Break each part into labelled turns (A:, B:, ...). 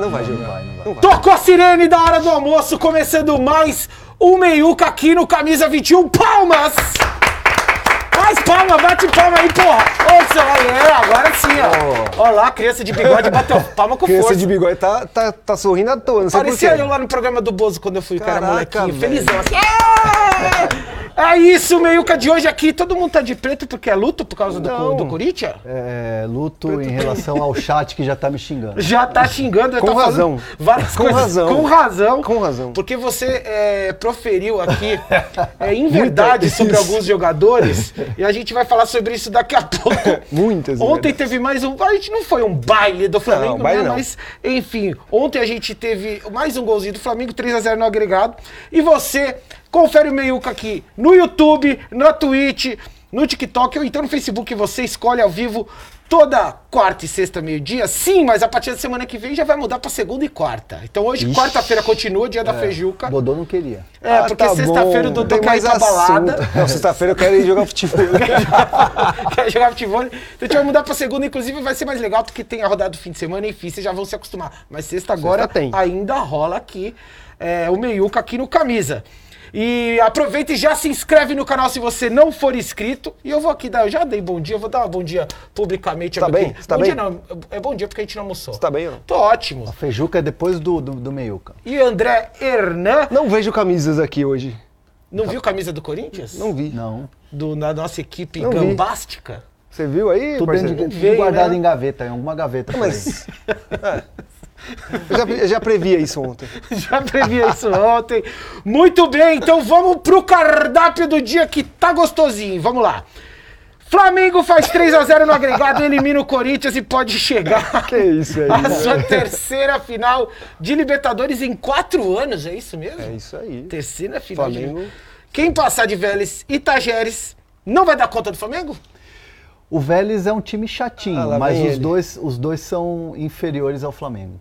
A: não vai jogar. Não vai.
B: Tocou a sirene da hora do almoço, começando mais um Meiuca aqui no Camisa 21. Palmas! Mais palma, bate palma aí, porra! Ô, seu galera, agora sim, ó. Ó lá, criança de bigode bateu palma com
A: Oh. Criança
B: força.
A: de bigode tá, tá, tá sorrindo à toa, não sei
B: Parecia
A: por quê.
B: eu lá no programa do Bozo quando eu fui, cara,
A: Caraca,
B: molequinho.
A: velho.
B: Felizão. assim. É! É isso, Meiuca de hoje aqui. Todo mundo tá de preto porque é luto por causa do, cu- do Corinthians?
C: É, luto em relação ao chat que já tá me xingando.
B: já tá xingando,
A: Com
B: tá
A: razão.
B: falando várias
A: Com
B: coisas.
A: razão.
B: Com razão.
A: Com razão.
B: Porque você é, proferiu aqui é, em verdade
A: Muita-
B: sobre
A: isso.
B: alguns jogadores e a gente vai falar sobre isso daqui a pouco.
A: Muitas
B: Ontem
A: inverdades.
B: teve mais um. A gente não foi um baile do Flamengo,
A: baile
B: né?
A: não.
B: Mas, enfim, ontem a gente teve mais um golzinho do Flamengo, 3x0 no agregado. E você confere o Meiuca aqui no YouTube, na Twitch, no TikTok ou então no Facebook. Você escolhe ao vivo toda quarta e sexta, meio-dia. Sim, mas a partir da semana que vem já vai mudar pra segunda e quarta. Então hoje, quarta-feira, continua o dia da feijuca.
C: Dodô não queria.
B: É, porque sexta-feira o Dodô
A: Ah, tá Tem
B: quer ir
A: mais
B: pra balada.
A: assunto. Não, Sexta-feira eu quero ir jogar futebol.
B: Quer jogar futebol? Então a gente vai mudar pra segunda, inclusive vai ser mais legal porque tem a rodada do fim de semana, enfim, vocês já vão se acostumar. Mas sexta agora
A: tem.
B: ainda rola aqui é, o Meiuca aqui no camisa. E aproveita e já se inscreve no canal se você não for inscrito. E eu vou aqui dar, eu já dei bom dia, eu vou dar um bom dia publicamente
A: Tá
B: aqui.
A: bem? Você tá
B: bom
A: bem?
B: dia não, é bom dia porque a gente não almoçou. Você
A: tá bem ou não?
B: Tô ótimo.
C: Feijuca é depois do, do, do Meiuca.
B: E André Hernan,
A: Não vejo camisas aqui hoje.
B: não viu a camisa do Corinthians?
A: Não vi.
C: Não.
B: Do, na nossa equipe
A: Não vi.
B: gambástica?
A: Você viu aí,
C: Tudo, dentro
A: parceiro?
C: de, tudo
B: Veio,
C: guardado
B: né?
C: em gaveta, em alguma gaveta. por aí.
A: Mas... É. Eu já, eu já previa isso ontem.
B: Já previa isso ontem. Muito bem, então vamos pro cardápio do dia que tá gostosinho. Vamos lá. Flamengo faz 3 a 0 no agregado, elimina o Corinthians e pode chegar
A: Que isso aí.
B: à
A: né?
B: sua terceira final de Libertadores em quatro anos, é isso mesmo?
A: É isso aí.
B: Terceira final. de-
A: Flamengo.
B: Quem passar de Vélez e Tajeres não vai dar conta do Flamengo?
C: O Vélez é um time chatinho,
A: Ah, lá
C: mas
A: vem
C: os
A: ele.
C: dois, os dois são inferiores ao Flamengo.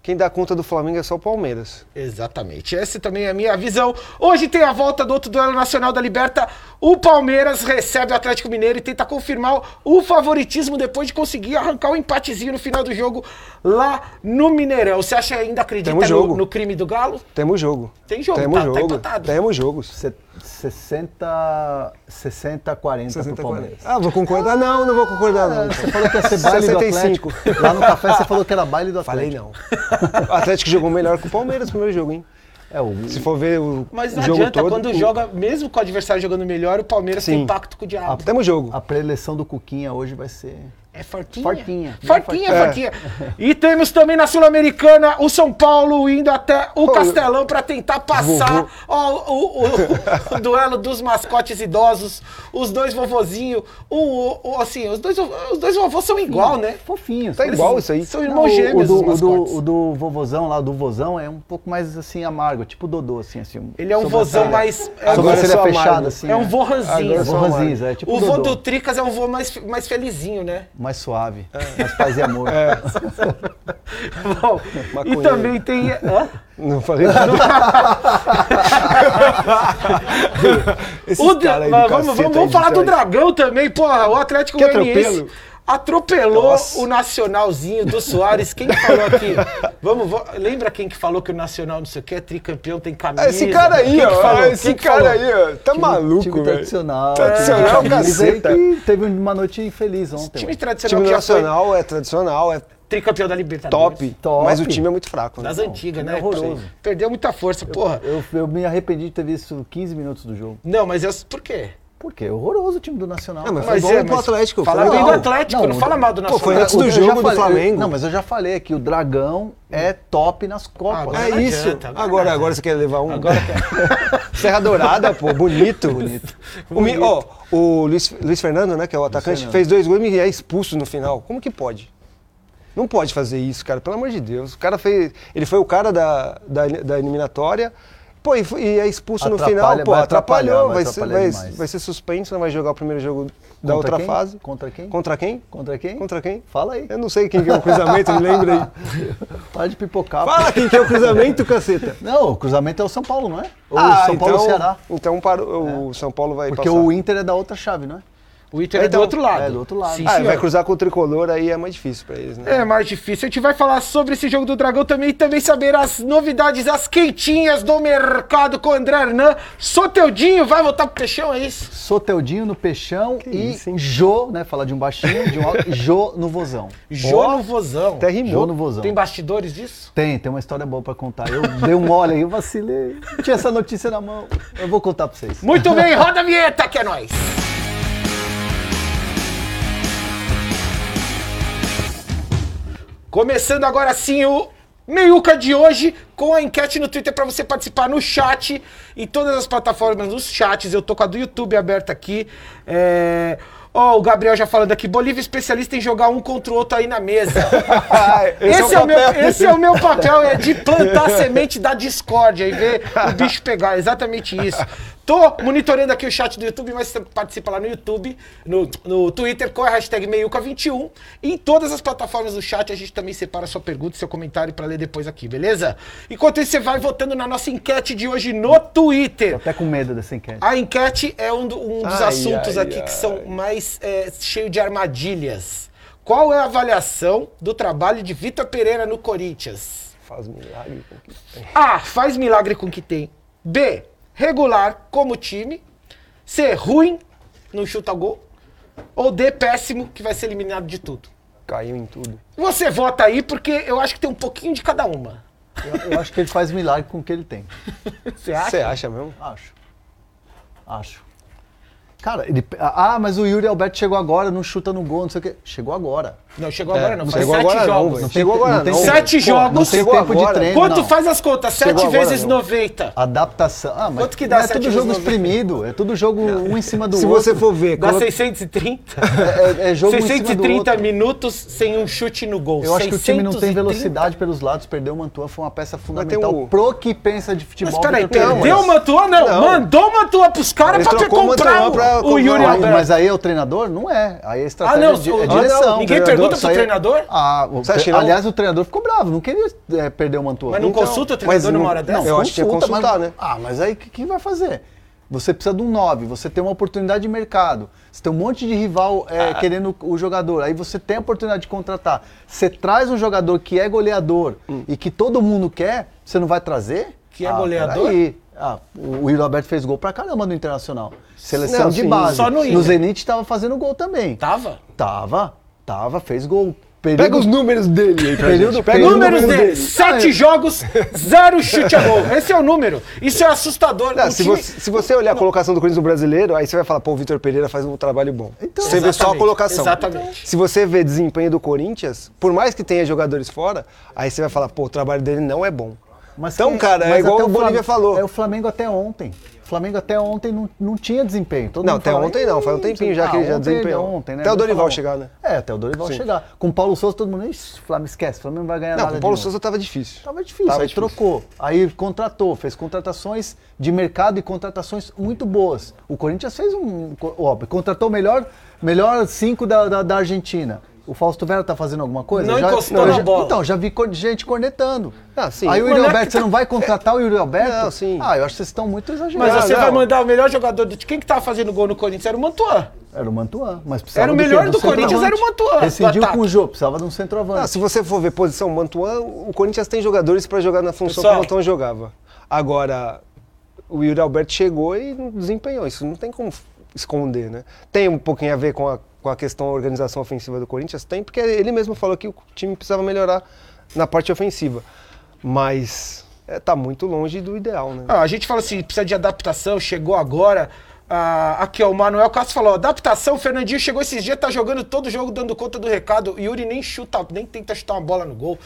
A: Quem dá conta do Flamengo é só o Palmeiras.
B: Exatamente. Essa também é a minha visão. Hoje tem a volta do outro duelo nacional da Liberta. O Palmeiras recebe o Atlético Mineiro e tenta confirmar o favoritismo depois de conseguir arrancar o empatezinho no final do jogo lá no Mineirão. Você acha ainda acredita
A: Temos jogo.
B: no, no crime do Galo?
A: Temos jogo.
B: Tem jogo,
A: Temos
B: tá- tá
A: jogo.
B: empatado.
A: Temos jogos.
C: Se- 60 60 40 Tá pro
A: 60
C: Palmeiras.
A: Ah, vou concordar? Não, não vou concordar
B: Ah,
A: não.
C: Você falou que ia ser baile do
A: 65.
C: Atlético. Lá no café você falou que era baile do
A: Falei
C: Atlético.
A: não. O Atlético jogou melhor que o Palmeiras no primeiro jogo, hein?
C: É o
A: Se for ver o,
B: Mas
A: o
B: não
A: jogo
B: adianta,
A: todo...
B: quando
A: o-
B: joga, mesmo com o adversário jogando melhor, o Palmeiras tem
A: Sim.
B: pacto com o diabo.
A: Temos jogo.
C: a preleção do Cuquinha hoje vai ser
B: É fortinha.
C: Fortinha.
B: Fortinha,
A: É.
B: fortinha. E temos também na Sul-Americana o São Paulo indo até o Castelão para tentar passar ó, o, o- o duelo dos mascotes idosos. Os dois vovozinhos. Um, o- o- assim, os dois, os dois vovôs são igual, né?
C: fofinho.
A: Tá
C: eles-
A: igual isso aí.
B: São
C: Não,
B: irmãos
C: o-
B: gêmeos,
C: o, do,
B: os
C: o, do,
B: mascotes.
C: o do vovozão lá, do vozão, é um pouco mais assim amargo, tipo o Dodô, assim, assim.
B: Ele é um vozão
C: sobrancelha-
B: mais- é um-
C: Sobrancelha
A: Agora eu sou amargo.
C: fechada, assim.
B: É um vô ranzinho.
C: É um vô ranzinho, é tipo
B: o
C: o
B: vô
C: Dodô,
B: do Tricas é um vô mais, mais felizinho, né?
C: mais suave,
A: É.
C: mais paz e amor.
B: Bom, e
A: Maconheiro.
B: também tem. Hã?
A: Não falei nada. Esses
B: O dra-
A: caras aí do
B: mas vamos,
A: cacete
B: vamos,
A: aí
B: vamos
A: de
B: falar do
A: trás.
B: Dragão também, porra. O Atlético
A: Que
B: Goianiense
A: atropelo.
B: atropelou
A: Nossa.
B: o Nacionalzinho do Soares. Quem que falou aqui? vamos, vo- lembra quem que falou que o Nacional não sei o que é tricampeão, tem camisa?
A: Ah, Esse cara aí,
B: Quem que
A: ó.
B: falou?
A: Esse
B: Quem que
A: cara
B: falou?
A: aí, ó. Tá
C: Time-
A: maluco,
C: time
A: velho. Tá
C: tradicional.
B: é.
A: Tradicional,
C: time de camisa aí
A: caceta.
C: que Teve uma noite infeliz ontem.
B: Time
A: O
B: tradicional
A: time
B: que já foi
A: nacional é tradicional, é
B: tricampeão da Libertadores.
A: top,
C: Top.
A: mas o time é muito fraco. Né?
B: Das antigas,
C: time
B: né?
C: horroroso.
B: Perdeu muita força, porra.
C: Eu, eu me arrependi de ter visto 15 minutos do jogo.
B: Não, mas eu, por quê? é,
C: Por quê? Horroroso o time do Nacional.
A: Ah, mas
C: cara.
A: foi bom pro Atlético,
B: Fala
A: foi
B: bem do
A: legal.
B: Atlético, não,
C: Não, o-
B: fala mal do
A: Pô,
B: Nacional.
A: foi antes do
C: Eu já
A: jogo do
C: falei-
A: Flamengo.
C: Não, mas eu já falei que o Dragão é top nas Copas.
B: Agora
A: É
B: não
A: isso.
B: adianta, agora
A: agora,
B: não
A: agora você quer levar um.
B: Agora
A: Serra Dourada, pô, bonito. bonito. O, mi- ó, o Luiz, Luiz Fernando, né, que é o atacante,
C: Fernando.
A: fez dois gols e é expulso no final. Como que pode? Não pode fazer isso, cara, pelo amor de Deus. O cara fez. Ele foi o cara da, da, da eliminatória. Pô, e, foi- e é expulso
C: Atrapalha,
A: no final, pô,
C: vai
A: atrapalhou, vai,
C: atrapalhar, vai
A: ser,
C: atrapalhar
A: vai,
C: demais.
A: vai ser suspenso, não vai jogar o primeiro jogo da
C: Contra
A: outra
C: quem?
A: fase.
C: Contra quem?
A: Contra quem?
C: Contra quem?
A: Contra quem?
C: Fala aí.
A: Eu não sei quem que é o cruzamento, me lembra aí.
C: Para de pipocar. pô.
A: Fala quem que é o cruzamento, caceta.
C: Não, o cruzamento é o São Paulo, não é? Ou o São Paulo
A: então,
C: Ceará.
A: Então para, o São Paulo vai
C: Porque
A: passar.
C: o Inter é da outra chave, não é?
B: O Ítalo é do
A: Então,
B: outro lado.
C: é do outro lado.
B: Sim,
A: Ah,
B: senhor.
A: vai cruzar com o tricolor, aí é mais difícil pra eles, né?
B: É mais difícil. A gente vai falar sobre esse jogo do Dragão também e também saber as novidades, as quentinhas do mercado com o André Hernan. Soteudinho vai voltar pro peixão, é isso?
C: Soteudinho no Peixão e
A: isso, hein?
C: Jô, né? Falar de um baixinho, de um alto, Jô no Vozão.
B: Jô no Vozão.
A: Até rimou.
C: Jô no Vozão.
B: Tem bastidores disso?
C: Tem, tem uma história boa pra contar. Eu dei um mole aí, eu vacilei. Tinha essa notícia na mão. Eu vou contar pra vocês.
B: Muito bem, roda a vinheta que é nóis. Começando agora sim o Meiuca de hoje com a enquete no Twitter para você participar no chat e todas as plataformas nos chats. Eu tô com a do YouTube aberta aqui. É... Ó, o Gabriel já falando aqui, Bolívia é especialista em jogar um contra o outro aí na mesa. esse, é o meu,
A: papel
B: esse é o meu papel, é de plantar a semente da discórdia e ver o bicho pegar, exatamente isso. Tô monitorando aqui o chat do YouTube, mas você participa lá no YouTube, no, no Twitter, com a hashtag Meiuca21. E em todas as plataformas do chat, a gente também separa sua pergunta e seu comentário pra ler depois aqui, beleza? Enquanto isso, você vai votando na nossa enquete de hoje no Twitter.
C: Até com medo dessa enquete.
B: A enquete é um, do- um dos
A: Ai,
B: assuntos
A: ai,
B: aqui
A: ai.
B: que são mais é, cheio de armadilhas. Qual é a avaliação do trabalho de Vitor Pereira no Corinthians?
A: Faz milagre. com que tem.
B: A. Faz milagre com o que tem. B. Regular como time. C. Ruim, não chuta gol. Ou D. Péssimo, que vai ser eliminado de tudo.
A: Caiu em tudo.
B: Você vota aí porque eu acho que tem um pouquinho de cada uma.
C: Eu, eu acho que ele faz milagre com o que ele tem.
B: Você acha?
A: Você acha mesmo?
C: Acho. Acho. Cara, ele. Ah, mas o Yuri Alberto chegou agora, não chuta no gol, não sei o quê. Chegou agora.
B: Não, chegou
C: É,
B: agora não. Faz
A: chegou
B: sete
A: agora não,
B: jogos.
A: velho.
C: Não
A: Chegou
C: tem-
A: agora
C: não tem-
A: não.
B: Sete
C: Pô,
B: jogos.
C: Não tem
A: Chegou
C: tempo de
A: agora,
C: treino.
B: Quanto
C: não.
B: faz as contas?
A: Chegou
B: Sete
A: agora,
B: vezes
A: não.
B: 90.
C: Adaptação. Ah, mas
B: Quanto que dá
C: mas é
B: sete
C: todo jogo
B: vezes
C: exprimido. É todo jogo um em cima do
A: Se
C: outro.
A: você for ver,
B: Dá
A: quando-
B: 630?
C: É, é jogo um em cima do
B: 630
C: outro.
B: minutos sem um chute no gol.
C: Eu acho que o time não tem
B: 630.
C: velocidade pelos lados. Perdeu o Mantua, foi uma peça fundamental
A: tem o-
C: pro que pensa de futebol.
B: Mas peraí,
C: do treinador.
B: perdeu o Mantua? Não,
A: Não.
B: mandou o Mantua pros caras
A: Ele
B: pra ter
A: trocou o
B: comprar
A: Mantua
B: o,
A: pra
B: o
A: comprar
B: Yuri
A: o-
C: Aí,
B: Alberto.
C: mas aí é o treinador? Não é. Aí é estratégia
B: Ah, não,
C: de,
B: o-
C: é
B: ah, não,
C: direção.
B: ninguém
C: O
B: pergunta pro
C: só é-
B: treinador?
C: Ah, o-
A: Você acha que não?
C: aliás, o treinador ficou bravo, não queria é, perder o Mantua.
B: Mas não
C: Então,
B: consulta o
A: mas
B: treinador
A: não-
B: numa hora dessa?
A: não, É, eu acho que tinha que
C: consulta, mas-
A: consultar, né?
C: Ah, mas aí o que, que vai fazer? Você precisa de um 9, você tem uma oportunidade de mercado, você tem um monte de rival
B: Ah.
C: é, querendo o jogador, aí você tem a oportunidade de contratar. Você traz um jogador que é goleador e que todo mundo quer, você não vai trazer?
B: Hum. Que é goleador?
C: peraí. Ah, o o Yuri Alberto fez gol pra caramba no Internacional. Seleção
A: Não,
C: de
A: sim.
C: base.
B: Só no Inter. Tá.
C: Zenit tava fazendo gol também.
B: Tava?
C: Tava, tava, fez gol. Período-
A: Pega os números dele aí pra
C: Período-
A: gente. Pega
C: período-
A: os
B: Números
C: número
B: dele,
C: dele.
B: sete
C: Ah, é.
B: jogos, zero chute a gol. Esse é o número. Isso é assustador.
A: Não,
B: O
A: se,
B: time-
A: você, se você olhar a colocação do Corinthians no brasileiro, aí você vai falar, pô, o Vitor Pereira faz um trabalho bom.
C: Então,
A: você vê só a
B: Exatamente,
A: colocação.
B: exatamente.
A: Se você vê desempenho do Corinthians, por mais que tenha jogadores fora, aí você vai falar, pô, o trabalho dele não é bom.
C: Mas
A: então,
C: quem-
A: cara, é
C: mas
A: igual
C: até
A: o Bolívia
C: Flamengo-
A: falou.
C: É o Flamengo até ontem. O Flamengo até ontem não, não tinha desempenho. Todo
A: Não,
C: mundo
A: até
C: falava,
A: ontem não, faz um
C: "Ih,
A: tempinho já que ele já
C: ontem,
A: desempenhou."
C: Ontem, né?
A: Até o
C: Mas
A: Dorival
C: falavam-
A: chegar, né?
C: É, até o Dorival
A: Sim.
C: chegar. Com o Paulo Souza, todo mundo, "Ixi, Flamengo esquece, o Flamengo vai ganhar
A: Não,
C: nada
A: com o Paulo
C: de
A: Souza
C: novo."
A: tava difícil.
C: Tava difícil,
A: Tava
C: aí
A: difícil.
C: trocou, aí contratou, fez contratações de mercado e contratações muito boas. O Corinthians fez um. Óbvio, contratou o melhor, melhor cinco da, da, da Argentina. O Fausto Vera tá fazendo alguma coisa?
B: Não encostou
C: eu
B: na
C: já-
B: bola.
C: Então, já vi cor- gente cornetando.
A: Ah, sim.
C: Aí o Yuri
B: Moleque
C: Alberto, você não vai contratar o Yuri Alberto?
A: Não, sim.
C: Ah, eu acho que vocês estão muito
B: Mas
C: exagerados.
B: você
A: Ah, não.
B: vai mandar o melhor jogador do time. Quem que tava fazendo gol no Corinthians? Era o Mantua.
C: Era o Mantuan, mas precisava
B: Era o
C: do quê?
B: melhor do
C: centroavante.
B: Corinthians, era o Mantuan, Tá, do
C: Decidiu
B: ataque.
C: com o jogo, precisava de um centroavante.
A: Ah, se você for ver posição Mantuan, o Corinthians tem jogadores pra jogar na função
B: Pessoal.
A: que o Mantuan jogava. Agora, o Yuri Alberto chegou e não desempenhou. Isso não tem como esconder, né? Tem um pouquinho a ver com a, com a questão da organização ofensiva do Corinthians? Tem, porque ele mesmo falou que o time precisava melhorar na parte ofensiva. Mas é, tá muito longe do ideal, né?
B: Ah, a gente fala assim, precisa de adaptação, chegou agora. Ah, aqui, ó, o Manuel Castro falou: ó, adaptação, o Fernandinho chegou esses dias, tá jogando todo jogo, dando conta do recado. O Yuri nem chuta, nem tenta chutar uma bola no gol.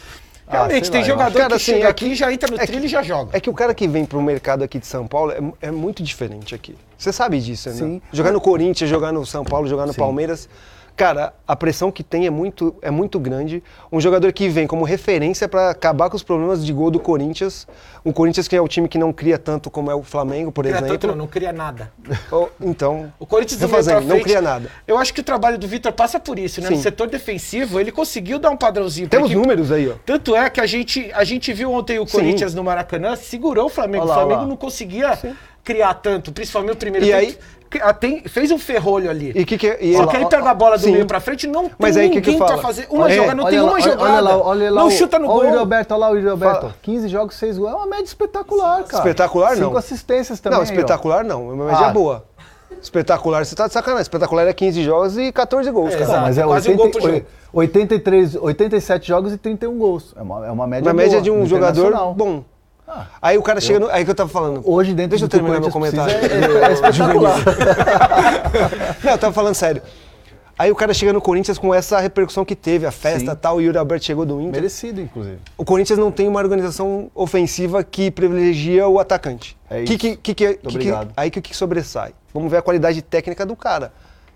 A: Ah,
B: Realmente,
C: sei
B: tem
C: lá, eu
B: jogador
A: acho. Cara,
B: que
A: assim,
B: chega
A: é
B: aqui e já entra no
A: é que-
B: trilho e já joga.
A: É que o cara que vem pro mercado aqui de São Paulo é, mu- é muito diferente aqui. Você sabe disso, né?
C: Sim.
A: Jogar no Corinthians, jogar no São Paulo, jogar no Palmeiras. Cara, a pressão que tem é muito, é muito grande. Um jogador que vem como referência para acabar com os problemas de gol do Corinthians. O Corinthians que é o time que não cria tanto como é o Flamengo, por
B: Cria
A: exemplo.
B: tanto, não, não cria nada.
A: Ou- então,
B: O Corinthians do meio
A: refazendo,
B: pra
A: não
B: frente,
A: cria nada.
B: Eu acho que o trabalho do Vitor passa por isso, né? No
A: Sim.
B: setor defensivo, ele conseguiu dar um padrãozinho. pra
A: Temos
B: equipe.
A: números aí, ó.
B: Tanto é que a gente, a gente viu ontem o
A: Sim.
B: Corinthians no Maracanã, segurou o Flamengo.
C: Olha lá,
B: o Flamengo
C: olha lá.
B: não conseguia criar tanto, principalmente o primeiro
A: E
B: tempo.
A: aí-
B: Que- ah, tem- fez um ferrolho ali.
A: E que que- e
B: Só
A: lá-
B: que aí
A: ó,
B: pega a bola do
A: sim.
B: meio pra frente, não tem
A: Mas aí que que
B: ninguém pra
A: fala?
B: fazer uma
A: É,
B: jogada, não tem
C: lá,
B: uma jogada.
C: Olha lá, olha lá.
B: não
C: o-
B: chuta no
C: olha
B: gol.
C: O Yuri Alberto, olha lá o Yuri Alberto.
A: Fala.
C: 15 jogos, 6 gols. É uma média espetacular, cara.
A: Espetacular, não.
C: Cinco assistências também.
A: não,
C: aí, ó.
A: espetacular não. Uma média é
C: Ah.
A: boa. Espetacular, você tá de sacanagem. Espetacular é 15 jogos e 14 gols,
C: Não,
A: cara.
B: exato.
C: mas é
B: Quase um gol
C: 80,
B: por jogo.
C: 83, 87 jogos e 31 gols. É uma, é uma média
A: Na
C: boa.
A: média de um
C: do
A: jogador
C: Internacional. Ah.
A: bom. aí o cara chega no, Aí que eu tava falando.
C: Hoje, dentro
A: Deixa eu
C: do que o
A: terminar meu
C: Corinthians
A: comentário.
C: precisa, é- é espetacular.
A: Não, eu tava falando sério. Aí o cara chega no Corinthians com essa repercussão que teve, a festa
C: Sim.
A: tal, e o Yuri Alberto chegou do Inter.
C: Merecido, inclusive.
A: O Corinthians não tem uma organização ofensiva que privilegia o atacante.
C: É
A: Que,
C: isso.
A: que, que, que- que-
C: Obrigado.
A: aí que, que sobressai. Vamos ver a qualidade técnica do cara.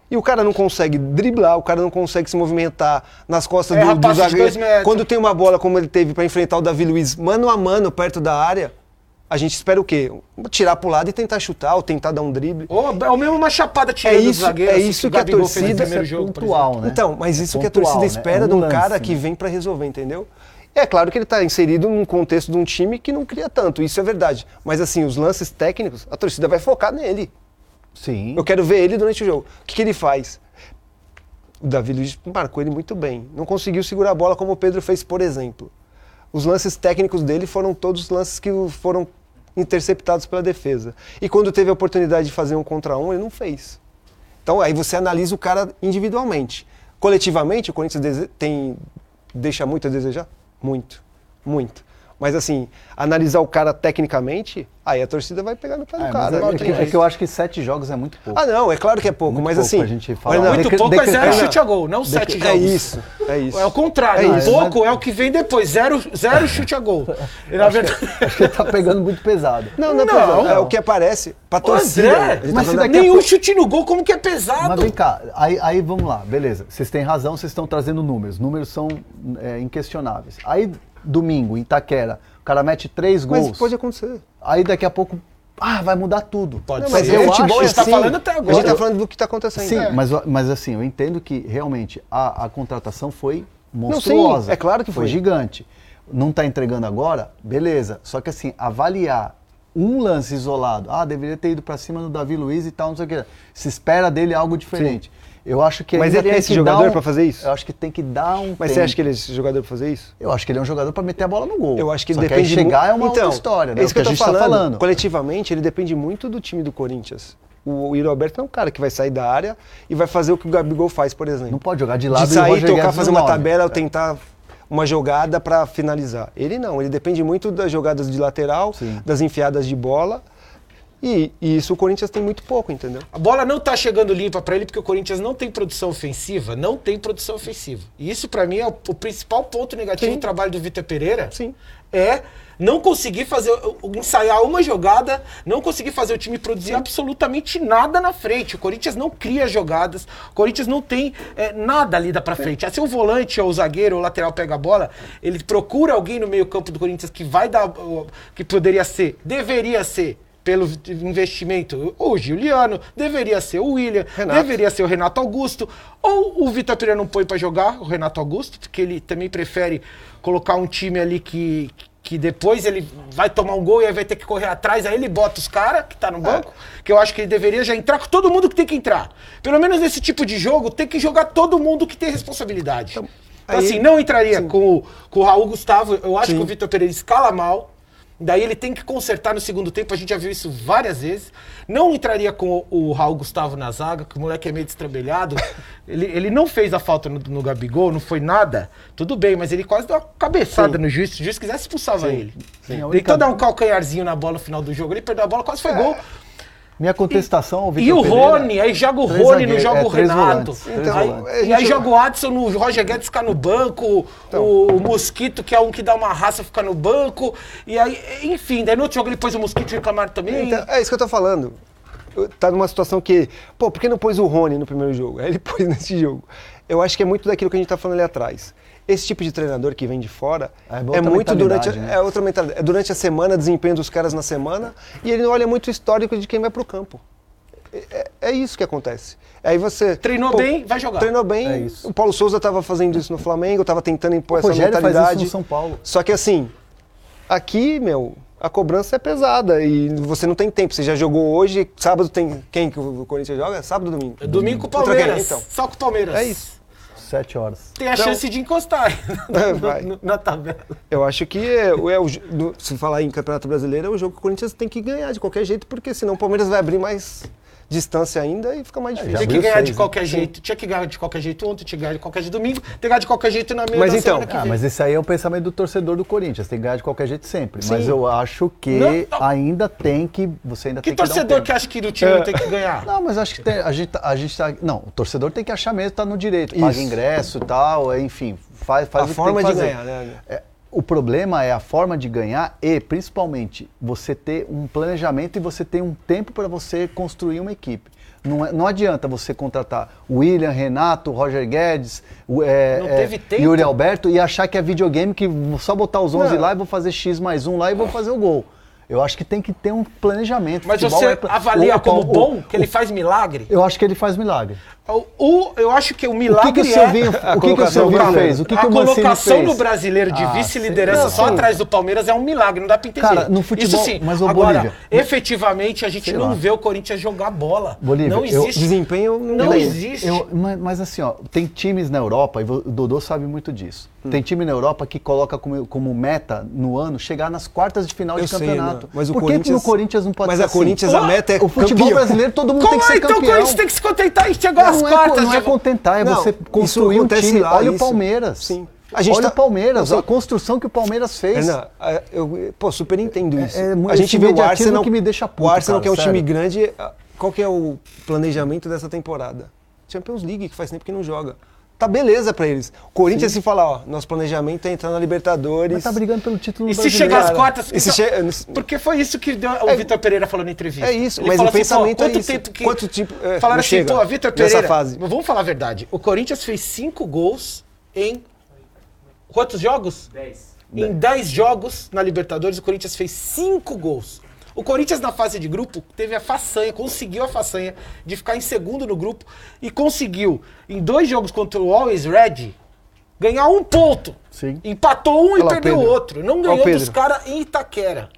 A: E o cara não consegue driblar, o cara não consegue se movimentar nas
C: É,
A: costas
B: Erra
A: do, do
B: passe de
A: zagueiro.
B: dois metros.
A: Quando tem uma bola como ele teve pra enfrentar o Davi Luiz mano a mano perto da área, a gente espera o quê? Tirar pro lado e tentar chutar ou tentar dar um drible.
B: Ou, ou mesmo uma chapada
A: É
B: tirando
A: isso,
B: do zagueiro.
A: é
B: assim,
A: isso
B: o
A: que a
B: Gabigol fez no
A: torcida
B: primeiro
C: Isso é
B: jogo, por exemplo.
C: pontual, né?
A: Então, mas isso
C: É
A: que a
C: pontual,
A: torcida
C: né?
A: espera
C: É
A: de um
C: lance,
A: cara
C: né?
A: que vem pra resolver, entendeu? É claro que ele tá inserido num contexto de um time que não cria tanto, isso é verdade. Mas assim, os lances técnicos, a torcida vai focar nele.
C: Sim.
A: Eu quero ver ele durante o jogo. O que, que ele faz? O Davi Luiz marcou ele muito bem. Não conseguiu segurar a bola como o Pedro fez, por exemplo. Os lances técnicos dele foram todos os lances que o- foram interceptados pela defesa. E quando teve a oportunidade de fazer um contra um, ele não fez. Então aí você analisa o cara individualmente. Coletivamente, o Corinthians dese- tem deixa muito a desejar? Muito. Muito. Mas assim, analisar o cara tecnicamente, aí a torcida vai pegar no pé do
C: É, mas
A: um cara. né?
C: é-
A: não
C: é,
A: tem
C: que, é
A: jeito.
C: que eu acho que sete jogos é muito pouco.
A: Ah, não, é claro que é pouco,
C: Muito
A: mas
C: pouco
A: assim.
C: pra gente falar.
A: mas não,
C: Muito
B: Muito pouco é zero
C: decretar.
B: chute a gol, não sete
A: é
B: jogos.
A: isso, é isso.
B: É o contrário,
A: É
B: um
A: isso.
B: pouco é o que vem depois, zero, zero chute a gol. E,
A: é.
B: na verdade,
C: Acho que tá pegando muito pesado.
A: Não, não, é
B: Não.
A: pesado, é o que aparece pra
B: Ô,
A: torcida.
B: André,
A: Ele tá
C: mas
A: falando
C: se daqui
A: da-
C: a
B: nenhum
C: pouco-
B: chute no gol, como que é
C: Mas
B: pesado?
C: vem cá, aí, aí vamos lá, beleza. Vocês têm razão, vocês estão trazendo números. Números são é, inquestionáveis. Aí, domingo, em Itaquera, o cara mete três gols.
A: Mas pode acontecer.
C: Aí daqui a pouco, ah, vai mudar tudo.
B: Pode
A: Não,
B: ser.
A: mas
C: eu
A: o futebol
C: acho-
A: é
C: a gente tá
A: assim.
B: falando até agora.
A: A gente tá falando do que tá acontecendo.
C: Sim,
A: É.
C: mas, mas assim, eu entendo que realmente a, a contratação foi
A: sim,
C: monstruosa.
A: é claro que foi.
C: gigante. Não tá entregando agora, beleza. Só que assim, avaliar um lance isolado, ah, deveria ter ido para cima do Davi Luiz e tal, não sei o que. Se espera dele algo diferente. Eu acho que
A: Mas
C: ainda
A: ele é
C: tem
A: esse
C: que
A: jogador
C: dar um-
A: pra fazer isso?
C: Eu acho que tem que dar um
A: Mas você
C: tempo.
A: acha que ele é esse jogador pra fazer isso?
C: Eu acho que ele é um jogador para meter a bola no gol.
A: Eu acho Tipo, que
C: Só
A: depende.
C: que aí chegar
A: mu-
C: é uma outra história, né?
A: É
C: O
A: isso que,
C: a
A: eu tô
C: gente
A: falando.
C: tá falando.
A: Coletivamente, ele depende muito do time do Corinthians. O Iro Alberto é um cara que vai sair da área e vai fazer o que o Gabigol faz, por exemplo.
C: Não pode jogar de lado e
A: De
C: o
A: sair,
C: Roger
A: tocar,
C: Guedes
A: fazer
C: no
A: uma
C: nove. É.
A: tabela ou tentar uma jogada pra finalizar. Ele não, ele depende muito das jogadas de lateral,
C: Sim.
A: das enfiadas de bola. E, e isso o Corinthians tem muito pouco, entendeu?
B: A bola não tá chegando limpa pra ele porque o Corinthians não tem produção ofensiva, não tem produção ofensiva. E isso pra mim é o, o principal ponto negativo do trabalho do Vitor Pereira.
A: Sim.
B: É não conseguir fazer o- o- ensaiar uma jogada, não conseguir fazer o time produzir absolutamente nada na frente. O Corinthians não cria jogadas, o Corinthians não tem é, nada ali da pra frente. Se o volante ou o zagueiro ou o lateral pega a bola, ele procura alguém no meio-campo do Corinthians que vai dar o- que poderia ser, deveria ser pelo investimento, o Giuliano, deveria ser o William, deveria ser o Renato Augusto, ou o Vitor Pereira não põe pra jogar o Renato Augusto, porque ele também prefere colocar um time ali que, que depois ele vai tomar um gol e aí vai ter que correr atrás, aí ele bota os caras que tá no banco, que eu acho que ele deveria já entrar com todo mundo que tem que entrar. Pelo menos nesse tipo de jogo, tem que jogar todo mundo que tem responsabilidade. Então,
A: aí-
B: assim, não entraria com o, com o Raul Gustavo, eu acho que o Vitor Pereira escala mal, Daí ele tem que consertar no segundo tempo, a gente já viu isso várias vezes. Não entraria com o, o Raul Gustavo na zaga, que o moleque é meio destrambelhado. ele, ele não fez a falta no, no Gabigol, não foi nada. Tudo bem, mas ele quase deu uma cabeçada no juiz. Se o juiz quisesse, expulsava ele.
C: Sim, É, a
B: Ele
C: única- É.
B: Tentou dar um calcanharzinho na bola no final do jogo, ele perdeu a bola, quase foi gol.
C: Minha contestação ao Vitor
B: E o
C: Pereira-
B: Rony, aí joga o
C: Três
B: Rony, não
C: zagueiros,
B: joga
C: é,
B: o
C: três
B: Renato.
C: volantes,
A: Então-
C: três
B: Aí-
C: volantes. Então.
B: e aí joga o Adson, no Roger Guedes fica no banco, o Mosquito, que é um que dá uma raça, fica no banco. E aí, enfim, daí no outro jogo ele pôs o Mosquito reclamar também.
A: Então, é isso que eu tô falando. Eu- Tá numa situação que, pô, por que não pôs o Rony no primeiro jogo? Aí ele pôs nesse jogo. Eu acho que é muito daquilo que a gente tá falando ali atrás. Esse tipo de treinador que vem de fora
C: É
A: é,
C: outra
A: muito durante, a-
C: mentalidade, né?
A: é outra mentalidade. É durante a semana, desempenho dos caras na semana, e ele não olha muito o histórico de quem vai pro campo. É, é isso que acontece. Aí você.
B: Treinou bem, vai jogar.
A: Treinou bem.
C: É isso.
A: O Paulo Souza tava fazendo isso no Flamengo, tava tentando impor
C: O
A: essa
C: Rogério faz isso
A: mentalidade.
C: no São Paulo.
A: Só que assim, aqui, meu, a a cobrança é pesada e você não tem tempo. Você já jogou hoje, sábado tem quem que o Corinthians joga? Sábado ou domingo?
B: É Domingo com o
A: Contra quem,
B: Palmeiras.
A: então?
B: Só com o Palmeiras.
A: É isso.
C: Sete horas.
B: Tem a chance de encostar
C: É,
A: Vai.
B: no- na tabela.
C: Tá
A: Eu acho que é, é o, jo- no- se falar em Campeonato Brasileiro, é o jogo que o Corinthians tem que ganhar de qualquer jeito, porque senão o Palmeiras vai abrir mais distância ainda e fica mais difícil.
B: Tinha que
C: abriu
B: ganhar
C: seis,
B: de
C: né?
B: qualquer jeito. Tinha que ganhar de qualquer jeito ontem, tinha que ganhar de qualquer jeito domingo, tinha que ganhar de qualquer jeito na meia
A: Mas
B: da
A: então-
B: semana que
A: Ah,
C: Ah,
B: vem.
C: mas esse aí é o pensamento do torcedor do Corinthians, tem que ganhar de qualquer jeito sempre. Mas
A: Sim.
C: eu acho que
B: Não, não.
C: ainda tem que. Você ainda
B: Que
C: tem que. dar um
B: torcedor
C: tempo. É.
B: que acha que o time não tem que ganhar?
C: Não, mas acho que tem- a gente, tá- a gente tá. Não, o torcedor tem que achar mesmo, tá no direito. Paga
A: Isso.
C: ingresso e tal, é, enfim, faz, faz
A: A
C: o que
A: forma
C: tem
A: de
C: que fazer.
A: ganhar, né?
C: É, o problema é a forma de ganhar e, principalmente, você ter um planejamento e você ter um tempo para você construir uma equipe. Não, é- não adianta você contratar o William, Renato, Roger Guedes, o, é,
B: Não
C: é,
B: teve tempo.
C: Yuri Alberto e achar que é videogame que vou só botar os 11
A: Não.
C: lá e vou fazer X mais um lá e vou fazer o gol. Eu acho que tem que ter um planejamento.
B: Mas
C: Futebol
B: você
C: é pla-
B: avalia
C: o-
B: como
C: o-
B: bom que
C: o-
B: ele faz milagre?
C: eu acho que ele faz milagre.
B: O, o- eu acho que o
C: O que,
B: milagre
C: que o
B: é...
C: Silvinho, o que que o
A: colocação do
C: Silvinho
A: Palmeiras.
C: fez? O que,
B: a
C: que o Mancini
B: colocação
C: fez?
B: no brasileiro de
C: Ah,
B: vice-liderança
C: sim.
B: só
C: Não,
B: atrás do Palmeiras é um milagre, não dá pra entender.
C: Cara, no futebol-
B: Isso sim.
C: mas, ô,
B: Agora,
C: Bolívia,
B: efetivamente, a gente
C: sei
B: não
C: lá.
B: vê o Corinthians jogar bola.
C: Bolívia,
B: não
C: eu-
B: existe.
A: Desempenho não
B: Não
C: Eu-
B: existe.
C: eu- ma- mas, assim, ó, tem times na Europa, e vo- o Dodô sabe muito disso.
A: Hum.
C: Tem time na Europa que coloca como, como meta no ano chegar nas quartas de final de campeonato.
A: né? Mas o
C: Por que que
A: Corinthians,
C: no Corinthians não pode
A: mas
C: ser
A: a Corinthians
C: assim?
A: a meta é
C: O futebol
A: campeão.
C: brasileiro, todo mundo
B: Como
C: tem que
B: é
C: ser
B: então o
C: campeão.
B: Corinthians tem que se contentar e chegar às
C: não, é,
B: quartas?
C: co- não é
B: de-
C: contentar, é
A: Não,
C: você
A: isso
C: construir um
A: acontece
C: time.
A: lá,
C: Olha o
A: isso.
C: Palmeiras.
A: Sim. A gente
C: Olha
A: tá-
C: o Palmeiras,
A: Não,
C: a construção que o Palmeiras fez.
A: Renan, a- eu, pô, super entendo isso.
C: é muito-
A: a gente
C: esse
A: vê o
C: mediatismo
A: Arsenal
C: que me deixa puto,
A: O Arsenal
C: cara,
A: que é um
C: sério.
A: time grande, a- qual que é o planejamento dessa temporada? Champions League, que faz tempo que não joga. Tá beleza pra eles. O Corinthians se falar, ó, nosso planejamento é entrar na Libertadores.
C: Mas tá brigando pelo título
B: E se
C: brasileiro.
B: chegar às
A: Cara,
B: quartas.
A: e se
B: então-
A: che-
B: Porque foi isso que deu- o Vitor Pereira falou na entrevista.
A: É isso,
B: Ele
A: mas
B: falou assim,
A: o pensamento
B: pô,
A: é
B: quanto
A: isso.
B: Tempo que...
A: Quanto tipo- é,
B: Falaram
A: não
B: assim,
A: chega
B: pô, Vitor
A: nessa
B: Pereira.
A: fase.
B: Mas Vamos falar a verdade. O Corinthians fez cinco gols em. Quantos jogos? 10. Em 10 jogos na Libertadores, o Corinthians fez cinco gols. O Corinthians, na fase de grupo, teve a façanha, conseguiu a façanha de ficar em segundo no grupo e conseguiu, em dois jogos contra o Always Red, ganhar um ponto.
C: Sim.
B: Empatou um
A: Olha
B: e
A: lá o
B: perdeu o
A: Pedro.
B: outro. Não
A: Olha o
B: ganhou dos
A: Pedro.
B: caras em Itaquera.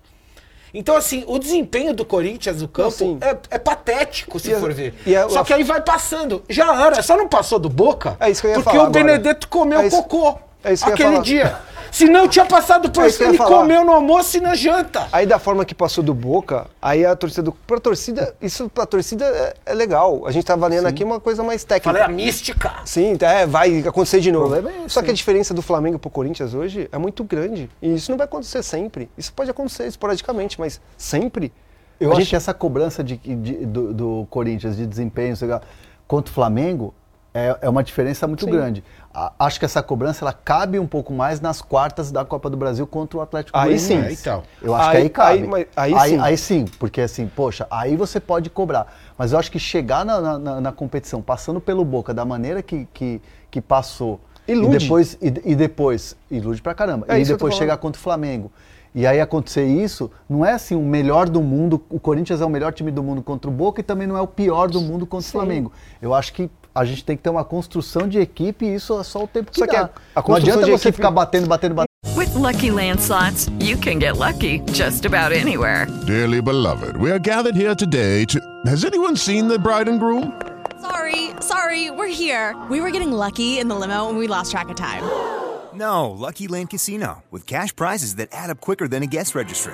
B: Então, assim, o desempenho do Corinthians no campo
A: sim.
B: é, é patético, se
A: E a-
B: for ver.
A: e é- a-
B: só que aí vai passando. Já era, só não passou do Boca.
A: É isso que eu ia
B: porque
A: falar
B: o
A: agora.
B: Benedetto comeu
A: É isso-
B: cocô
A: é isso que eu ia
B: aquele
A: falar.
B: dia. Se não tinha passado por
A: É isso
B: isso,
A: que eu ia
B: ele
A: falar.
B: comeu no almoço e na janta.
A: Aí da forma que passou do Boca, aí a torcida do pra torcida, isso pra torcida é, é legal. A gente tá valendo aqui uma coisa mais técnica.
B: Falei a mística.
A: Sim, é, vai acontecer de novo.
C: problema é esse,
A: Só que a
C: né?
A: diferença do Flamengo pro Corinthians hoje é muito grande. E isso não vai acontecer sempre. Isso pode acontecer esporadicamente, mas sempre.
C: Eu
A: a
C: acho
A: gente
C: que essa cobrança de- de- do, do Corinthians de desempenho sei lá, contra o Flamengo é, é uma diferença muito grande. A- acho que essa cobrança ela cabe um pouco mais nas quartas da Copa do Brasil contra o Atlético
A: Aí sim.
C: Goianiense.
A: Aí tá.
C: Eu acho
A: Aí-
C: que aí cabe.
A: aí- mas- aí sim.
C: porque assim, poxa, aí você pode cobrar. Mas eu acho que chegar na, na- na- na competição passando pelo Boca da maneira que, que, que passou
A: Ilude.
C: e depois e, e depois ilude pra caramba.
A: É
C: e
A: isso que eu tô
C: depois
A: falando.
C: chegar contra o Flamengo. E aí acontecer isso, não é assim o melhor do mundo, o Corinthians é o melhor time do mundo contra o Boca e também não é o pior do mundo contra o Flamengo. Eu acho que a gente tem que ter uma construção de equipe e isso é só o tempo que
A: Só que a-
C: dá.
A: a
C: não
A: construção
C: adianta
A: de
C: você
A: equipe-
C: ficar batendo, batendo, batendo.
D: With Lucky Land slots, you can get lucky just about anywhere.
E: Dearly beloved, we are gathered here today to. Has anyone seen the bride and groom?
F: Sorry, sorry, we're here. We were getting lucky in the limo and we lost track of time.
G: No, Lucky Land Casino, with cash prizes that add up quicker than a guest registry.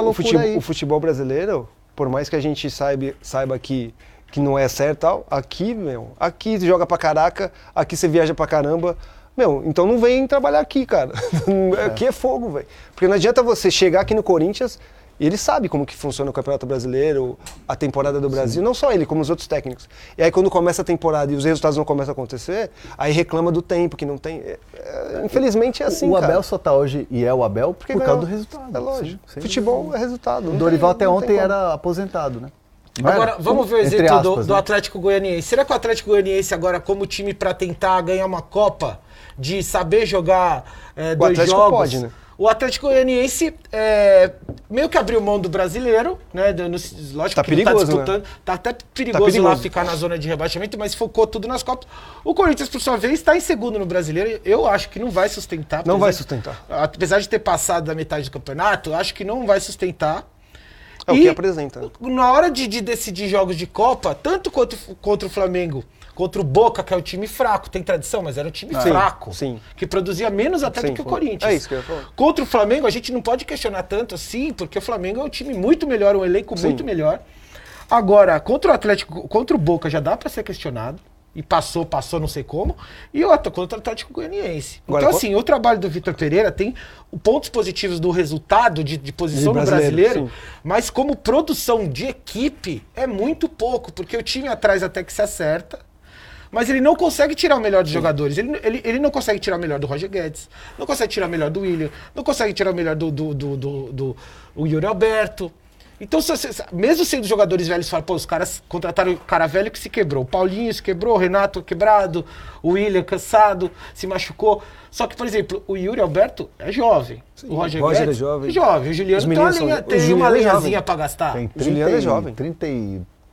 A: o
C: loucura
A: futebol,
C: aí.
A: O futebol brasileiro, por mais que a gente saiba, saiba que, que não é certo e tal, aqui, meu, aqui tu joga pra caraca, aqui você viaja pra caramba. Meu, então não vem trabalhar aqui, cara. Aqui é fogo, velho. Porque não adianta você chegar aqui no Corinthians e ele sabe como que funciona o Campeonato Brasileiro, a temporada do Brasil, não só ele, como os outros técnicos. E aí quando começa a temporada e os resultados não começam a acontecer, aí reclama do tempo que não tem. É, é, infelizmente é assim,
C: O
A: cara.
C: Abel só tá hoje e é o Abel
A: Porque
C: por causa
A: ganhou.
C: do resultado.
A: É lógico. Futebol é resultado.
C: O
A: Não
C: Dorival
A: tem-
C: até
A: não tem
C: ontem
A: como.
C: era aposentado, né? Não
B: Agora,
C: era?
B: vamos ver o
C: Entre
B: exemplo do,
C: aspas,
B: do
C: né?
B: Atlético Goianiense. Será que o Atlético Goianiense agora, como time para tentar ganhar uma Copa, de saber jogar eh, dois
A: Atlético
B: jogos...
A: pode, né?
B: O Atlético Goianiense eh, meio que abriu mão do brasileiro, né? do- no- lógico
A: Tá
B: que não
A: perigoso,
B: tá disputando.
A: né?
B: Tá até perigoso, lá
A: perigoso.
B: ficar na zona de rebaixamento, mas focou tudo nas Copas. O Corinthians, por sua vez, está em segundo no brasileiro. Eu acho que não vai sustentar.
A: Não vai
B: apesar-
A: sustentar.
B: Apesar de ter passado da metade do campeonato, acho que não vai sustentar.
A: É o
B: E-
A: que apresenta. né?
B: na hora de, de decidir jogos de Copa, tanto contra, contra o Flamengo, contra o Boca, que é um time fraco, tem tradição, mas era um time
A: Ah, sim,
B: fraco.
A: sim.
B: Que produzia menos até do
A: Sim,
B: que o
A: foi.
B: Corinthians.
A: É isso que eu ia falar.
B: Contra o Flamengo, a gente não pode questionar tanto assim, porque o Flamengo é um time muito melhor, um elenco
A: Sim.
B: muito melhor. Agora, contra o Atlético, contra o Boca já dá pra ser questionado. E passou, passou, não sei como. E outra, contra o Atlético Goianiense.
A: Agora,
B: então,
A: co-
B: assim, o trabalho do Vitor Pereira tem pontos positivos do resultado de, de posição
A: De
B: no
A: brasileiro,
B: brasileiro,
A: sim.
B: mas como produção de equipe é muito pouco, porque o time atrás até que se acerta. Mas ele não consegue tirar o melhor dos jogadores. Ele, ele, ele não consegue tirar o melhor do Roger Guedes. Não consegue tirar o melhor do William. Não consegue tirar o melhor do, do, do, do, do- o Yuri Alberto. Então, se você- se- mesmo sendo jogadores velhos, você fala, pô, os caras contrataram o cara velho que se quebrou. O Paulinho se quebrou, o Renato quebrado, o William cansado, se machucou. Só que, por exemplo, o Yuri Alberto é jovem. o Roger,
A: o Roger
B: Guedes
A: é jovem.
B: jovem. O
A: Os
B: Juliano tá
A: meninos
B: uma
A: são-
B: lenha-
A: o
B: tem
A: Juliano
B: uma
A: é jovem.
B: lenhas pra gastar.
C: Tem
A: O Juliano é
C: 30 e-
A: jovem.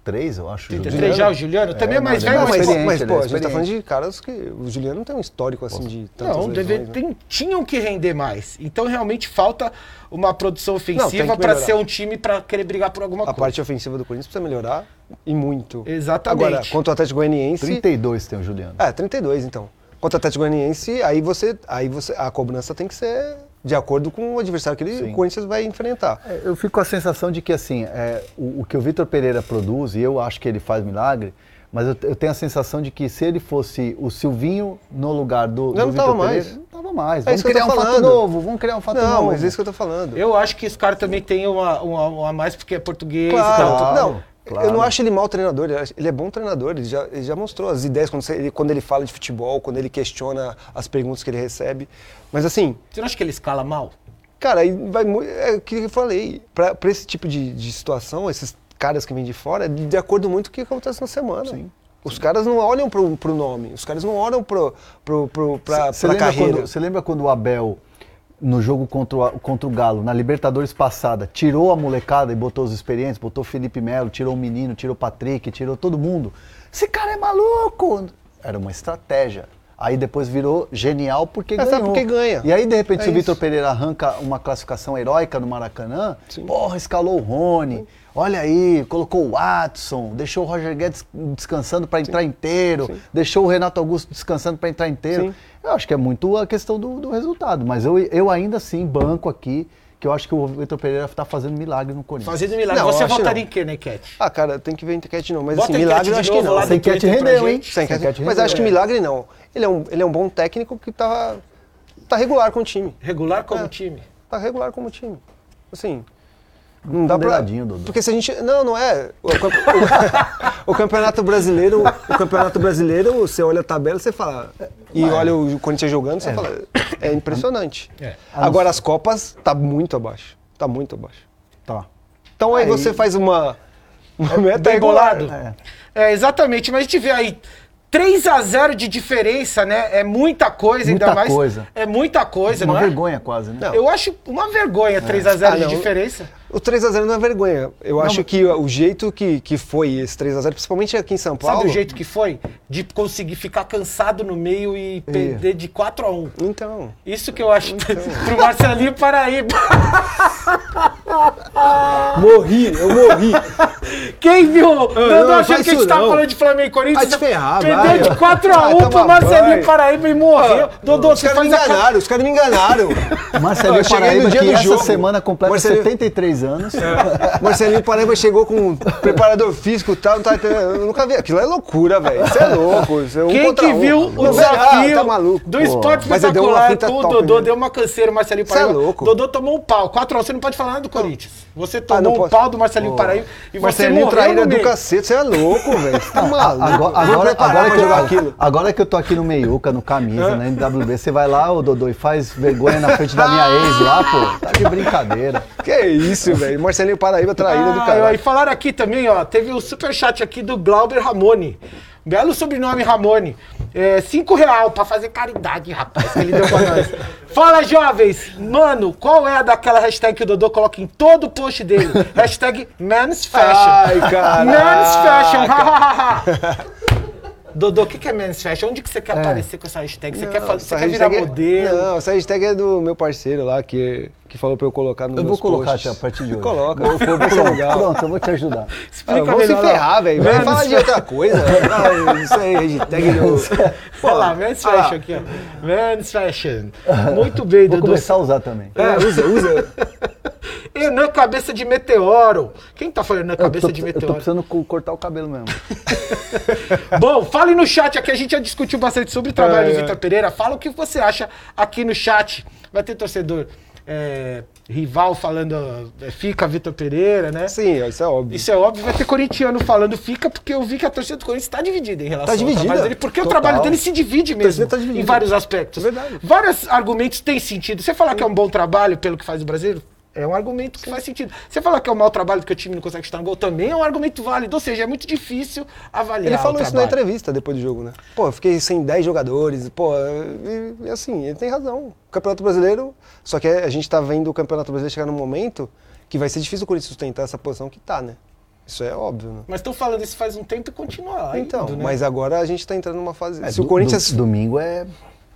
C: 33, eu acho.
B: 33
C: Juliano.
B: já, o Juliano também é mais
C: não,
B: velho,
C: ele
B: mas-
C: experiente,
A: mas,
C: ele
A: pô,
C: é
A: a gente tá
C: experiente.
A: falando de caras que. O Juliano não tem um histórico assim de tantas
B: Não, deve-
A: lesões, né?
B: tem- tinham que render mais. Então realmente falta uma produção ofensiva
A: que
B: pra
A: melhorar.
B: ser um time pra querer brigar por alguma
A: A
B: coisa.
A: parte ofensiva do Corinthians precisa melhorar e muito.
B: Exatamente.
A: Agora, quanto ao Atlético Goianiense.
C: 32 tem o Juliano.
A: É, 32 então. Quanto ao Atlético Goianiense, aí você, aí você. A cobrança tem que ser de acordo com o adversário que ele, o Corinthians vai enfrentar.
C: É, Eu fico com a sensação de que, assim, é, o, o que o Vitor Pereira produz, e eu acho que ele faz milagre, mas eu, eu tenho a sensação de que se ele fosse o Silvinho no lugar do,
A: Não,
C: do
A: não tava
C: Vitor
A: mais.
C: Pereira, não tava mais.
A: É
C: Vamos
A: isso que eu
C: criar
A: tô
C: um fato
A: falando.
C: novo, vamos criar um fato
A: Não,
C: novo.
A: mas é isso que eu tô falando.
B: Eu acho que esse cara também tem uma, uma- uma a mais porque é português.
A: Claro,
B: e tal.
A: não.
C: claro.
A: Eu não acho ele mau treinador, eu acho- ele é bom treinador, ele já, ele já mostrou as ideias quando, você- ele, quando ele fala de futebol, quando ele questiona as perguntas que ele recebe. Mas assim,
B: Você não acha que ele escala mal?
A: Cara, aí vai muito. É o que eu falei. Pra, pra esse tipo de, de situação, esses caras que vêm de fora, é de acordo muito com o que acontece na semana. Os caras não olham pro, pro nome, os caras não olham pro, pro, pro, pra,
C: Você
A: pra
C: lembra,
A: carreira.
C: quando- cê lembra quando o Abel, no jogo contra o, A- contra o Galo, na Libertadores passada, tirou a molecada e botou os experientes, botou o Felipe Melo, tirou o menino, tirou o Patrick, tirou todo mundo. Esse cara é maluco! Era uma estratégia. Aí depois virou genial porque
A: É, sabe
C: ganhou.
A: porque ganha.
C: E aí, de repente,
A: É
C: se o Vitor
A: isso.
C: Pereira arranca uma classificação heróica no Maracanã, porra, escalou o Rony, olha aí, colocou o Watson, deixou o Roger Guedes descansando para entrar inteiro, deixou o Renato Augusto descansando para entrar inteiro.
A: Sim.
C: Eu acho que é muito a questão do, do resultado, mas eu, eu ainda assim banco aqui que eu acho que o Vitor Pereira está fazendo milagre no Corinthians.
B: Fazendo milagre.
A: Não,
B: Você
A: acho
B: votaria em
A: não.
B: quê, né, Cat?
A: Ah, cara, tem que ver enquete não. Mas
B: Bota
A: assim,
B: a enquete
A: milagre eu
B: de
A: acho
B: novo
A: que não.
B: lá
C: Essa
B: no
C: enquete
B: Twitter pra
C: rendeu, hein?
B: gente.
C: Essa
A: Sem enquete-
C: enquete
A: mas
C: rendeu,
A: acho que
C: é.
A: milagre não. Ele é um, ele é um bom técnico que tá, tá regular com o time.
B: Regular como
A: É.
B: time?
A: Tá regular como time. Assim. Não dá pra.
C: Moderadinho, Dudu.
A: Porque se a gente. Não, não é. O, campe- o- o campeonato brasileiro. O campeonato brasileiro, você olha a tabela você fala. E olha o Corinthians jogando, você fala. É impressionante.
B: É.
A: Agora as Copas tá muito abaixo. Tá muito abaixo.
C: Tá.
A: Então aí, você faz uma. Uma meta
B: Bem
A: regular.
B: bolado. É. exatamente. Mas a gente vê aí 3 a 0 de diferença, né? É muita coisa, ainda
C: Muita
B: mais.
C: coisa.
B: É muita coisa,
C: Uma
B: não
C: vergonha É. quase, né?
B: é? Eu acho uma vergonha 3 a 0
A: Ah,
B: de
A: não.
B: diferença.
A: O 3x0 não é vergonha. Eu acho que o jeito que, que foi esse 3x0, principalmente aqui em São Paulo.
B: Sabe o jeito que foi? De conseguir ficar cansado no meio e
C: É.
B: perder de 4 a 1
A: Então.
B: Isso que eu acho pro Marcelinho Paraíba.
A: Morri, eu morri.
B: Quem viu? Não, não,
A: não,
B: achando
A: faz
B: que a gente
A: isso
B: tava
A: não.
B: falando de Flamengo e Corinthians.
A: Vai te ferrar,
B: perdeu
A: vai.
B: de 4x1
A: Vai
B: pro
A: tomar
B: Marcelinho
A: banho. Ah,
B: Paraíba e morreu. Dodô,
A: Os
B: você
A: caras me
B: faz a cara-
A: enganaram, os caras me enganaram.
C: Marcelinho
A: Eu cheguei no
C: Paraíba,
A: dia
C: que
A: do
C: essa
A: jogo.
C: semana completa
A: Marcelinho-
C: 73 anos.
A: É. Marcelinho Paraíba chegou com um preparador físico e tal. Não tá, entendendo. eu nunca vi. Aquilo é loucura, velho. Isso é louco. Isso é um
B: Quem
A: contra
B: que
A: um.
B: viu o
A: Não, velho,
B: desafio
A: ah, tá maluco,
B: do
A: pô.
B: esporte
A: Mas ele deu uma
B: espetacular
A: fita
B: com o
A: top,
B: Dodô?
A: né?
B: Deu uma canseira, Marcelinho
A: Cê é
B: Paraíba.
A: louco.
B: Dodô tomou um pau. 4 x você não pode falar nada do Corinthians. Você
A: Ah, não
B: tomou um
A: posso.
B: pau do Marcelinho
A: Pô.
B: Paraíba e você
A: Marcelinho
B: morreu
A: traíra
B: no
A: do
B: meio.
A: cacete. Você é louco, velho. Você tá maluco.
C: Agora,
A: Vou
B: é
C: agora,
A: preparar
C: agora
A: pra
C: que
A: jogar É.
C: eu, agora que eu tô aqui no Meiuca, no camisa, na NWB, você vai lá, ô Dodô, e faz vergonha na frente da
A: Ah!
C: minha ex lá, pô. Tá de brincadeira.
A: Que isso, velho. Marcelinho Paraíba traíra do
B: Ah,
A: caralho.
B: E falaram aqui também, ó, teve o superchat aqui do Glauber Ramone. Belo sobrenome Ramone. É, cinco real pra fazer caridade, rapaz, que ele deu pra nós. Fala, jovens. Mano, qual é a daquela hashtag que o Dodô coloca em todo post dele? Hashtag Men's Fashion.
A: Ai, caraca.
B: Men's Fashion. ha, ha, ha, ha. Dodô, o que, que é Men's Fashion? Onde que você quer aparecer com essa hashtag? Você quer, fa- você
A: essa
B: quer virar
A: hashtag é-
B: modelo?
A: Não, essa hashtag é do meu parceiro lá, que, que falou pra eu colocar no
C: Eu vou colocar até a partir de hoje.
A: Coloca,
C: Vou-
A: vou
C: vou-
A: colocar.
C: Pronto, eu vou te ajudar.
A: Ah, vamos se ferrar, velho.
B: né?
A: Vai falar de outra coisa. Ah, Isso aí, hashtag do...
B: Olha lá, Men's
A: Olha lá.
B: Fashion aqui, ó. Men's Fashion. Muito bem,
C: Vou
B: Dodô.
C: começar a usar também.
A: É, usa, usa.
B: Enan Cabeça de Meteoro. Quem tá falando Enan
C: Eu tô,
B: Cabeça de
C: eu tô
B: Meteoro?
C: precisando co- cortar o cabelo mesmo.
B: Bom, fale no chat aqui. A gente já discutiu bastante sobre o trabalho
A: É,
B: do
A: é.
B: Vitor Pereira. Fala o que você acha aqui no chat. Vai ter torcedor é, rival falando é, fica Vitor Pereira, né?
A: Sim, isso é óbvio.
B: Isso é óbvio, vai ter corintiano falando fica, porque eu vi que a torcida do Corinthians está dividida em relação
A: Tá dividida,
B: ao trabalho dele, porque o
A: total.
B: trabalho dele se divide mesmo
A: torcida tá dividida.
B: em vários aspectos.
A: Verdade.
B: Vários argumentos têm sentido. Você falar que é um bom trabalho pelo que faz o brasileiro, é um argumento que faz sentido. Você falar que é um mau trabalho porque o time não consegue chutar no gol, também é um argumento válido. Ou seja, é muito difícil avaliar.
A: Ele falou
B: o
A: isso na
B: é trabalho.
A: entrevista depois do jogo, né? Pô, eu fiquei sem 10 jogadores, pô, e, e assim, ele tem razão. O Campeonato Brasileiro, só que a gente tá vendo o Campeonato Brasileiro chegar num momento que vai ser difícil o Corinthians sustentar essa posição que tá, né? Isso é óbvio, né?
B: Mas estão falando isso faz um tempo e continuar.
A: Então,
B: indo, né?
A: mas agora a gente tá entrando numa fase.
C: É,
A: se o
C: do-
A: Corinthians.
C: do- domingo é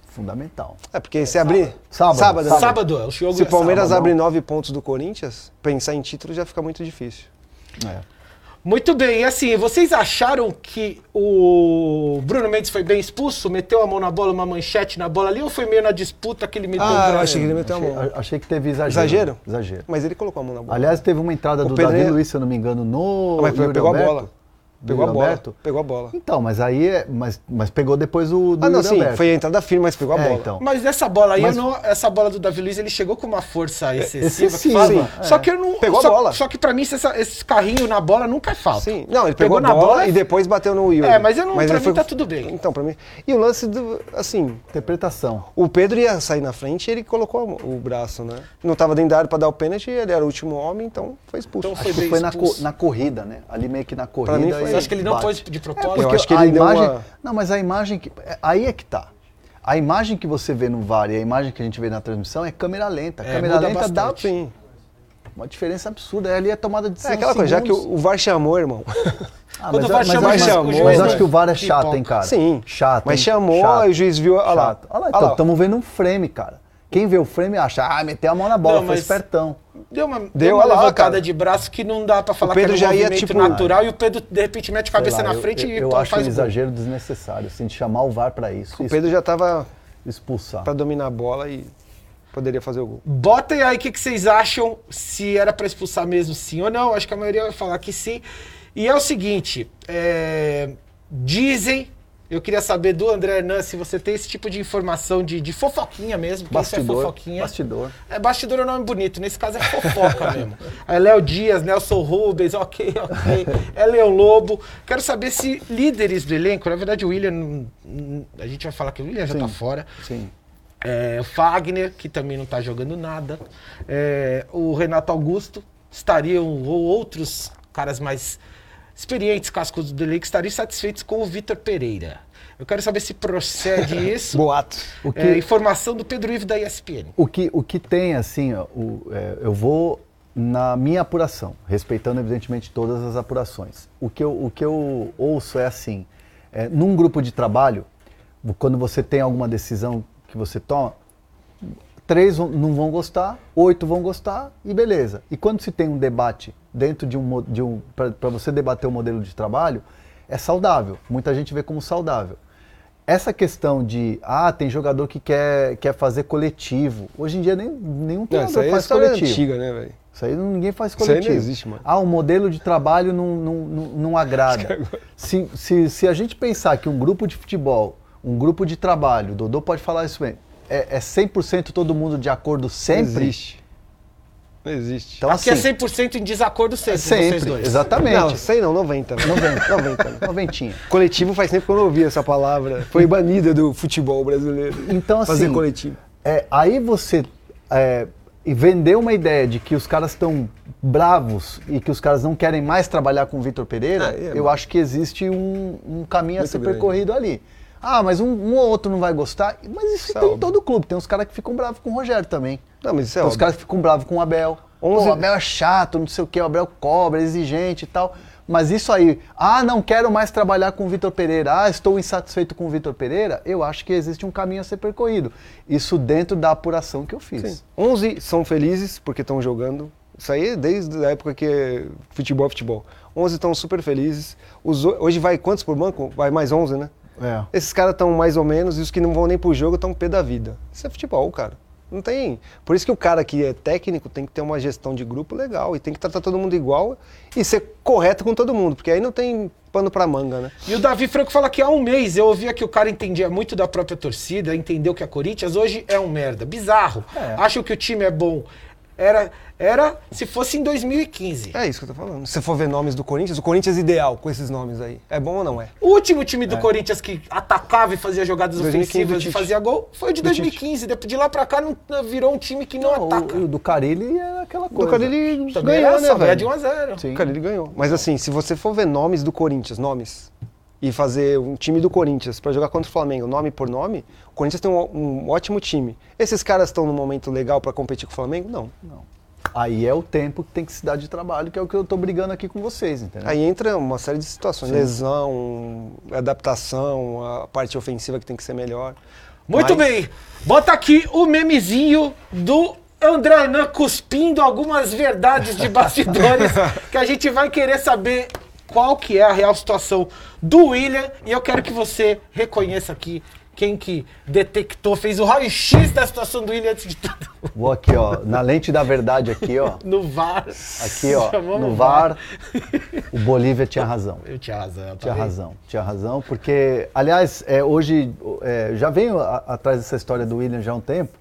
C: fundamental.
A: É, porque se abrir. Sábado.
C: sábado. Sábado.
B: Sábado é o jogo.
A: Se o
B: é
C: Tá
A: Palmeiras
B: sábado.
A: abre nove pontos do Corinthians, pensar em título já fica muito difícil.
C: É.
B: Muito bem, e assim, vocês acharam que o Bruno Mendes foi bem expulso? Meteu a mão na bola, uma manchete na bola ali, ou foi meio na disputa que ele meteu
A: Ah, Então,
B: o braço?
A: meteu
C: Ah, é. Achei, a- achei que teve então exagero.
A: Exagero?
C: Exagero.
A: Mas ele colocou a mão na bola.
C: Aliás, teve uma entrada
A: O
C: do
A: Pedro- é-
C: Davi Luiz, se eu não me engano, no.
A: Ah, mas
C: Yuri
A: pegou a
C: Alberto.
A: bola.
C: Do
A: Pegou a
C: Yuri
A: bola.
C: Alberto.
A: Pegou a bola.
C: Então, mas aí. é- Mas, mas pegou depois o. Do
A: Ah, não,
C: Yuri
A: sim,
C: Alberto.
A: foi a entrada firme, mas pegou a
C: É,
A: bola.
C: então.
B: Mas nessa bola aí,
C: Mas-
B: eu não- essa bola do Davi Luiz, ele chegou com uma
A: É,
B: força excessiva. que
C: excessiva,
B: fala.
C: sim.
B: Só que eu não.
A: Pegou a
B: só,
A: bola.
B: Só que pra mim, essa- esse carrinho na bola nunca é falta.
A: Sim. Não, ele pegou, na bola, e depois bateu no Yuri.
B: É, mas eu não- pra
A: ele
B: mim tá tudo bem.
A: Então, pra mim. E o lance do. Assim,
C: Interpretação.
A: o Pedro ia sair na frente e ele colocou a mão- o braço, né? Não tava dentro da área pra dar o pênalti, ele era o último homem, então foi expulso.
B: Então
C: Acho
B: bem
C: que foi na,
B: expulso.
C: co- na corrida, né? Ali meio que na corrida.
A: mim foi-
C: e
B: Você acha que ele não
C: bate. É,
B: pôs de propósito?
C: Porque
A: Eu acho que
C: a
A: ele deu
C: imagem.
A: uma-
C: Não, mas a imagem que. é- Aí é que tá. A imagem que você vê no VAR e a imagem que a gente vê na transmissão é câmera lenta. A câmera
B: muda
C: lenta dá
B: bastante.
A: Sim.
C: uma diferença absurda. Aí Ali é tomada de
A: É aquela coisa, já que o, o VAR chamou, irmão.
B: Quando
C: Ah, mas,
B: o VAR
C: mas,
B: chama,
C: mas,
A: o
C: mas,
A: juiz-
C: mas
A: o
C: acho
A: juiz
C: que o VAR é
B: pipoca.
C: chato, hein, cara?
A: Sim.
C: Chato.
A: Mas
C: hein?
A: chamou,
C: Chato.
A: aí o juiz viu, olha lá.
C: Chato. Olha lá,
A: Olha lá.
C: então, estamos vendo um frame, cara. Quem vê o frame acha, ah, meteu a mão na bola,
B: Não,
C: foi
B: mas-
C: espertão.
B: Deu uma, deu
A: Deu,
B: uma
A: olha lá,
B: levantada
A: cara.
B: de braço que não dá pra falar que
A: Pedro
B: é um
A: já ia,
B: movimento
A: tipo,
B: natural e o Pedro, de repente, mete a
C: Sei
B: cabeça
C: lá,
B: na
C: eu-
B: frente
C: eu,
B: e
C: eu
B: pô,
C: acho um
B: faz gol.
C: exagero desnecessário, assim, de chamar o VAR pra isso.
A: O Pedro já tava
C: expulsar.
A: pra dominar a bola e poderia fazer o gol.
B: Botem aí o que, que vocês acham, se era pra expulsar mesmo, sim ou não. Acho que a maioria vai falar que sim. E é o seguinte: é, dizem. Eu queria saber do André Hernan se você tem esse tipo de informação de, de fofoquinha mesmo, porque isso é
C: Bastidor,
B: fofoquinha.
C: bastidor.
B: É, bastidor é um nome bonito, nesse caso é fofoca mesmo. É Léo Dias, Nelson Rubens, ok, ok. É Leão Lobo. Quero saber se líderes do elenco, na verdade o William, hum, hum, a gente vai falar que o William já tá fora.
C: Sim.
B: É, o Fagner, que também não tá jogando nada. É, o Renato Augusto estariam, ou outros caras mais experientes, cascudos do elenco, estariam satisfeitos com o Vitor Pereira. Eu quero saber se procede isso.
A: Boato.
C: O que-
B: É, informação do Pedro Ivo da ESPN.
C: O que, o que tem, assim, ó, o- é, eu vou na minha apuração, respeitando, evidentemente, todas as apurações. O que eu, o que eu ouço é assim, é, num grupo de trabalho, quando você tem alguma decisão que você toma, Três vão- não vão gostar, oito vão gostar e beleza. E quando se tem um debate dentro de um, mo- de um para você debater o modelo de trabalho, é saudável. Muita gente vê como saudável. Essa questão de, ah, tem jogador que quer, quer fazer coletivo. Hoje em dia nem, nenhum
A: Não,
C: treinador
A: isso aí é
C: faz
A: história
C: coletivo.
A: antiga, né, velho?
C: Isso aí não- ninguém faz
A: Isso aí não
C: coletivo.
A: existe, mano.
C: Ah, o modelo de trabalho não, não, não, não agrada. Se, se, se a gente pensar que um grupo de futebol, um grupo de trabalho, Dodô pode falar isso mesmo, é, é 100% todo mundo de acordo sempre?
A: Não existe. Não existe.
C: Então,
B: Aqui
C: assim,
B: é 100% em desacordo sempre, vocês
C: sempre,
B: dois.
C: exatamente.
A: Não, 100 não, 90. velho.
C: 90.
A: 90. velho.
C: Noventinha.
A: Coletivo faz tempo que eu não ouvi né? essa palavra. Foi banida do futebol brasileiro.
C: Então, assim,
A: Fazer coletivo.
C: É, aí você é, e vender uma ideia de que os caras estão bravos e que os caras não querem mais trabalhar com o Vitor Pereira,
A: Ah, é,
C: eu
A: mano.
C: acho que existe um, um caminho a
A: Muito
C: ser
A: grande.
C: percorrido ali. Ah, mas um, um ou outro não vai gostar. Mas isso tem em todo clube. Tem uns caras que ficam bravos com o Rogério também.
A: é Não, mas isso é
C: Tem uns
A: óbvio.
C: caras que ficam bravos com o Abel. Pô,
A: 11
C: o Abel é chato, não sei o quê. O Abel cobra, é exigente e tal. Mas isso aí, ah, não quero mais trabalhar com o Vitor Pereira, ah, estou insatisfeito com o Vitor Pereira, eu acho que existe um caminho a ser percorrido. Isso dentro da apuração que eu fiz.
A: Sim. 11 são felizes porque estão jogando. Isso aí é desde a época que é futebol é futebol. 11 estão super felizes. Os o- hoje vai quantos por banco? Vai mais 11, né?
C: É.
A: Esses caras estão mais ou menos e os que não vão nem pro jogo estão pé da vida. Isso é futebol, cara. Não tem. Por isso que o cara que é técnico tem que ter uma gestão de grupo legal e tem que tratar todo mundo igual e ser correto com todo mundo, porque aí não tem pano pra manga, né?
B: E o Davi Franco fala que há um mês eu ouvia que o cara entendia muito da própria torcida, entendeu que a Corinthians hoje é um merda. Bizarro.
A: É.
B: Acham que o time é bom. Era, era se fosse em 2015.
A: É isso que eu tô falando. Se for ver nomes do Corinthians, o Corinthians é ideal com esses nomes aí. É bom ou não é?
B: O último time do Corinthians que atacava e fazia jogadas
A: 2015 do
B: ofensivas e
A: Tite.
B: fazia gol foi o de
A: Do Tite.
B: 2015. De- De lá pra cá não não virou um time que não,
C: O-
B: ataca.
C: O, do Carilli é aquela
A: Do
C: coisa.
A: Carilli
B: Também
A: ganhou,
B: essa,
A: né, velho?
B: é de 1 a 0.
C: Sim.
A: O Carilli ganhou. Mas assim, se você for ver nomes do Corinthians, nomes, e fazer um time do Corinthians pra jogar contra o Flamengo, nome por nome, o Corinthians tem um, um ótimo time. Esses caras estão num momento legal pra competir com o Flamengo? Não.
C: Aí é o tempo que tem que se dar de trabalho, que é o que eu tô brigando aqui com vocês, entendeu?
A: Aí entra uma série de situações.
C: Sim.
A: Lesão, adaptação, a parte ofensiva que tem que ser melhor.
B: Muito
A: Mas-
B: bem. Bota aqui o memezinho do Andranã cuspindo algumas verdades de bastidores que a gente vai querer saber qual que é a real situação do William e eu quero que você reconheça aqui quem que detectou, fez o raio-x da situação do William antes de tudo
C: Vou aqui, ó, na lente da verdade aqui, ó.
B: no VAR.
C: Aqui, ó,
B: Chamou
C: no VAR, o Bolívia tinha razão.
B: Eu tinha razão. tá
C: Tinha
B: vendo?
C: razão, tinha razão, porque, aliás, é, hoje é, já venho a- atrás dessa história do William já há um tempo,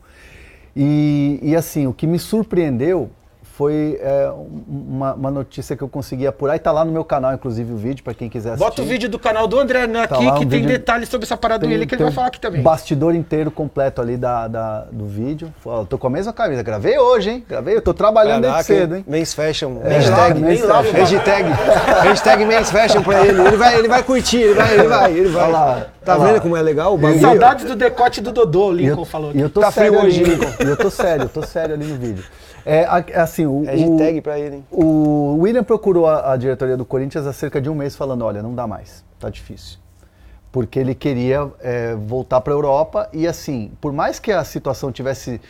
C: e, e, assim, o que me surpreendeu foi é, um- uma, uma notícia que eu consegui apurar, e tá lá no meu canal, inclusive, o vídeo, para quem quiser assistir.
B: Bota o vídeo do canal do Andranã
C: Tá
B: aqui
C: lá um
B: que tem
C: vídeo-
B: detalhes sobre essa parada do William que ele
C: tem
B: vai falar aqui também.
C: Bastidor inteiro completo ali da, da- do vídeo. Ó, eu tô com a mesma camisa, gravei hoje, hein? Gravei, eu tô trabalhando desde
A: Caraca, hein?
C: cedo, hein?
A: Men's Fashion.
C: É,
A: hashtag,
C: nem
A: men's
C: lava o
A: fashion. hashtag, hashtag Men's Fashion pra ele. Ele vai, ele vai curtir, ele vai, ele vai, ele vai.
C: Olha lá,
A: tá
C: olha
A: vendo
C: lá.
A: como é legal o bagulho?
B: Saudades do decote do Dodô, o
C: E
B: Lincoln
C: eu,
B: falou
C: e
B: aqui.
C: eu tô
A: Tá
C: sério
A: frio hoje,
C: ali,
A: Lincoln.
C: E eu tô sério, eu tô sério ali no vídeo. É, a- assim, o,
A: Hashtag
C: o-
A: pra ele, hein?
C: o William procurou a, a diretoria do Corinthians há cerca de um mês falando, olha, não dá mais, tá difícil. Porque ele queria é, voltar para a Europa e assim, por mais que a situação tivesse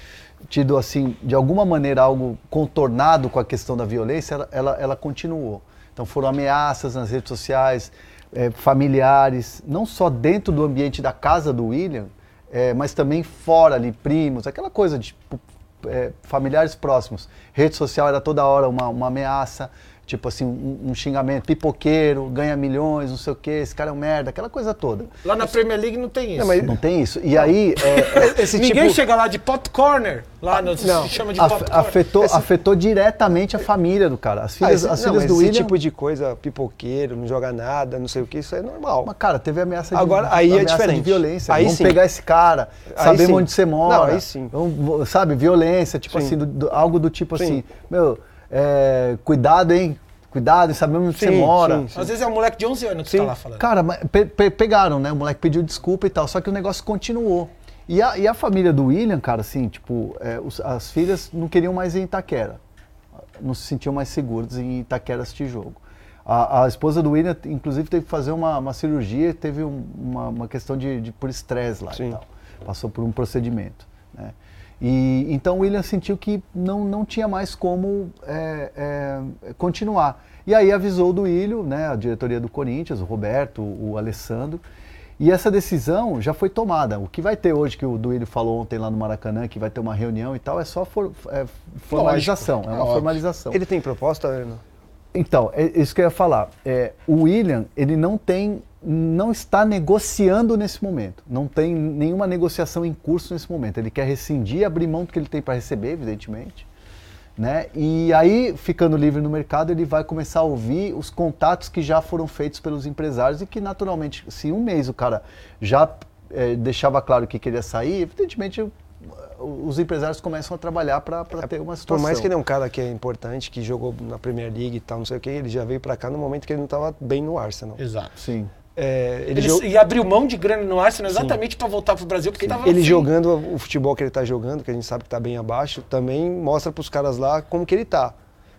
C: tido assim, de alguma maneira algo contornado com a questão da violência, ela, ela, ela continuou. Então foram ameaças nas redes sociais, é, familiares, não só dentro do ambiente da casa do William, é, mas também fora ali, primos, aquela coisa de tipo, é, familiares próximos. Rede social era toda hora uma, uma ameaça, tipo assim, um, um xingamento, pipoqueiro, ganha milhões, não sei o quê, esse cara é um merda, aquela coisa toda.
B: Lá na Premier League não tem isso.
A: É,
C: Não tem isso. E aí, é, é, esse
B: Ninguém
C: tipo-
B: chega lá de pop corner, lá no, se chama de
C: af-
B: pop corner.
C: afetou, afetou diretamente a família do cara. As filhas,
A: Ah, esse-
C: as
A: não,
C: filhas
A: mas
C: do
A: esse
C: William.
A: tipo de coisa, pipoqueiro, não joga nada, não sei o que, isso é normal.
C: Mas, cara, teve ameaça de,
A: Agora, aí é
C: ameaça de
A: diferente.
C: violência.
A: Aí
C: Vamos
A: sim.
C: pegar esse cara,
A: Aí
C: sabemos
A: sim.
C: onde você
A: Não,
C: mora.
A: aí sim.
C: Vamos, vo- sabe, violência, tipo
A: Sim.
C: assim, do- do- algo do tipo
A: Sim.
C: assim, meu, é, cuidado, hein? Cuidado, sabemos onde você
A: Sim,
C: mora.
A: sim, sim.
B: Às vezes é um moleque de 11 anos que tá lá falando.
C: Cara, mas pe- pe- pegaram, né? O moleque pediu desculpa e tal, só que o negócio continuou. E a, e a família do William, cara, assim, tipo, é, os- as filhas não queriam mais ir em Itaquera. Não se sentiam mais seguros em Itaquera assistir jogo. A, a esposa do William, inclusive, teve que fazer uma, uma cirurgia, teve um- uma, uma questão de, de- por estresse lá e
A: Sim.
C: tal. Passou por um procedimento. Né? E então o Williams sentiu que não, não tinha mais como é, é, continuar. E aí avisou do Ilho, né, a diretoria do Corinthians, o Roberto, o Alessandro. E essa decisão já foi tomada. O que vai ter hoje, que o Duílio falou ontem lá no Maracanã, que vai ter uma reunião e tal, é só for- é formalização.
A: Lógico,
C: é uma
A: óbvio.
C: formalização.
A: Ele tem proposta, Ana?
C: Então, é isso que eu ia falar. É, o William, ele não tem, não está negociando nesse momento. Não tem nenhuma negociação em curso nesse momento. Ele quer rescindir, abrir mão do que ele tem para receber, evidentemente. Né? E aí, ficando livre no mercado, ele vai começar a ouvir os contatos que já foram feitos pelos empresários e que, naturalmente, se um mês o cara já eh, deixava claro que queria sair, evidentemente o- os empresários começam a trabalhar para ter uma
A: Por
C: situação.
A: mais que ele é um cara que é importante, que jogou na Premier League e tal, não sei o quê, ele já veio pra cá no momento que ele não tava bem no Arsenal. É,
B: Exato.
C: Sim.
A: ele
B: Ele
A: jo-
B: E abriu mão de grana no Arsenal exatamente pra voltar pro Brasil, porque tava
A: ele
B: assim.
A: jogando o futebol que ele tá jogando, que a gente sabe que tá bem abaixo, também mostra pros caras lá como que ele tá.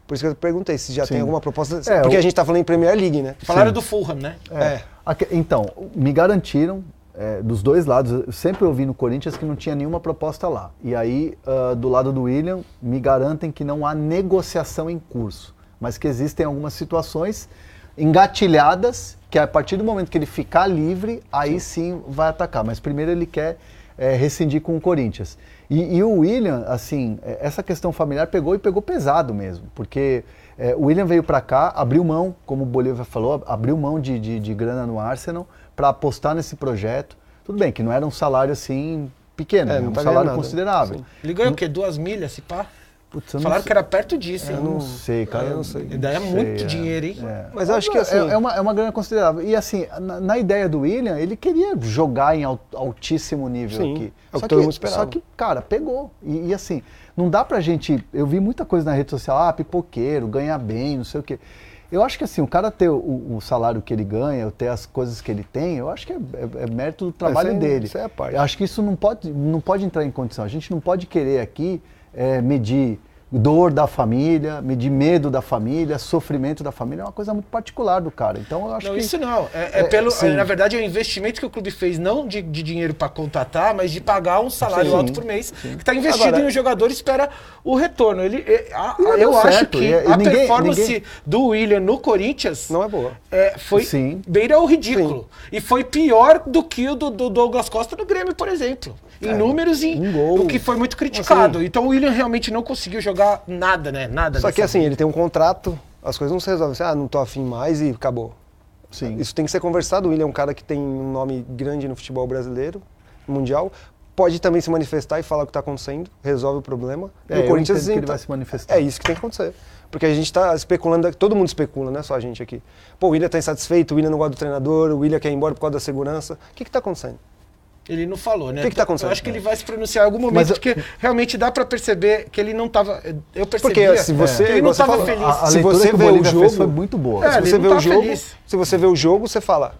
A: Por isso que eu perguntei se já tem alguma proposta.
C: É,
A: porque
C: o-
A: a gente tá falando em Premier League, né?
B: Falaram do Fulham, né?
C: É. Aque- Então, me garantiram é, dos dois lados. Eu sempre ouvi no Corinthians que não tinha nenhuma proposta lá. E aí, ah, do lado do William, me garantem que não há negociação em curso, mas que existem algumas situações engatilhadas que a partir do momento que ele ficar livre, aí sim vai atacar. Mas primeiro ele quer é, rescindir com o Corinthians. E, e o William, assim, é, essa questão familiar pegou e pegou pesado mesmo, porque é, o William veio para cá, abriu mão, como o Bolívar falou, ab- abriu mão de, de, de grana no Arsenal para apostar nesse projeto. Tudo bem que não era um salário assim pequeno,
B: É,
C: era
B: não
C: um
B: tá
C: salário
B: ganhando nada.
C: considerável.
B: Ele ganhou o quê? Duas milhas, se pá?
C: eu não
B: Falaram
C: sei.
B: que era perto disso, hein?
C: Eu não sei, cara. Eu não sei.
B: E daí é
C: Não
B: muito
C: sei, é.
B: dinheiro, hein?
C: Mas eu acho que assim, é, é uma, é uma grana considerável. E assim, na, na ideia do William, ele queria jogar em al- altíssimo nível
A: Sim,
C: aqui.
A: é o
C: só
A: que todo mundo esperava.
C: Só que, cara, pegou. E, e, assim, não dá pra gente. Eu vi muita coisa na rede social, ah, pipoqueiro, ganha bem, não sei o quê. Eu acho que assim, o cara ter o, o salário que ele ganha, ter as coisas que ele tem, eu acho que é, é- é mérito do trabalho
A: aí-
C: dele.
A: isso aí é a parte.
C: Eu acho que isso não pode, não pode entrar em condição. A gente não pode querer aqui eh, medir dor da família, medir medo da família, sofrimento da família. É uma coisa muito particular do cara. Então eu acho
B: Não,
C: que.
B: isso não. É, é
C: É,
B: pelo,
C: sim.
B: na verdade, é o investimento que o clube fez, não de, de dinheiro para contratar, mas de pagar um salário
A: Sim,
B: alto por mês, que está investido
A: Agora-
B: em um jogador e espera o retorno. Ele, é, a- a-
A: E não
B: eu
A: deu
B: acho
A: certo,
B: que
A: e- e
B: a
A: ninguém-
B: performance
A: ninguém-
B: do William no Corinthians
A: não é boa.
B: é, foi
C: Sim.
B: beira o ridículo. E foi pior do que o do, do Douglas Costa no Grêmio, por exemplo. Em
A: É,
B: números e o que foi muito criticado. Então o William realmente não conseguiu jogar nada, né? Nada.
A: Só que
B: nessa-
A: assim, ele tem um contrato, as coisas não se resolvem assim, ah, não tô afim mais e acabou.
C: Sim.
A: Isso tem que ser conversado. O William é um cara que tem um nome grande no futebol brasileiro, mundial. Pode também se manifestar e falar o que está acontecendo, resolve o problema.
C: É,
A: E
C: eu
A: o Corinthians
C: entendo que ele
A: então,
C: vai se manifestar.
A: É isso que tem que acontecer. Porque a gente está especulando, todo mundo especula, não é só a gente aqui. Pô, o William está insatisfeito, o William não gosta do treinador, o William quer ir embora por causa da segurança. O que está acontecendo?
B: Ele não falou, né?
A: O que que tá acontecendo?
B: Eu acho que ele vai se pronunciar em algum momento,
A: Mas eu-
B: porque realmente dá pra perceber que ele não tava. Eu percebi
A: Porque se você,
B: ele não
A: igual você
B: tava
A: falou,
B: feliz.
A: a- a
C: Se
A: leitura
C: você
A: que
C: vê o
A: Bolívia fez
C: jogo-
A: foi muito boa.
C: É,
A: se
B: ele
A: você
B: não
A: vê
B: tá
A: o jogo,
B: feliz.
A: se você vê o jogo, você fala,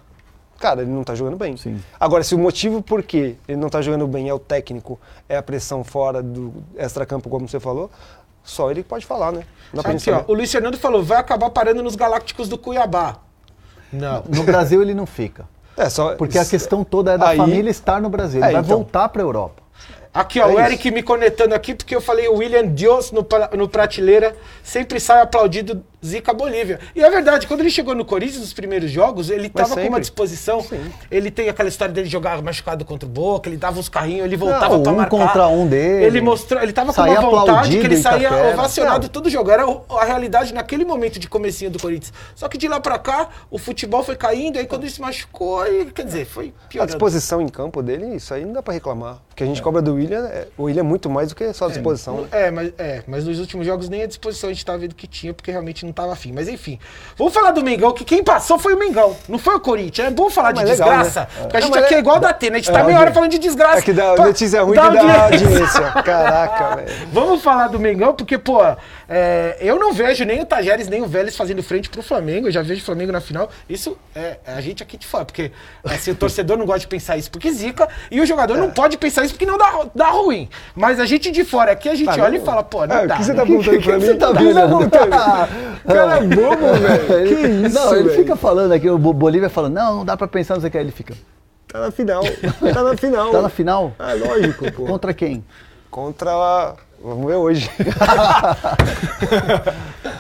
A: cara, ele não tá jogando bem. Agora, se o motivo por que ele não tá jogando bem é o técnico, é a pressão fora do extracampo, como você falou, só ele pode falar, né? Não dá pra gente
B: Aqui, ó,
A: saber.
B: o Luiz Fernando falou: vai acabar parando nos Galácticos do Cuiabá. Não.
C: No Brasil ele não fica.
A: É, só-
C: Porque a questão toda é da
A: Aí-
C: família estar no Brasil. Ele
A: É,
C: vai
A: então.
C: voltar para a Europa.
B: Aqui, ó,
A: É
B: o
A: isso.
B: Eric me conectando aqui, porque eu falei o William Dios no, pra- no prateleira, sempre sai aplaudido Zica Bolívia. E é verdade, quando ele chegou no Corinthians nos primeiros jogos, ele tava com uma
A: sempre.
B: disposição. Ele tem aquela história dele jogar machucado contra o Boca, ele dava uns carrinhos, ele voltava
C: Não,
B: pra
C: um
B: marcar.
C: contra um dele.
B: Ele mostrou, ele tava com
C: Saía
B: uma vontade que
C: aplaudido
B: ele
C: em
B: saía
C: Itaquera.
B: ovacionado
C: Não.
B: todo jogo. Era o- a realidade naquele momento de comecinho do Corinthians. Só que de lá pra cá, o futebol foi caindo, aí quando ele se machucou, aí, quer dizer, foi
A: A
B: piorando.
A: disposição em campo dele, isso aí não dá pra reclamar. Porque a gente cobra do William, é, o William é muito mais do que só a disposição. né?
B: É, mas, é, mas nos últimos jogos nem a disposição a gente tava vendo que tinha, porque realmente não tava afim. Mas enfim, vamos falar do Mengão, que quem passou foi o Mengão, não foi o Corinthians. É bom falar
A: Ah,
B: de
A: mas legal,
B: desgraça,
A: né? É.
B: porque a
A: Não,
B: gente
A: mas
B: aqui é
A: é-
B: igual da Atena, a gente
A: é,
B: tá meia hora
A: audiência.
B: falando de desgraça.
A: É que dá
B: Pô,
A: notícia ruim que dá audiência. Caraca, velho.
B: Vamos falar do Mengão, porque, pô, é, eu não vejo nem o Tajeres nem o Vélez fazendo frente pro Flamengo. Eu já vejo o Flamengo na final. Isso é, é a gente aqui de fora, porque assim, o torcedor não gosta de pensar isso porque zica, e o jogador
A: É.
B: não pode pensar isso porque não dá, dá ruim. Mas a gente de fora aqui, a gente olha e fala, pô, não
A: Ah,
B: dá.
A: o que você
B: né?
A: tá perguntando pra mim?
C: É, Você tá
A: O que você tá
C: virando?
A: perguntando? Cara é bobo, velho. Que
C: Ele-
A: isso,
C: Não, ele
A: velho?
C: fica falando aqui, o Bo- Bolívia falando, não, não dá pra pensar, não sei o que. Aí ele fica,
A: Tá na final. Tá na final.
C: tá na final?
A: É lógico, pô.
C: Contra quem?
A: contra. a- Vamos ver hoje.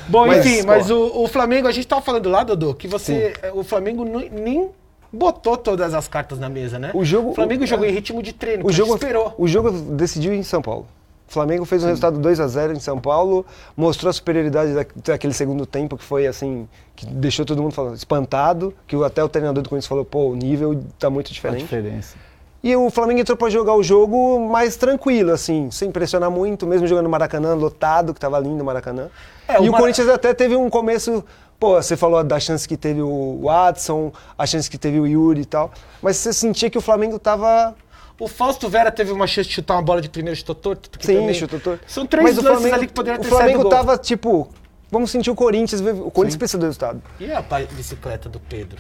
B: Bom,
A: Mas,
B: enfim,
A: pô.
B: mas o, o Flamengo, a gente tava falando lá, Dodô, que você. é, O Flamengo nu- nem botou todas as cartas na mesa, né?
A: O jogo-
B: Flamengo
A: o-
B: jogou em ritmo de treino. então
A: O jogo,
B: esperou.
A: o jogo decidiu em São Paulo. O Flamengo fez um resultado 2 a 0 em São Paulo, mostrou a superioridade da- daquele segundo tempo que foi assim, que deixou todo mundo falando, espantado, que o- até o treinador do Corinthians falou, pô, o nível tá muito
C: A
A: diferente.
C: diferença.
A: E o Flamengo entrou para jogar o jogo mais tranquilo, assim, sem pressionar muito, mesmo jogando no Maracanã, lotado, que tava lindo o Maracanã.
B: É, o
A: e o
B: Mara-
A: Corinthians até teve um começo. Pô, você falou da chance que teve o Watson, a chance que teve o Yuri e tal. Mas você sentia que o Flamengo tava.
B: O Fausto Vera teve uma chance de chutar uma bola de primeiro chutou torto. que
A: Sim,
B: também-
A: chutou torto.
B: São três
A: Mas o
B: lances
A: Flamengo-
B: ali que poderiam ter
A: O Flamengo
B: saído gol.
A: tava tipo. Vamos sentir o Corinthians. O Corinthians precisa do resultado.
B: E a pa- bicicleta do Pedro?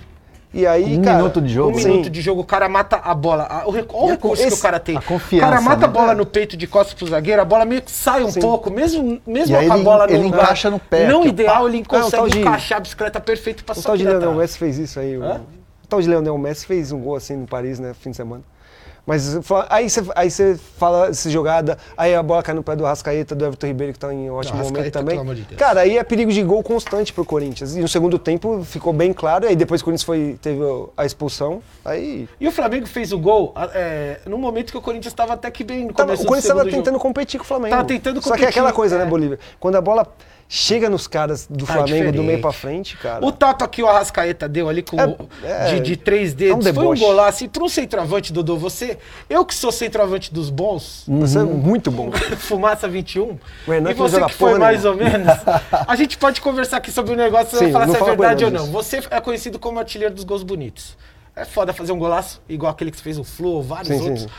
A: E aí,
C: Um
A: cara.
C: minuto de jogo,
B: um
C: né?
B: minuto de jogo, o cara mata a bola. A- O, rec- olha o
C: E a
B: recurso
C: con-
B: que o
C: esse-
B: cara tem.
C: a confiança,
B: o cara mata a
C: né?
B: bola no peito de costas pro zagueiro, a bola meio que sai um pouco, mesmo, mesmo
C: E aí
B: com a
C: ele-
B: bola no
C: ele
B: lugar
C: encaixa no pé,
B: Não
C: que
B: ideal,
C: pá.
B: ele
A: Ah, o tal
B: consegue
A: de-
B: encaixar a bicicleta perfeito pra
A: O tal de
B: pra
A: Leonel
B: trás.
A: Messi fez isso aí. O,
B: Tá. Hã?
A: o tal de Leonel Messi fez um gol assim no Paris, né, fim de semana. Mas fa- aí você aí você fala essa jogada, aí a bola cai no pé do Rascaeta, do Everton Ribeiro, que tá em ótimo
B: Não,
A: momento
B: Arrascaeta,
A: também.
B: pelo amor de Deus.
A: Cara, aí é perigo de gol constante pro Corinthians. E no segundo tempo ficou bem claro, aí depois o Corinthians foi, teve a expulsão, aí...
B: E o Flamengo fez o gol a- é, no momento que o Corinthians estava até que bem no
A: Tava-
B: começo
A: o Corinthians
B: do
A: estava
B: segundo
A: tentando
B: jogo.
A: competir com o Flamengo.
B: Tava tentando
A: Só que é aquela
B: competir,
A: coisa,
B: é.
A: né, Bolívia? Quando a bola chega nos caras do
B: Tá
A: Flamengo do
B: diferente.
A: meio pra frente, cara...
B: O tato aqui o Arrascaeta deu ali com o-
A: é,
B: de, de três
A: é um
B: dedos foi um
A: deboche.
B: golaço. E para um centroavante, Dodô, você, eu que sou centroavante dos bons,
A: Você é muito bom.
B: Fumaça 21.
A: O Hernan
B: e
A: que não
B: você
A: joga
B: que foi
A: porra
B: mais ou
A: nenhuma.
B: menos, a gente pode conversar aqui sobre o negócio e
A: Sim,
B: falar
A: não
B: se é
A: fala com o
B: verdade ou
A: Hernan
B: não. Você é conhecido como artilheiro dos gols bonitos. É foda fazer um golaço igual aquele que você fez o Flu ou vários
A: Sim, sim,
B: outros.
A: sim.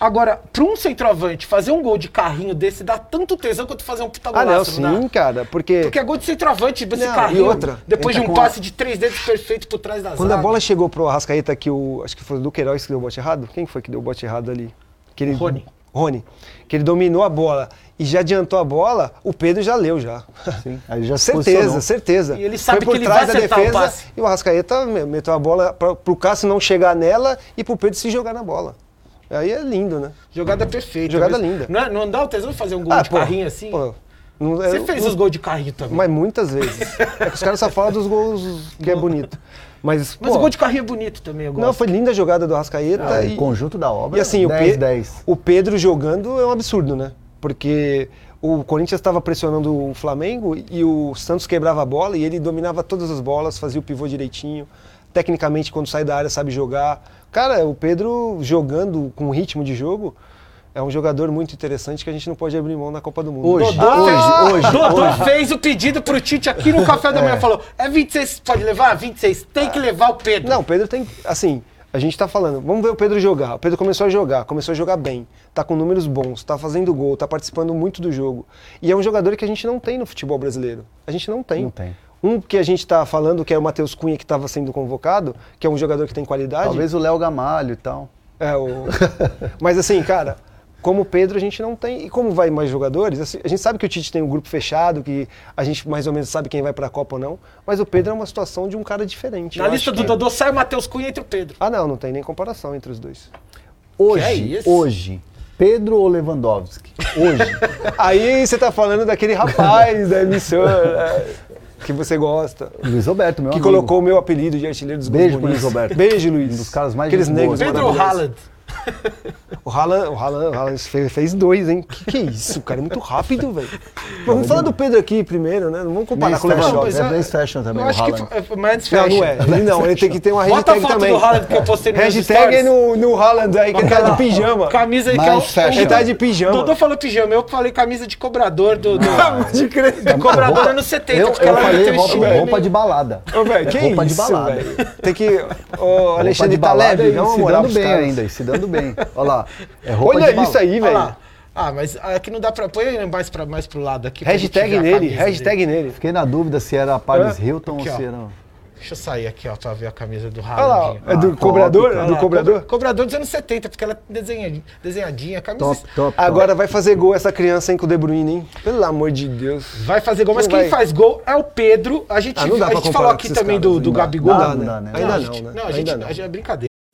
B: Agora, para um centroavante fazer um gol de carrinho desse dá tanto tesão quanto fazer um puta
A: Ah,
B: golaço,
A: não,
B: dá?
A: sim, cara, porque...
B: Porque é gol de centroavante, esse
A: Não,
B: carrinho.
A: e outra,
B: Depois de
A: entra
B: um
A: com a-
B: passe de três dedos perfeito por trás da
A: Quando a
B: zaga.
A: bola chegou pro Arrascaeta, que o. Acho que foi o Duqueiroz que deu o bote errado. Quem foi que deu o bote errado ali? Que ele,
B: Rony.
A: Rony. Que ele dominou a bola e já adiantou a bola, o Pedro já leu já.
C: Sim, aí já se
A: certeza,
C: posicionou.
A: certeza.
B: E ele sabe
A: foi por
B: que ele vai
A: trás da
B: acertar o
A: defesa
B: passe.
A: e o Arrascaeta me- meteu a bola pra, pro Cássio não chegar nela e pro Pedro se jogar na bola. Aí é lindo, né?
B: Jogada perfeita.
A: Jogada
B: mesmo.
A: linda.
B: Não, é- não dá o tesão de fazer um gol de carrinho assim?
A: Ah, pô, não-
B: Você
A: eu-
B: fez
A: não-
B: os gols de carrinho também.
A: Mas muitas vezes. É que os caras só falam dos gols que é bonito. Mas,
B: Mas
A: pô,
B: o gol de carrinho é bonito também, eu gosto.
A: Não, foi linda a jogada do Arrascaeta.
C: Ah,
A: e-
C: o conjunto da obra,
A: E assim,
C: 10,
A: o, Pe-
C: 10.
A: o Pedro jogando é um absurdo, né? Porque o Corinthians estava pressionando o Flamengo e o Santos quebrava a bola e ele dominava todas as bolas, fazia o pivô direitinho. Tecnicamente, quando sai da área, sabe jogar. Cara, o Pedro jogando com ritmo de jogo é um jogador muito interessante que a gente não pode abrir mão na Copa do Mundo.
C: Hoje,
B: Dodô
C: hoje, hoje,
B: Dodô
C: hoje.
B: fez Ah! o pedido pro Tite aqui no café da manhã. Falou: é 26, pode levar? 26, tem que levar o Pedro.
A: Ah. Não, o Pedro tem. Assim, a gente tá falando, vamos ver o Pedro jogar. O Pedro começou a jogar, começou a jogar bem, tá com números bons, tá fazendo gol, tá participando muito do jogo. E é um jogador que a gente não tem no futebol brasileiro. A gente não tem.
C: Não tem.
A: Um que a gente tá falando, que é o Matheus Cunha, que estava sendo convocado, que é um jogador que tem qualidade.
C: Talvez o Léo Gamalho e tal.
A: É, o... Mas assim, cara, como o Pedro a gente não tem. E como vai mais jogadores, assim, a gente sabe que o Tite tem um grupo fechado, que a gente mais ou menos sabe quem vai pra Copa ou não, mas o Pedro é uma situação de um cara diferente.
B: Na
A: Eu
B: lista
A: acho
B: do
A: que-
B: Dodô sai o Matheus Cunha entre o Pedro.
A: Ah, não, não tem nem comparação entre os dois.
C: Hoje,
B: isso?
C: hoje, Pedro ou Lewandowski? Hoje.
A: Aí você tá falando daquele rapaz da emissora é, que você gosta.
C: Luiz Roberto, meu
A: Que
C: amigo.
A: colocou o meu apelido de artilheiro dos gols
C: Beijo pro
A: bonitos.
C: Luiz Roberto.
A: Beijo, Luiz.
C: Um dos caras mais
A: Aqueles
C: gente
A: negros
C: boa.
B: Pedro
A: maravilhosos.
B: Haaland.
A: O Haaland, o Haaland, o Haaland fez, fez dois, hein? Que que é isso, cara? É muito rápido, velho. Mas Vamos falar do Pedro aqui primeiro, né? Não vamos comparar
C: Men's
A: com o
C: Fashion,
A: Lewandowski.
C: é PlayStation também,
B: Eu
C: o
B: acho que
C: Haaland.
B: foi- Man's
A: Não,
B: Fashion.
A: não é. Ele não, ele tem que ter uma
B: Bota a
A: hashtag
B: foto
A: também.
B: do Haaland que eu postei no meus
A: Hashtag
B: stories.
A: é no, no Haaland aí, que ele tá de
B: Aquela
A: pijama.
B: Camisa aí que
C: Mais
B: é o-
C: fashion.
B: o-
A: Ele tá de pijama.
B: Dodô falou pijama, eu falei camisa de cobrador do. do...
A: de crer.
B: do cobrador anos 70,
C: Tá Eu, eu
B: porque ela
C: falei
B: tem um
C: roupa,
B: estilo
C: roupa
B: meio-
C: de balada.
A: Ô, velho, que
C: roupa de
A: isso,
C: balada.
A: velho? Tem que... Ô,
C: Roupa
A: Alexandre,
C: de
A: tá
C: balada
A: leve?
C: e
A: Dá uma
C: se
A: moral
C: dando
A: pros
C: bem
A: caras.
C: ainda, e se dando bem. Olha lá. É roupa de
A: Olha
C: balada.
A: isso aí,
B: Olha
A: velho.
B: lá. Ah, mas aqui não dá pra. Põe mais, pra, mais pro lado aqui. pra gente
A: Hashtag
B: ver a
A: nele,
B: camisa dele.
A: hashtag nele.
C: Fiquei na dúvida se era Paris Hilton
B: Aqui,
C: ou se
B: ó.
C: era...
B: Deixa eu sair aqui, ó, pra ver a camisa do
A: Olha lá, ó.
B: Haaland.
A: é do
C: Ah,
A: cobrador?
C: top, cara.
A: do cobrador?
B: Cobra- Cobrador dos anos 70, porque ela é desenha- desenhadinha, camisa.
C: Top, top, top.
A: Agora vai fazer gol essa criança, hein, com o De Bruyne, hein? Pelo amor de Deus.
B: Vai fazer gol, mas
A: Não
B: quem
A: vai.
B: faz gol é o Pedro. A gente,
A: Ah, não dá
B: a
A: pra
B: gente
A: comparar
B: falou
A: com
B: aqui
A: esses
B: também
A: caras,
B: do,
A: não
B: do
A: dá.
B: Gabigol.
C: Não dá, não dá, né?
A: Ainda
B: a
A: não,
B: gente-
A: né?
B: Não, a
A: Ainda
B: gente,
A: não.
B: a gente é brincadeira.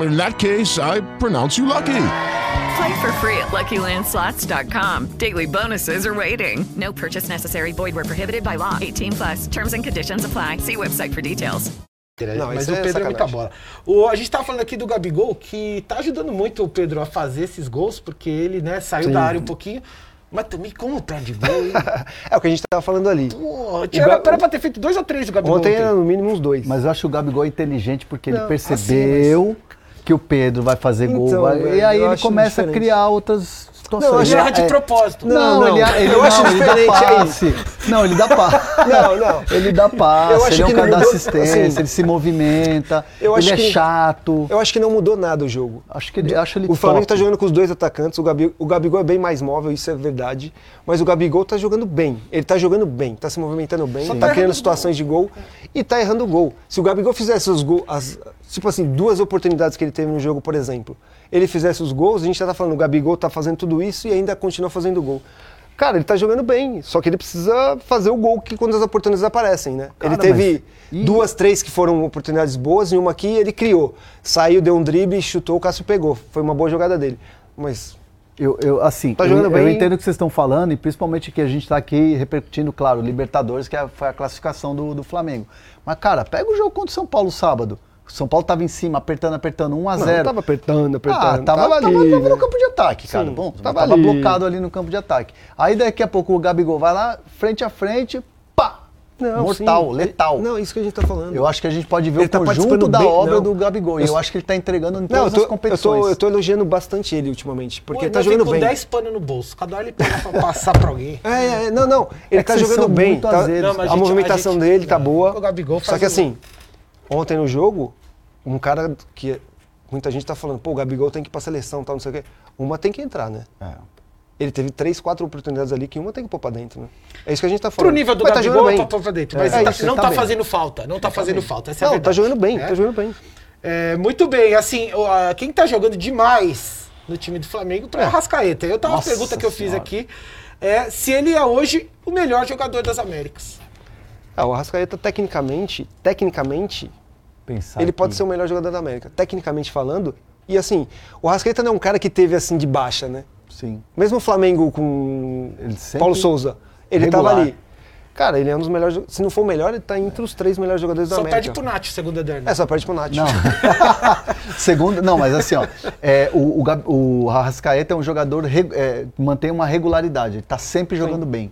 E: In that case, I pronounce you lucky.
D: Play for free at LuckyLandSlots.com. Daily bonuses are waiting. No purchase necessary. Void where prohibited by law. 18 plus. Terms and conditions apply. See website for details.
A: Não,
B: mas
A: isso
B: o
A: é
B: Pedro é
A: sacanagem.
B: muita bola. O- a gente tava falando aqui do Gabigol, que tá ajudando muito o Pedro a fazer esses gols, porque ele, né, saiu
A: Sim.
B: da área um pouquinho. Mas também como tá de gol, hein?
A: É o que a gente tava falando ali.
B: Pô,
A: O
B: tinha,
A: Ga-
B: era pra ter feito dois ou três o Gabigol.
A: Ontem era no mínimo uns dois.
C: Mas eu acho o Gabigol inteligente porque ele
B: Não,
C: percebeu que o Pedro vai fazer gol.
A: Então,
C: vai-
A: velho,
C: e aí
A: eu
C: ele
A: acho
C: começa
A: diferente.
C: a criar outras situações. É,
A: eu acho
C: Ele-
B: é
A: erra de propósito.
C: Não,
A: É. Não,
C: ele,
A: não.
C: ele
A: Eu
C: não,
A: acho
C: ele dá
A: diferente, é
C: passe. Não, ele dá passe.
A: Não, não.
C: Ele dá passe,
A: Eu acho
C: ele é um
A: que
C: cara
A: ele
C: da
A: mudou-
C: assistência,
A: assim,
C: ele se movimenta,
A: eu acho
C: ele é
A: que-
C: chato.
A: Eu acho que não mudou nada o jogo.
C: Acho que ele, acho ele
A: O Flamengo
C: top.
A: tá jogando com os dois atacantes, o, Gabi- o Gabigol é bem mais móvel, isso é verdade. Mas o Gabigol tá jogando bem. Ele tá jogando bem, tá se movimentando bem,
B: Só tá
A: tá criando
B: errando
A: situações de gol e tá errando o gol. Se o Gabigol fizesse os gols, as- tipo assim, duas oportunidades que ele teve no jogo, por exemplo, ele fizesse os gols, a gente já tá falando, o Gabigol tá fazendo tudo isso e ainda continua fazendo gol. Cara, ele tá jogando bem, só que ele precisa fazer o gol que quando as oportunidades aparecem, né?
C: Cara,
A: ele teve
C: mas- e-
A: duas, três que foram oportunidades boas e uma que ele criou. Saiu, deu um drible, chutou, o Cássio pegou. Foi uma boa jogada dele. Mas
C: Eu, eu, assim,
A: Tá
C: eu,
A: jogando
C: eu
A: bem.
C: entendo o que vocês estão falando e principalmente que a gente está aqui repercutindo, claro, Libertadores, que é- foi a classificação do, do Flamengo. Mas, cara, pega o jogo contra o São Paulo sábado. O São Paulo tava em cima, apertando, apertando, 1 a
A: não,
C: 0
A: tava apertando, apertando.
C: Ah, tava, tava,
A: ali,
C: tava
A: né?
C: no campo de ataque, cara.
A: Sim,
C: Bom, tava,
A: tava ali.
C: blocado ali no campo de ataque. Aí daqui a pouco o Gabigol vai lá, frente a frente, pá! mortal,
A: sim.
C: letal.
A: Não, isso que a gente tá falando.
C: Eu acho que a gente pode ver
A: Ele
C: o
A: tá
C: conjunto
A: participando
C: da
A: bem,
C: obra
A: não.
C: do Gabigol. E
A: Eu-
C: eu acho que ele tá entregando em
A: Não,
C: todas
A: eu tô,
C: as competições.
A: Eu tô, eu tô elogiando bastante ele ultimamente, porque
B: Pô,
A: ele tá
B: mas vem
A: jogando
B: com
A: bem.
B: 10 panos no bolso. Cada hora ele pega pra passar pra alguém.
A: É, é, não, não. Ele
C: É que
A: tá
C: vocês
A: jogando
C: são
A: bem.
C: muito
A: tá-
C: azeiros,
A: Não, mas
C: cara.
A: a,
B: gente-
A: movimentação
B: a gente- É.
A: dele tá boa.
B: O Gabigol
A: só
B: faz
A: que
B: um-
A: assim, ontem no jogo, um cara que muita gente tá falando, pô, o Gabigol tem que ir pra seleção, tal, não sei o quê. Uma tem que entrar, né?
C: É.
A: Ele teve três, quatro oportunidades ali que uma tem que pôr pra dentro, né? É isso que a gente tá falando.
B: Pro nível do
A: Mas
B: Gabigol,
A: bem.
B: tá pra dentro. Mas
A: É,
B: tá-
A: isso, ele
B: não tá,
A: bem.
B: fazendo falta. Não tá fazendo falta. Essa é a
A: Não, tá
B: verdade,
A: jogando bem,
B: né?
A: tá jogando bem.
B: É, muito bem, assim, o- a- quem tá jogando demais no time do Flamengo
A: É.
B: pra Rascaeta. Eu tava uma
C: Nossa
B: pergunta que eu fiz
C: Senhora.
B: aqui é se ele é hoje o melhor jogador das Américas.
A: Ah, o Arrascaeta, tecnicamente, tecnicamente,
C: Pensar
A: ele pode
C: que-
A: ser um o melhor jogador da América. Tecnicamente falando, e assim, o Arrascaeta não é um cara que teve assim de baixa, né?
C: Sim.
A: Mesmo o Flamengo com
C: Ele sempre
A: Paulo Souza, ele
C: regular.
A: tava ali. Cara, ele é um dos melhores. jo- Se não for o melhor, ele tá entre os três melhores jogadores da
B: Só
A: América.
B: perde pro Nath, segundo a Dani.
A: É, só perde pro Nath.
C: Não. Segundo, não, mas assim, ó, é, o, o, Gab- o Arrascaeta é um jogador reg- é, mantém uma regularidade, ele tá sempre jogando bem.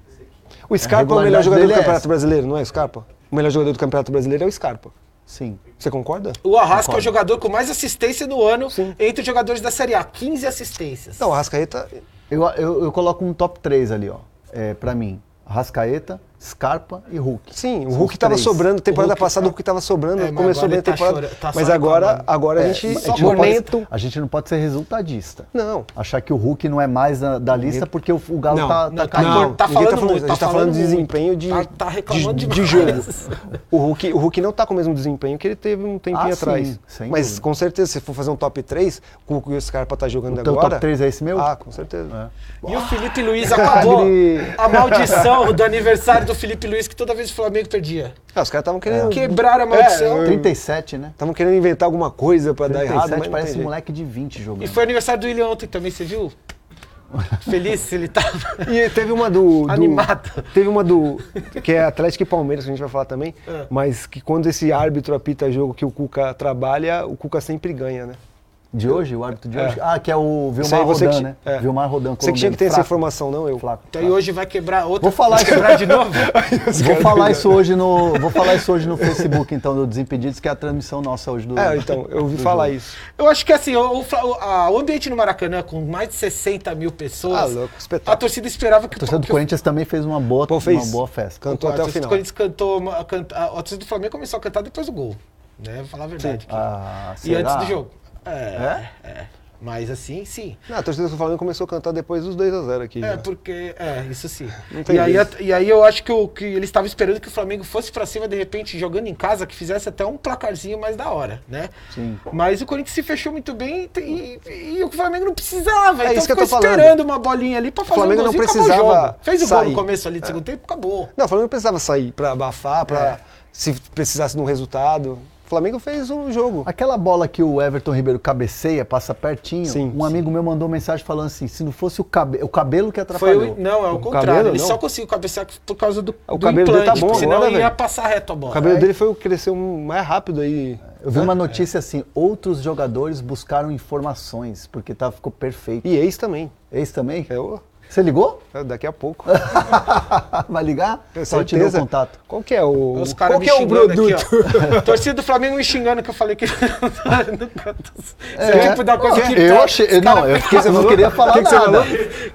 A: O Scarpa é o melhor
C: regularidade
A: jogador do
C: dele é
A: Campeonato
C: essa.
A: Brasileiro, não é, Scarpa? O melhor jogador do Campeonato Brasileiro é o Scarpa.
C: Sim.
A: Você concorda?
B: O Arrasca é o jogador com mais assistência no ano entre os jogadores da Série A. 15 assistências.
A: Não, o tá, Arrascaeta.
C: Eu, eu, eu coloco um top 3 ali, ó, é, pra mim. Arrascaeta, Scarpa e Hulk.
A: Sim, o
C: São
A: Hulk
C: os
A: tava
C: três.
A: sobrando, temporada
B: Hulk
A: passada
B: tá-
A: o Hulk tava sobrando,
B: É, mas
A: começou
B: agora
A: bem a
B: ele tá
A: temporada.
B: chora- tá É, só
A: mas agora,
B: reclamando.
A: agora a gente,
C: É,
A: é tipo
C: Mas
B: tipo
A: a gente
C: a gente, não pode,
A: momento,
C: a gente não pode ser resultadista.
A: Não.
C: Achar que o Hulk não é mais na- da lista porque o, o Galo
A: Não,
C: tá,
B: Não,
C: tá
B: tá,
C: caindo.
B: tá
A: não.
B: falando
A: ninguém tá falando
B: muito,
A: isso, a
B: tá
A: gente tá falando
B: falando
A: de
B: muito.
A: desempenho de-
B: Tá, tá reclamando
A: de,
B: demais.
A: de jogo. O Hulk, o Hulk não tá com o mesmo desempenho que ele teve um tempinho
C: Ah, sim,
A: atrás.
C: sem
A: Mas
C: dúvida.
A: com certeza, se for fazer um top 3, com o que o Scarpa tá jogando
C: teu
A: agora.
C: top três é esse É. meu?
A: Ah, com certeza.
B: E o Felipe Luiz acabou
C: Sagre.
B: a maldição do aniversário do Felipe Luiz, que toda vez o Flamengo perdia.
A: Ah, os caras estavam querendo.
C: É.
B: Quebraram a
A: É,
B: maldição.
C: 37, né?
A: Estavam querendo inventar alguma coisa pra dar Tá errado.
C: 37
A: Mas não
C: parece
A: tem
C: um
A: jeito.
C: moleque de 20 jogando.
B: E foi aniversário do William ontem também, você viu? Feliz ele tá- tava.
A: E teve uma do. do-
B: Animado.
A: Teve uma do. Que é Atlético e Palmeiras, que a gente vai falar também.
B: É.
A: Mas que quando esse árbitro apita jogo que o Cuca trabalha, o Cuca sempre ganha, né?
C: De hoje? O árbitro de hoje?
A: É.
C: Ah, que é o
A: Isso aí
C: Vilmar
A: você
C: Rodan,
A: que-
C: né?
A: é.
C: Vilmar Rodan.
A: Você que tinha que ter
C: colombiano,
A: essa
C: fraco.
A: informação, não eu.
C: Flaco.
B: Então, e hoje vai quebrar outra.
C: Vou falar
B: Vai
C: isso-
B: quebrar de novo?
C: Vou falar isso hoje no, vou falar isso hoje no Facebook, então, do Desimpedidos, que é a transmissão nossa hoje do.
B: É, então,
A: eu ouvi
C: do
A: falar
C: jogo.
A: isso.
B: Eu acho que assim, o, o Fla- o- a- o ambiente no Maracanã com mais de 60 mil pessoas.
A: Ah, louco,
B: a torcida esperava que
C: A torcida do
B: que o-
C: Corinthians também fez uma boa,
A: fez.
C: uma boa festa. tá-
A: Cantou
B: a
A: até o
B: torcida do
A: final.
B: Corinthians cantou, uma- canta- a a torcida do Flamengo começou a cantar depois do gol. Né? Vou falar a verdade. aqui.
C: Ah,
B: e
C: será?
B: antes do jogo. É, é? Mas assim, sim.
A: Não, a torcida do Flamengo começou a cantar depois dos 2x0 aqui.
B: É,
A: já.
B: porque. É, isso sim.
A: Não tem
B: E aí,
A: jeito.
B: a- e aí eu acho que, o, que eles estavam esperando que o Flamengo fosse pra cima, de repente, jogando em casa, que fizesse até um placarzinho mais da hora, né?
C: Sim.
B: Mas o Corinthians se fechou muito bem e, e- e o Flamengo não precisava.
A: É
B: então
A: isso que eu
B: ficou
A: tô falando.
B: esperando uma bolinha ali pra fazer
A: Flamengo
B: um
A: não
B: golzinho, acabou o
A: precisava
B: jogo. Fez o gol
A: sair.
B: no começo ali do segundo tempo, acabou.
A: Não, o Flamengo precisava sair pra abafar, pra
B: É.
A: se precisasse de um resultado. O Flamengo fez o jogo.
C: Aquela bola que o Everton Ribeiro cabeceia, passa pertinho,
A: Sim,
C: um amigo meu mandou mensagem falando assim, se não fosse o, cabe o cabelo que
B: Foi
C: atrapalhou.
B: o, não, é o,
A: O
B: contrário.
A: cabelo,
B: ele
A: não?
B: só conseguiu cabecear por causa do,
A: O
B: do
A: cabelo dele
B: implante,
A: tá bom
B: porque senão
A: agora,
B: ele ia
A: velho.
B: passar reto a bola.
A: O cabelo dele foi o que cresceu mais rápido aí.
C: Eu vi uma notícia assim, outros jogadores buscaram informações, porque tá, ficou perfeito.
A: E ex também.
C: Ex também?
A: É o-
C: Você ligou? Ah,
A: é daqui a pouco.
C: Vai ligar?
A: Com
C: Só te deu o
A: certeza.
C: contato.
A: Qual que é o.
B: Os caras
A: qual
B: me
A: que é o
B: xingando aqui,
A: produto?
B: ó. Torcida do Flamengo me xingando que eu falei que. no canto. Você
C: É.
B: tipo da coisa que.
C: eu
B: tá-
C: achei.
B: os cara-
C: Não, eu, fiquei, eu não É. queria falar
A: que que você
C: nada.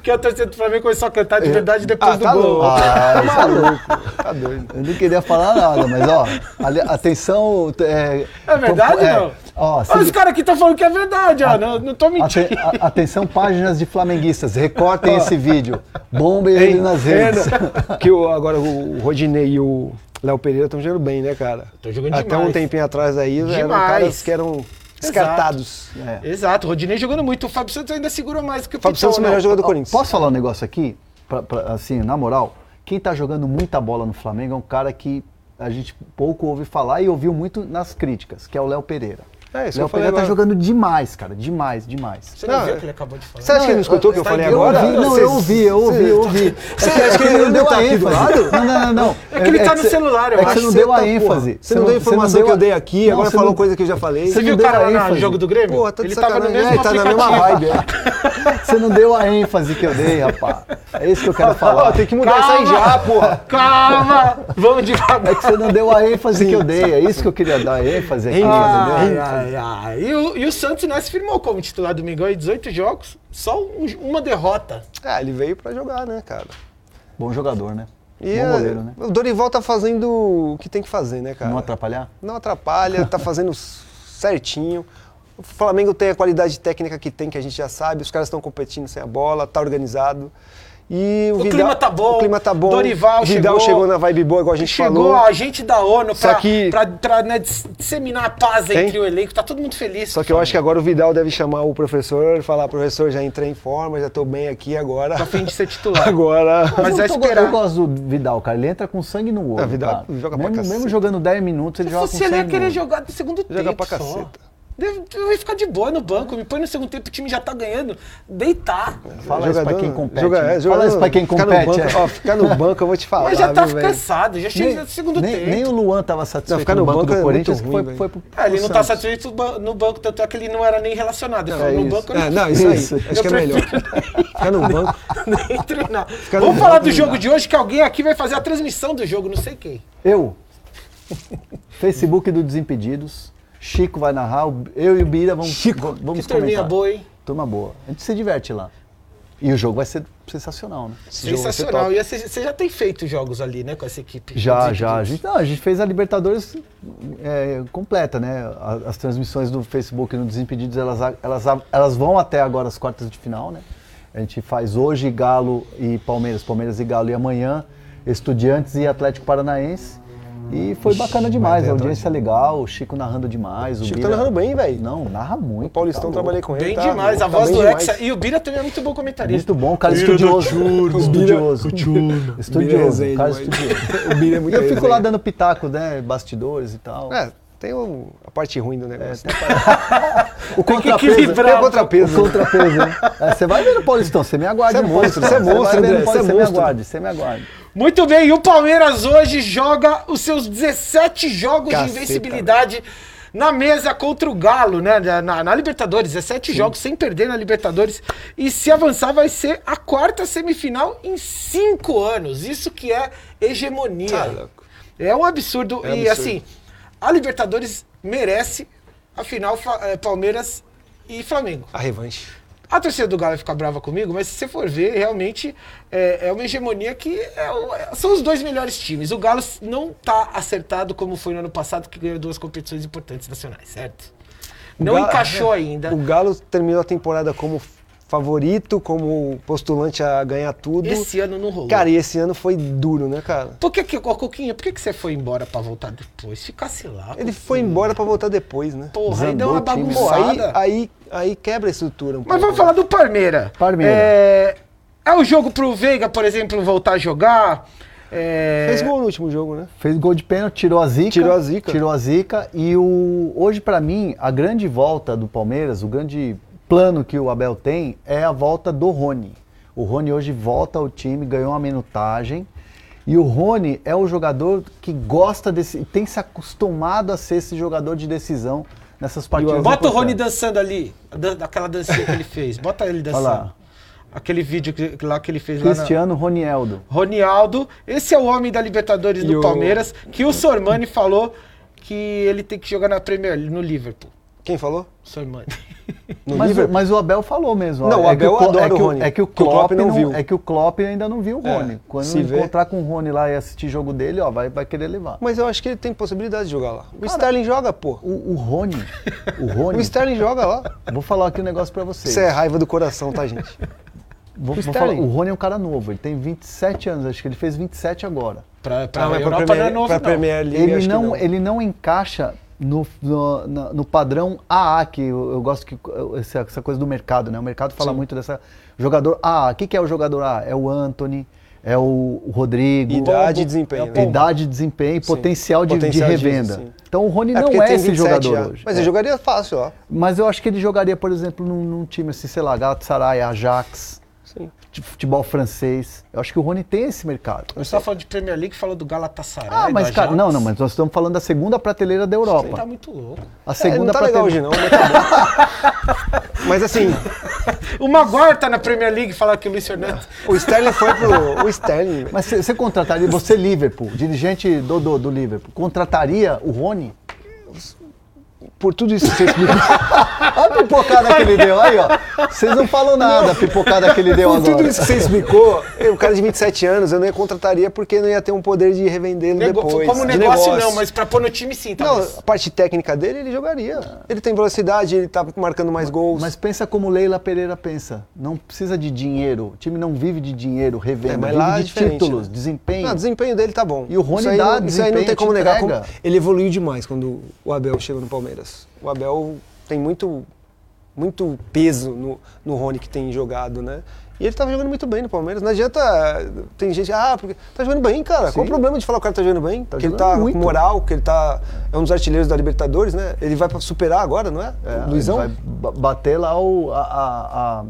B: Que a torcida do Flamengo começou a cantar de verdade depois
A: Ah,
B: do
A: tá
B: gol.
A: louco.
C: Ah,
A: Tá louco. Tá doido.
C: Eu não queria falar nada, mas ó, ali- atenção. É,
B: É verdade
C: é,
B: não?
C: Ó,
B: Olha os
C: se- Ah,
B: caras aqui estão falando que é verdade, ó. Não, não tô mentindo.
C: aten- a- atenção, páginas de flamenguistas, recortem esse vídeo. Bombem ele nas redes.
A: É, que o, agora o Rodinei e o Léo Pereira estão jogando bem, né, cara?
B: Tão jogando
A: Até
B: demais.
A: um tempinho atrás aí, eram
B: Demais.
A: caras que eram descartados.
C: É.
B: Exato, o Rodinei jogando muito. O Fábio Santos ainda segura mais que o né?
A: Fábio Santos é o melhor jogador do Corinthians.
C: Posso falar um negócio aqui? Pra- pra- assim, na moral, quem tá jogando muita bola no Flamengo é um cara que a gente pouco ouve falar e ouviu muito nas críticas, que é o Léo Pereira.
A: É, isso que
C: Léo
A: eu falei
C: Pereira tá
A: agora.
C: jogando demais, cara. Demais, demais.
B: Você não,
A: Não,
B: viu
A: é-
B: o que ele acabou de falar?
A: Você acha que ele não escutou o que eu
B: tá
A: falei
B: em- eu
A: agora?
C: ouvi, não, eu ouvi, eu ouvi, eu ouvi.
A: Você tá- acha que ele não deu a ênfase?
C: Não, não, não, não.
B: É que ele tá no
C: cê-
B: celular, eu
C: é que
B: acho.
C: Você não deu
A: Tá,
C: a
A: porra.
C: ênfase.
A: Você não deu a informação que eu dei aqui, agora falou coisa que eu já falei.
B: Você
C: Você
B: viu
C: não
B: o
C: deu a
B: cara lá no
C: ênfase.
B: jogo do Grêmio?
A: Porra, tá de
B: ele tava no
A: sacanagem.
B: mesmo
C: É, tá na mesma
B: aplicativo.
C: vibe. é. Você não deu a ênfase que eu dei, rapaz. É isso que eu quero falar.
A: Ó, tem que mudar isso aí já, porra.
B: Calma! Vamos
C: É
B: devagar.
C: que você não deu a ênfase que eu dei. É isso que eu queria dar, ênfase aqui, entendeu?
B: Ah, Ai, ai, ai. E, o, e o Santos né, se firmou como titular do Mingão em 18 jogos, só um- uma derrota.
A: Ah, ele veio pra jogar, né, cara?
C: Bom jogador, né?
A: E
C: Bom
A: é,
C: goleiro, né?
A: o Dorival tá fazendo o que tem que fazer, né, cara?
C: Não atrapalhar?
A: Não atrapalha, tá fazendo s- certinho. O Flamengo tem a qualidade técnica que tem, que a gente já sabe. Os caras estão competindo sem a bola, tá organizado. E o,
B: O
A: Vidal-
B: clima tá bom,
A: O clima tá bom.
B: Dorival
A: Vidal
B: chegou.
A: na vibe boa, igual a gente
B: Chegou
A: falou.
B: a gente da ONU
A: Só
B: pra,
A: que-
B: pra- pra, né, dis- disseminar a paz
A: Tem?
B: entre o elenco, tá todo mundo feliz.
A: Só que eu acho que agora o Vidal deve chamar o professor e falar: professor, já entrei em forma, já tô bem aqui agora.
B: Tá a fim de ser titular.
A: Agora.
B: Mas
C: eu
B: vai
C: tô-
B: esperar.
C: Eu gosto do Vidal, cara. Ele entra com sangue no olho.
A: é Ah, Vidal
C: cara.
A: joga pra
C: mesmo,
A: cacete.
C: mesmo jogando 10 minutos, ele
B: Se
C: joga com
B: fosse
C: sangue
B: ele, ia
C: no
B: querer
C: olho.
B: jogar no segundo
A: Joga
B: tempo.
A: pra
B: só.
A: caceta.
B: Deve, eu ia ficar de boa no banco. Me põe no segundo tempo, o time já tá ganhando. Deitar.
A: Ah,
C: Fala isso pra quem compete.
A: joga-
C: né?
A: é, jogador-
C: Fala isso pra quem
A: ficar no
C: compete.
A: banco-
C: é.
A: ó, ficar no banco, eu vou te falar.
B: Mas já tá
A: viu, velho?
B: cansado, já chega no segundo
C: nem,
B: tempo.
C: nem o Luan tava satisfeito
A: Não, ficar
C: no,
A: no
C: banco,
A: banco é
C: do
A: muito
C: Corinthians, que
A: ruim,
C: foi,
A: velho.
C: foi pro,
B: Ah, ele
C: pro
B: não tá
C: Santos.
B: satisfeito ba- no banco, tanto é que ele não era nem relacionado. Ele
A: É
B: falou, no
A: isso.
B: banco né?
A: É, não, isso,
C: Isso.
A: aí. Acho que é melhor. Ficar no banco.
B: nem treinar.
A: no
B: Vamos falar
A: banco,
B: do
A: não
B: jogo
A: dá.
B: de hoje, que alguém aqui vai fazer a transmissão do jogo, não sei quem.
C: Eu. Facebook do Desimpedidos. Chico vai narrar, o- eu e o Bira vamos, vamos
B: Que
C: vamos
B: turminha
C: comentar.
B: boa, hein?
C: Turma boa. A gente se diverte lá. E o jogo vai ser sensacional, né?
B: Sensacional. E você você já tem feito jogos ali, né, com essa equipe?
C: Já, já. A gente, não, a gente fez a Libertadores é, completa, né? A- As transmissões do Facebook no Desimpedidos, elas, a- elas, a- elas vão até agora as quartas de final, né? A gente faz hoje Galo e Palmeiras, Palmeiras e Galo, e amanhã Estudiantes e Atlético Paranaense. E foi bacana demais, a audiência legal, o Chico narrando demais. O
A: Chico
C: Bira-
A: tá narrando bem, velho.
C: Não, narra muito.
A: O Paulistão
C: tá louco.
A: trabalhei com ele.
B: Bem
A: tá,
B: demais,
A: tá
B: a voz
A: bem
B: do
A: demais.
B: Hexa. E o Bira também é muito bom comentarista.
C: Muito bom, cara estudioso. Estudioso. Estudioso,
A: Belezenha
C: cara
A: demais.
C: estudioso.
A: O Bira é muito
C: eu fico lá
A: resenha.
C: dando pitaco, né? Bastidores e tal.
A: É, tem o- a parte ruim do negócio.
C: o
B: tem que
C: contrapeso.
B: equilibrar.
C: o contrapeso. O contrapeso, né? É, Você vai ver no Paulistão, você me
A: Você
C: aguarde.
A: é
C: no
A: monstro,
C: Paulistão.
A: você é monstro,
C: vai ver no
A: André, você é
C: Paulistão, Você me
A: monstro.
C: aguarde, você me aguarde.
B: Muito bem, e o Palmeiras hoje joga os seus 17 jogos
A: Caceta,
B: de invencibilidade na mesa contra o Galo, né? Na, na- na Libertadores, 17 jogos sem perder na Libertadores. E se avançar, vai ser a quarta semifinal em cinco anos. Isso que é hegemonia. É um absurdo.
A: É
B: E
A: absurdo.
B: assim, a Libertadores merece a final Fa- eh, Palmeiras e Flamengo.
A: A revanche.
B: A torcida do Galo vai ficar brava comigo, mas se você for ver, realmente é, é uma hegemonia que é o- é- são os dois melhores times. O Galo não tá acertado como foi no ano passado, que ganhou duas competições importantes nacionais, certo?
A: O
B: Não
A: Galo-
B: encaixou ainda.
A: O Galo terminou a temporada como favorito, como postulante a ganhar tudo.
B: Esse ano não rolou.
A: Cara, e esse ano foi duro, né, cara?
B: Por que, que ô, Coquinha, por que, que você foi embora pra voltar depois? Ficasse lá.
A: Ele foi embora pra voltar depois, né?
B: Porra, aí deu uma
A: Desandou o time.
B: bagunçada.
A: Pô, Aí, aí, aí quebra a estrutura um
B: Mas
A: pouco.
B: vamos falar do Palmeira.
A: Palmeira.
B: É, é o jogo pro Veiga, por exemplo, voltar a jogar. É,
A: Fez gol no último jogo, né?
C: Fez gol de pênalti, tirou a zica.
A: Tirou a zica.
C: Tirou a zica. E o, hoje, pra mim, a grande volta do Palmeiras, o grande plano que o Abel tem é a volta do Rony. O Rony hoje volta ao time, ganhou uma minutagem. E o Rony é o jogador que gosta desse. tem se acostumado a ser esse jogador de decisão nessas partidas.
B: Bota o Rony
C: importantes.
B: dançando ali, dan- aquela dancinha que ele fez. Bota ele dançando.
C: Olha lá.
B: Aquele vídeo que- lá que ele fez lá
C: Cristiano Ronieldo.
B: na... Ronialdo, esse é o homem da Libertadores
C: E
B: do
C: o-
B: Palmeiras, que o Sormani falou que ele tem que jogar na Premier League, no Liverpool.
A: Quem falou?
B: Sormani.
C: Mas, o- mas o Abel falou mesmo. ó,
A: Não, o
C: é que
A: Abel
C: Clo-
A: adora
C: é que
A: o Rony,
C: É que o
A: que o
C: Klopp,
A: Klopp não
C: não
A: viu.
C: É que o Klopp ainda não viu o
A: É,
C: Rony. Quando
A: se vê.
C: encontrar com o Rony lá e assistir jogo dele, ó, vai, vai querer levar.
A: Mas eu acho que ele tem possibilidade de jogar lá. O Sterling joga, pô.
C: O, Rony. O Rony.
A: O Sterling joga lá.
C: Vou falar aqui um negócio pra vocês.
A: Isso é raiva do coração, tá, gente?
C: Vou-
A: o
C: vou falar,
A: Sterling.
C: o Rony é um cara novo, ele tem 27 anos, acho que ele fez 27 agora.
B: Pra, pra
A: Ah, mas pra
B: Europa
A: Premier-
B: não é novo,
A: pra
B: não.
A: Premier League.
C: ele
A: acho que
C: não,
A: não. é
C: ele não encaixa no, no, na- no padrão AA, que eu, eu gosto que eu- essa, essa coisa do mercado, né? O mercado fala muito dessa jogador AA. O que, que é o jogador AA? É o Anthony, é o o Rodrigo, É
A: Idade e desempenho, né?
C: idade, desempenho, e
A: Sim.
C: potencial de, de
A: Potencial disso,
C: revenda.
A: sim.
C: então o Rony
A: porque
C: não é
A: tem
C: esse
A: 27
C: jogador
A: já.
C: hoje.
A: Mas
C: É.
A: ele jogaria fácil, ó. É,
C: Mas eu acho que ele jogaria, por exemplo, num, num time assim, sei lá, Galatasaray, Ajax,
A: Sim.
C: de futebol francês. Eu acho que o Rony tem esse mercado.
B: Eu só tá falando de Premier League, falou do Galatasaray.
A: É,
C: Ah,
B: do
C: mas cara,
B: Ajax.
C: não, não, mas nós estamos falando da segunda prateleira da
B: Ele tá
C: Europa.
B: muito louco.
A: É,
C: A
A: não
C: segunda
A: tá legal hoje
C: prateleira.
A: não, mas tá bom. Mas assim,
B: O Maguire tá na Premier League, falar que o Luiz Fernando...
A: o Sterling foi pro... O Sterling... né? velho.
C: Mas você- você contrataria, você é Liverpool, dirigente do, do, do Liverpool, contrataria o Rony?
A: Por tudo isso que você explicou.
C: Olha a pipocada que ele deu, aí ó. Vocês não falam nada, a pipocada que ele deu
A: Por
C: agora.
A: tudo isso que você explicou, eu, o cara de 27 anos, eu não ia contrataria porque não ia ter um poder de revendê-lo
B: Nego-
A: depois.
B: Como
A: de
B: negócio, não, mas pra pôr no time sim, tá?
A: Não, a parte técnica dele, ele jogaria. Ele tem velocidade, ele tá marcando mais gols.
C: Mas pensa como Leila Pereira pensa. Não precisa de dinheiro. O time não vive de dinheiro, revenda,
A: É, mas
C: vive
A: lá é
C: de
A: diferente,
C: títulos,
A: né?
C: desempenho.
A: Não, o desempenho dele tá bom.
C: E o Rony
A: isso aí,
C: dá
A: não- Isso aí não
C: desempenho,
A: tem como
C: te
A: negar.
C: entrega.
A: como- ele evoluiu demais quando o Abel chegou no Palmeiras. O Abel tem muito, muito peso no, no Rony que tem jogado, né? E ele tava jogando muito bem no Palmeiras. Não adianta. Tem gente. Ah, porque. Tá jogando bem, cara. Qual o
C: Sim.
A: problema de falar que o cara tá jogando bem? que ele
C: jogando
A: tá
C: muito.
A: com moral, que ele tá. É um dos artilheiros da Libertadores, né? Ele vai pra superar agora, não é?
C: É,
A: O Luizão?
C: Ele vai ba- bater lá o. A, a- a-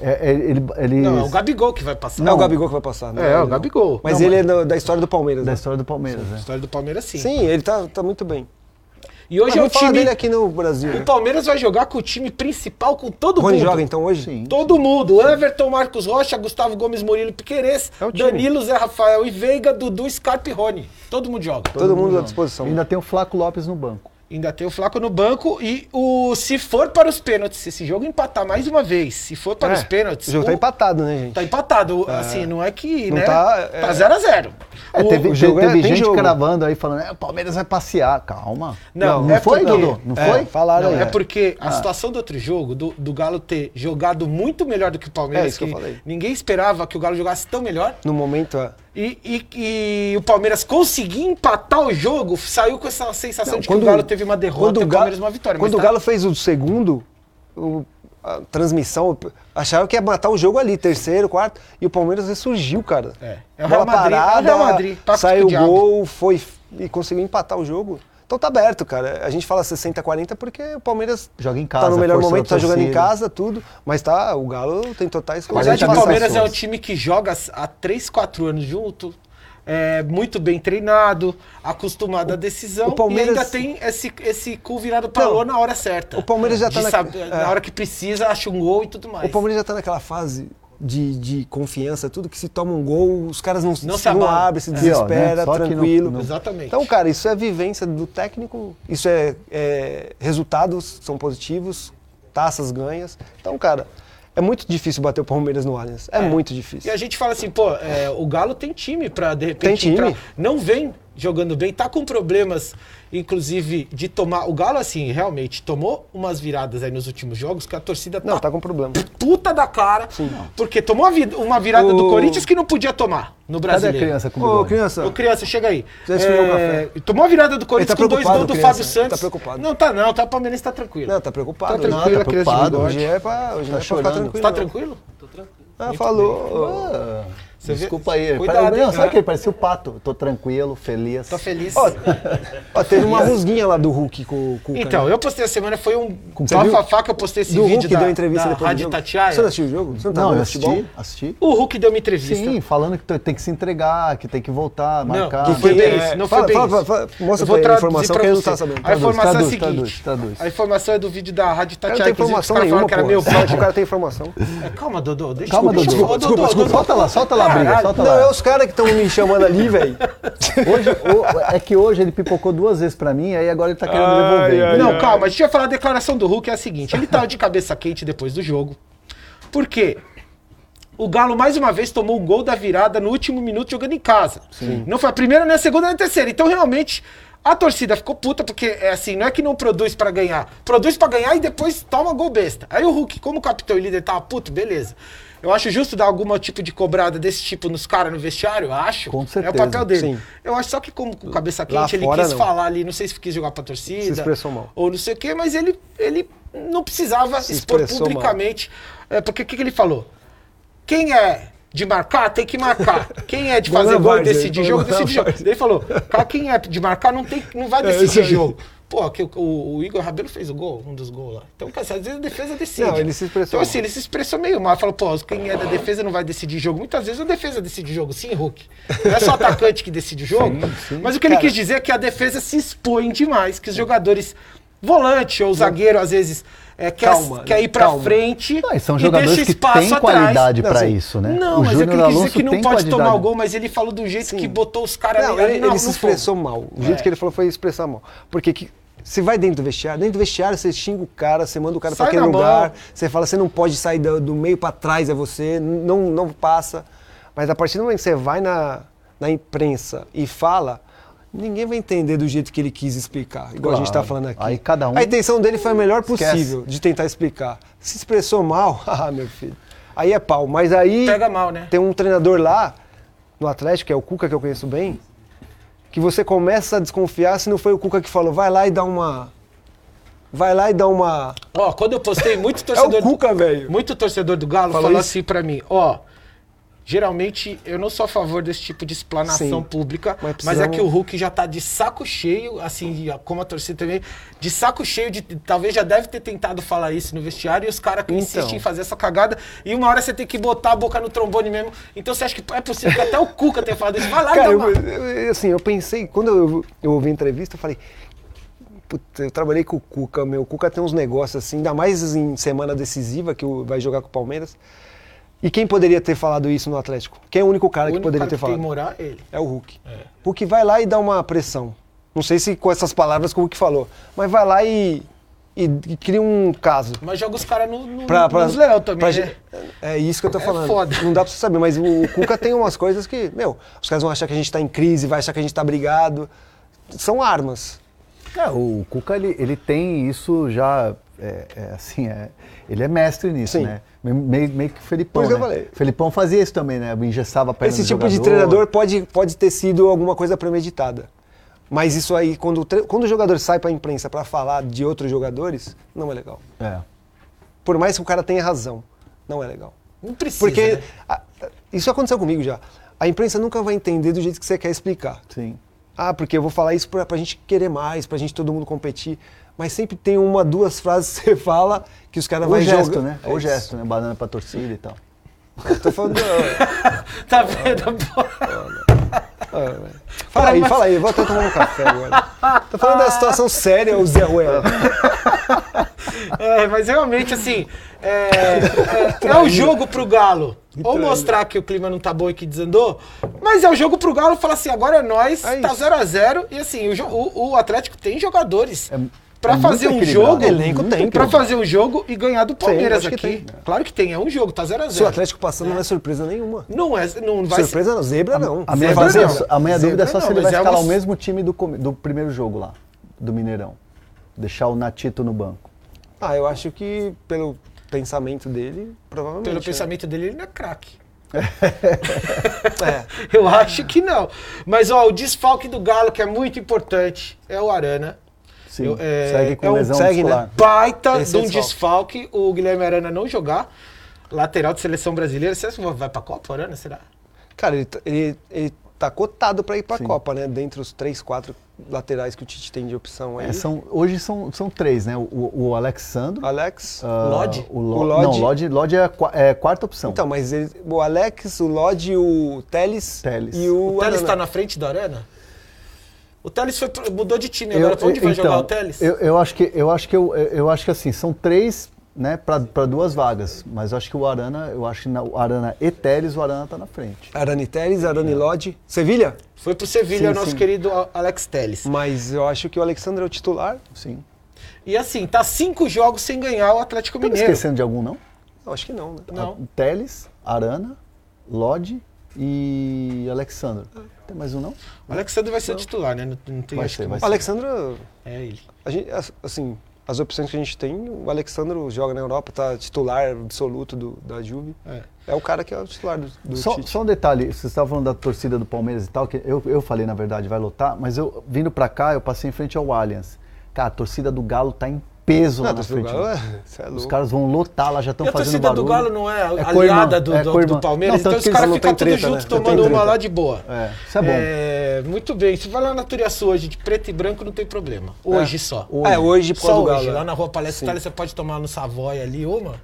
C: é, é, ele, ele-
B: Não, é o Gabigol que vai passar.
A: É o Gabigol que vai passar, né?
B: É, é o
A: Ele não.
B: Gabigol.
A: Mas
B: Não,
A: ele é da- da história do Palmeiras,
C: da
A: né?
C: história do Palmeiras, né?
B: História do Palmeiras, sim.
A: Sim, ele tá, tá muito bem.
B: E hoje
A: Mas
B: é o
A: vamos falar
B: time.
A: dele aqui no Brasil. né?
B: O Palmeiras vai jogar com o time principal, com todo
A: O Rony
B: mundo.
A: joga então hoje? Sim.
B: Todo mundo. Everton, Marcos Rocha, Gustavo Gomes, Murilo Piquerez,
A: É o time.
B: Danilo, Zé Rafael e Veiga, Dudu, Scarpa e Rony. Todo mundo joga.
A: Todo, mundo, tá à disposição.
C: Ainda tem o Flaco Lopes no banco.
B: Ainda tem o Flaco no banco e o se for para os pênaltis, se esse jogo empatar mais uma vez, se for para
A: É,
B: os pênaltis.
A: O jogo tá
B: o-
A: empatado, né, gente?
B: Tá empatado. Assim, não é que,
A: Não
B: né?
A: tá,
B: Tá 0x0.
A: é-
C: É, teve
A: o jogo
C: teve-
A: é-
C: teve
A: tem
C: gente
A: jogo.
C: gravando aí falando, é, o Palmeiras vai passear. Calma.
B: Não,
C: não,
B: é
C: foi,
B: porque-
C: Dudu? Não
A: é,
C: foi?
A: falaram
C: Não,
A: aí. Ah.
B: É porque a situação do outro jogo, do, do Galo ter jogado muito melhor do que o Palmeiras,
A: É isso que eu falei.
B: ninguém esperava que o Galo jogasse tão melhor,
A: No momento, é.
B: e, e- e o Palmeiras conseguir empatar o jogo, saiu com essa sensação
A: Não,
B: de que o Galo teve uma derrota
A: quando
B: e
A: o
B: o
A: Ga-
B: Palmeiras uma vitória.
A: Quando
B: mas
A: o
B: tá-
A: Galo fez o segundo, o- a transmissão, acharam que ia matar o jogo ali, terceiro, quarto, e o Palmeiras ressurgiu, cara.
B: É, é o
A: Bola
B: Real Madrid, é o Real Madrid, toque
A: saiu
B: do
A: o
B: diabo.
A: gol, foi e conseguiu empatar o jogo. Então tá aberto, cara. A gente fala 60-40 porque o Palmeiras
C: Joga em
A: tá
C: casa,
A: no melhor
C: força
A: momento,
C: da
A: tá jogando em
C: torcida.
A: casa, tudo, mas tá, o Galo tem totais
B: Na verdade, o
C: Quarenta
B: Palmeiras é o
C: passações.
B: time que joga há 3, 4 anos junto. é, muito bem treinado, acostumado à decisão
A: o Palmeiras-
B: e ainda tem esse, esse cu virado pra lua na hora certa. O
A: Palmeiras já tá na-
B: na...
A: é.
B: na hora que precisa, acha um gol e tudo mais.
A: O Palmeiras já tá naquela fase de, de confiança, tudo que se toma um gol, os caras não,
B: Não
A: não,
B: se abalam.
A: abrem, se
B: É.
A: desespera,
C: Só que não-
A: tranquilo.
C: não-
B: Exatamente.
A: Então, cara, isso é vivência do técnico, isso é, é resultados são positivos, taças ganhas. Então, cara, é muito difícil bater o Palmeiras no Allianz. É, muito
B: E
A: difícil.
B: a gente fala assim, pô, é, o Galo tem time pra, de repente,
A: Tem time.
B: entrar. Não vem jogando bem, tá com problemas, inclusive, de tomar. O Galo, assim, realmente tomou umas viradas aí nos últimos jogos que a torcida
A: Não, tá com problema.
B: puta da cara, porque tomou uma vi- uma virada do
A: O-
B: Corinthians que não podia tomar no Brasil.
C: criança Tá com
A: Ô,
C: bigode?
A: criança,
B: Ô, criança, chega aí. É,
A: Já esfriou o café?
B: Tomou a virada do Corinthians
A: Ele tá
B: com dois
A: preocupado,
B: gols do
A: criança.
B: Fábio Santos.
A: Tá preocupado.
B: Não, tá não, tá. O Palmeirense tá tranquilo.
A: Não, tá preocupado.
B: Tá tranquilo, a criança de bigode.
A: Hoje é pra, hoje
C: Tá
A: não é pra
C: chorando.
A: ficar tranquilo.
B: Tá
A: não.
B: tranquilo?
A: Ah, falou.
C: Ah,
B: vê-
C: desculpa aí.
B: Cuidado,
C: Pare-
B: hein,
C: não,
B: cara.
C: sabe o que? Parecia o pato. Tô tranquilo, feliz.
B: Tô feliz.
A: Ó, teve uma rusguinha lá do Hulk com, com o
B: Então,
A: Canelo.
B: eu postei a semana, foi um
A: Você viu?
B: bafafá que eu postei esse
A: do
B: vídeo
A: Hulk
B: da,
A: deu entrevista
B: da
A: depois do
B: Rádio
A: jogo.
B: Tatiaia.
A: Você não assistiu o jogo? Você não, tá
C: Não,
A: vendo
C: eu
A: futebol?
C: assisti, assisti.
B: O Hulk deu uma entrevista.
C: Sim, falando que tu tem que se entregar, que tem que voltar, marcar.
B: não foi
A: Quem
B: bem
A: é?
B: isso, não
A: Fala-
B: foi bem
A: fala-
B: isso.
A: fala- fala- mostra
B: Eu vou
A: pra ele a
B: traduzir
A: informação
B: pra
A: que ele não
B: você.
A: tá sabendo.
B: A
C: Traduz,
B: informação é a
C: traduz,
B: seguinte.
C: traduz, traduz.
B: A informação é do vídeo da Rádio
A: O cara não
B: Tatiaia,
A: tem
B: inclusive, que os
A: informação
B: caras falaram
A: nenhuma,
B: que era
A: pô.
B: meio
A: O
B: forte.
A: cara tem informação.
B: É, Calma, Dodô, Ah, deixa
C: Calma, Dodô.
B: deixa- Ô,
C: Desculpa, desculpa. Solta lá, solta lá a briga,
B: Caralho.
C: solta lá.
A: Não, é os caras que estão me chamando ali, velho.
C: Hoje, o- é que hoje ele pipocou duas vezes pra mim, aí agora ele tá querendo devolver.
B: Não, calma, a gente vai falar a declaração do Hulk, é a seguinte, ele tava de cabeça quente depois do jogo, porque o Galo mais uma vez tomou um gol da virada no último minuto jogando em casa. Não foi a primeira, nem a segunda, nem a terceira, então realmente... A torcida ficou puta porque, é assim, não é que não produz pra ganhar. Produz pra ganhar e depois toma gol besta. Aí o Hulk, como capitão e líder, tava puto, beleza. Eu acho justo dar algum tipo de cobrada desse tipo nos caras no vestiário? Acho.
C: Com
B: É o
C: certeza,
B: papel dele.
A: sim.
B: Eu acho só que como com cabeça
A: Lá
B: quente ele
A: fora,
B: quis
A: não.
B: falar ali, não sei se quis jogar pra torcida,
A: Se expressou mal.
B: ou não sei o quê, mas ele, ele não precisava expor
A: expressou mal.
B: publicamente. é, porque o que, que ele falou? Quem é de marcar, tem que marcar. Quem é de
A: Bola
B: fazer
A: na
B: gol e
A: várzea,
B: decidir
A: bola
B: jogo,
A: na
B: decide jogo.
A: várzea.
B: Daí Ele falou, cara, quem é de marcar não, tem, não vai
A: É, isso
B: decidir
A: aí.
B: jogo. Pô, que o, o- o Igor Rabelo fez o gol, um dos gols lá. Então, cara, às vezes a defesa decide.
A: Não, ele se expressou
B: Então, assim,
A: mal.
B: ele se expressou meio mal. Falou, pô, quem é da defesa não vai decidir jogo. Muitas vezes a defesa decide jogo, sim, Hulk. Não é só o atacante que decide o jogo. Mas o que ele quis dizer é que a defesa se expõe demais, que os jogadores, volante ou zagueiro, às vezes, é, quer,
A: Calma,
B: quer ir pra
A: calma.
B: frente
C: Não, e são
B: e
C: jogadores
B: deixa
C: que
B: espaço
C: têm
B: atrás.
C: qualidade
A: Não,
C: pra
A: assim,
C: isso, né?
B: Não, mas eu
C: Júnior
B: quis dizer
C: Alonso
B: que não
C: tem
B: pode tomar
C: qualidade.
B: o gol, mas ele falou do jeito que botou os caras
A: Não,
B: ali
A: ele,
B: na-
A: ele se
B: no
A: expressou
B: fogo.
A: mal. O jeito que ele falou foi expressar mal. Porque que, você vai dentro do vestiário, dentro do vestiário você xinga o cara, você manda o cara para
B: Sai
A: aquele
B: na mão.
A: lugar, você fala, você não pode sair do, do meio para trás, é você, n- não, não passa. Mas a partir do momento que você vai na, na imprensa e fala, ninguém vai entender do jeito que ele quis explicar, igual a gente está
C: Claro.
A: falando aqui.
C: Aí cada um-
A: A intenção dele foi a melhor
C: Esquece.
A: possível de tentar explicar. Se expressou mal, ah, meu filho, aí é pau. Mas aí.
B: Pega mal, né?
A: Tem um treinador lá no Atlético, que é o Cuca, que eu conheço bem, que você começa a desconfiar se não foi o Cuca que falou, vai lá e dá uma. Vai lá e dá uma.
B: Ó, quando eu postei,
A: É
B: muito torcedor.
A: Cuca, velho.
B: Muito torcedor do Galo
A: Falou
B: falou
A: isso?
B: assim pra mim, ó. Geralmente eu não sou a favor desse tipo de explanação
A: Sim.
B: pública,
A: Mas
B: mas, é
A: precisamos-
B: que o Hulk já tá de saco cheio, assim, de- como a torcida também, de saco cheio de. Talvez já deve ter tentado falar isso no vestiário e os caras
A: Então.
B: insistem em fazer essa cagada. E uma hora você tem que botar a boca no trombone mesmo. Então você acha que é possível que até o Cuca tenha falado isso? Vai lá, então,
A: Cara,
B: dá
A: eu,
B: uma...
A: eu- assim, eu pensei, quando eu, eu ouvi a entrevista, eu falei. Puta, eu trabalhei com o Cuca, meu. O Cuca tem uns negócios assim, ainda mais em semana decisiva que o- vai jogar com o Palmeiras. E quem poderia ter falado isso no Atlético? Quem é o único cara
B: O
A: que
B: único
A: poderia
B: cara
A: ter
B: que
A: falado?
B: Tem moral, é ele.
A: É o Hulk. Hulk vai lá e dá uma pressão. Não sei se com essas palavras que o Hulk falou, mas vai lá e, e- e cria um caso.
B: Mas joga os caras no, no,
A: Pra, pra,
B: nos leão também,
A: pra
B: né?
A: gen- É isso que eu tô falando.
B: foda.
A: Não dá pra você saber, mas o, o Cuca tem umas coisas que, meu, os caras vão achar que a gente tá em crise, vai achar que a gente tá brigado. São armas.
C: É, o Cuca, ele, ele tem isso já, é, é, assim, é, ele é mestre nisso,
A: Sim.
C: né? Me- Meio, meio que o Felipão,
A: Por isso que
C: né?
A: eu falei.
C: Felipão fazia isso também, né? Engessava a perna
A: Esse
C: do
A: tipo de
C: jogador.
A: treinador pode, pode ter sido alguma coisa premeditada. Mas isso aí, quando, o tre- quando o jogador sai pra imprensa pra falar de outros jogadores, não é legal.
C: É.
A: Por mais que o cara tenha razão, não é legal.
B: Não precisa.
A: Porque
B: né?
A: a- a- isso aconteceu comigo já. A imprensa nunca vai entender do jeito que você quer explicar.
C: Sim.
A: Ah, porque eu vou falar isso pra, pra gente querer mais, pra gente todo mundo competir. Mas sempre tem uma, duas frases que você fala que os caras
C: O
A: vão
C: gesto,
A: jogar.
C: né?
A: É
C: o
A: isso.
C: gesto, né? Banana pra torcida e tal.
A: Eu Tô falando,
B: Tá vendo?
A: Ah, fala aí, fala aí, vou até tomar um café agora. Tô falando da situação séria, o Zé Ruela.
B: É, mas realmente, assim, é, é, é o jogo pro Galo. Ou mostrar que o clima não tá bom e que desandou, mas é o jogo pro Galo falar assim, agora é nós, tá 0x0. e assim, o, jo- o- o Atlético tem jogadores. Pra
A: é
B: fazer
A: muito
B: um
A: equilibrado.
B: jogo,
A: Elenco tem,
B: Pra
A: equilibrado.
B: fazer um jogo e ganhar do
A: Tem,
B: Palmeiras
A: acho que
B: aqui.
A: tem.
B: Claro que tem, é um jogo, tá 0x0.
A: Se o Atlético passando, não é surpresa nenhuma.
B: Não é, não vai
A: surpresa não, zebra não.
C: A minha,
A: Zebra
C: dúvida,
A: não.
C: a minha dúvida é só
B: Zebra não,
C: se ele vai
B: mas é
C: escalar
B: uma-
C: o mesmo time do, come- do primeiro jogo lá, do Mineirão. Deixar o Natito no banco.
A: Ah, eu acho que pelo pensamento dele, provavelmente.
B: Pelo
A: né?
B: pensamento dele, ele não é craque.
A: É.
B: Eu acho que não. Mas, ó, o desfalque do Galo, que é muito importante, é o Arana.
C: Sim,
B: Eu- é,
C: segue com
B: é um-
C: lesão
A: segue,
C: muscular.
A: né?
B: baita
A: Esse
B: de
C: é
B: um
A: desfalque.
B: desfalque o Guilherme Arana não jogar. Lateral de seleção brasileira. Será que vai pra Copa, Arana? Será?
A: Cara, ele, tá- ele, ele tá cotado pra ir pra Copa, né? Dentre os três, quatro laterais que o Tite tem de opção aí.
C: É, são, hoje são, são três, né? O, o- o Alexandro.
A: Alex,
C: ah,
A: Lodge?
C: O
A: O
C: Lodge.
A: Lodge.
C: Não, o Lodge, Lodge é a, qua- é a quarta opção.
A: Então, mas ele- o Alex, o Lodge, o Teles,
C: Telles.
A: e o.
B: O Teles
A: Arana.
B: tá na frente do Arana? O Teles foi pro- mudou de time
C: Eu-
B: agora. Pra onde vai
C: então,
B: jogar o Teles?
C: Eu, eu acho que eu acho que eu, eu acho que assim são três, né, para duas vagas. Mas eu acho que o Arana, eu acho que na, o Arana e Teles, o Arana tá na frente.
A: Arana e Teles, Arana e Lodge. Sevilha?
B: Foi pro Sevilha,
A: Sim,
B: nosso
A: sim.
B: querido A- Alex Teles.
A: Mas eu acho que o Alexandre é o titular.
C: Sim.
B: E assim, tá cinco jogos sem ganhar o Atlético
C: Estamos
B: Mineiro.
C: esquecendo de algum não? Ah,
A: Eu acho que não, né?
B: Não.
C: Teles, Arana, Lodge e Alexandro.
B: Ah.
C: Tem mais um não?
B: O Alexandre vai ser o titular, né? Não, não tem
C: Vai
B: acho
C: ser,
B: que-
C: vai
A: O
C: ser.
A: Alexandre,
B: É ele.
A: a gente- as- assim, as opções que a gente tem, o Alexandre joga na Europa, tá titular absoluto do- da Juve.
B: É.
A: É o cara que é o titular do, do
C: Só,
A: Tite.
C: só um detalhe, vocês estavam falando da torcida do Palmeiras e tal, que eu, eu falei, na verdade, vai lotar, mas eu vindo pra cá, eu passei em frente ao Allianz. Cara, a torcida do Galo tá em peso
A: Não,
C: lá
A: a
C: na
A: torcida do
C: frente.
A: Galo
C: né?
A: é- cê é
C: Os
A: louco.
C: caras vão lotar lá, já estão
B: E a
C: fazendo
B: torcida do
C: barulho.
B: Galo não é,
C: co-irmão,
B: aliada do,
C: é
B: do- do
C: co-irmão.
B: Palmeiras,
C: Não, tanto
B: então os
C: que
B: caras
C: eles não
B: ficam
C: têm
B: tudo
C: treta, né?
B: junto
C: Não tem
B: tomando uma
C: treta.
B: lá de boa.
C: É, isso é bom.
B: É, muito bem. Se vai lá na Turia sua hoje, de preto e branco, não tem problema. Hoje só.
A: Hoje. É, hoje por
B: só
A: causa do
B: hoje.
A: Galo,
B: Lá
A: é.
B: na Rua Palestra
A: Sim.
B: Itália, você pode tomar no Savoy ali uma,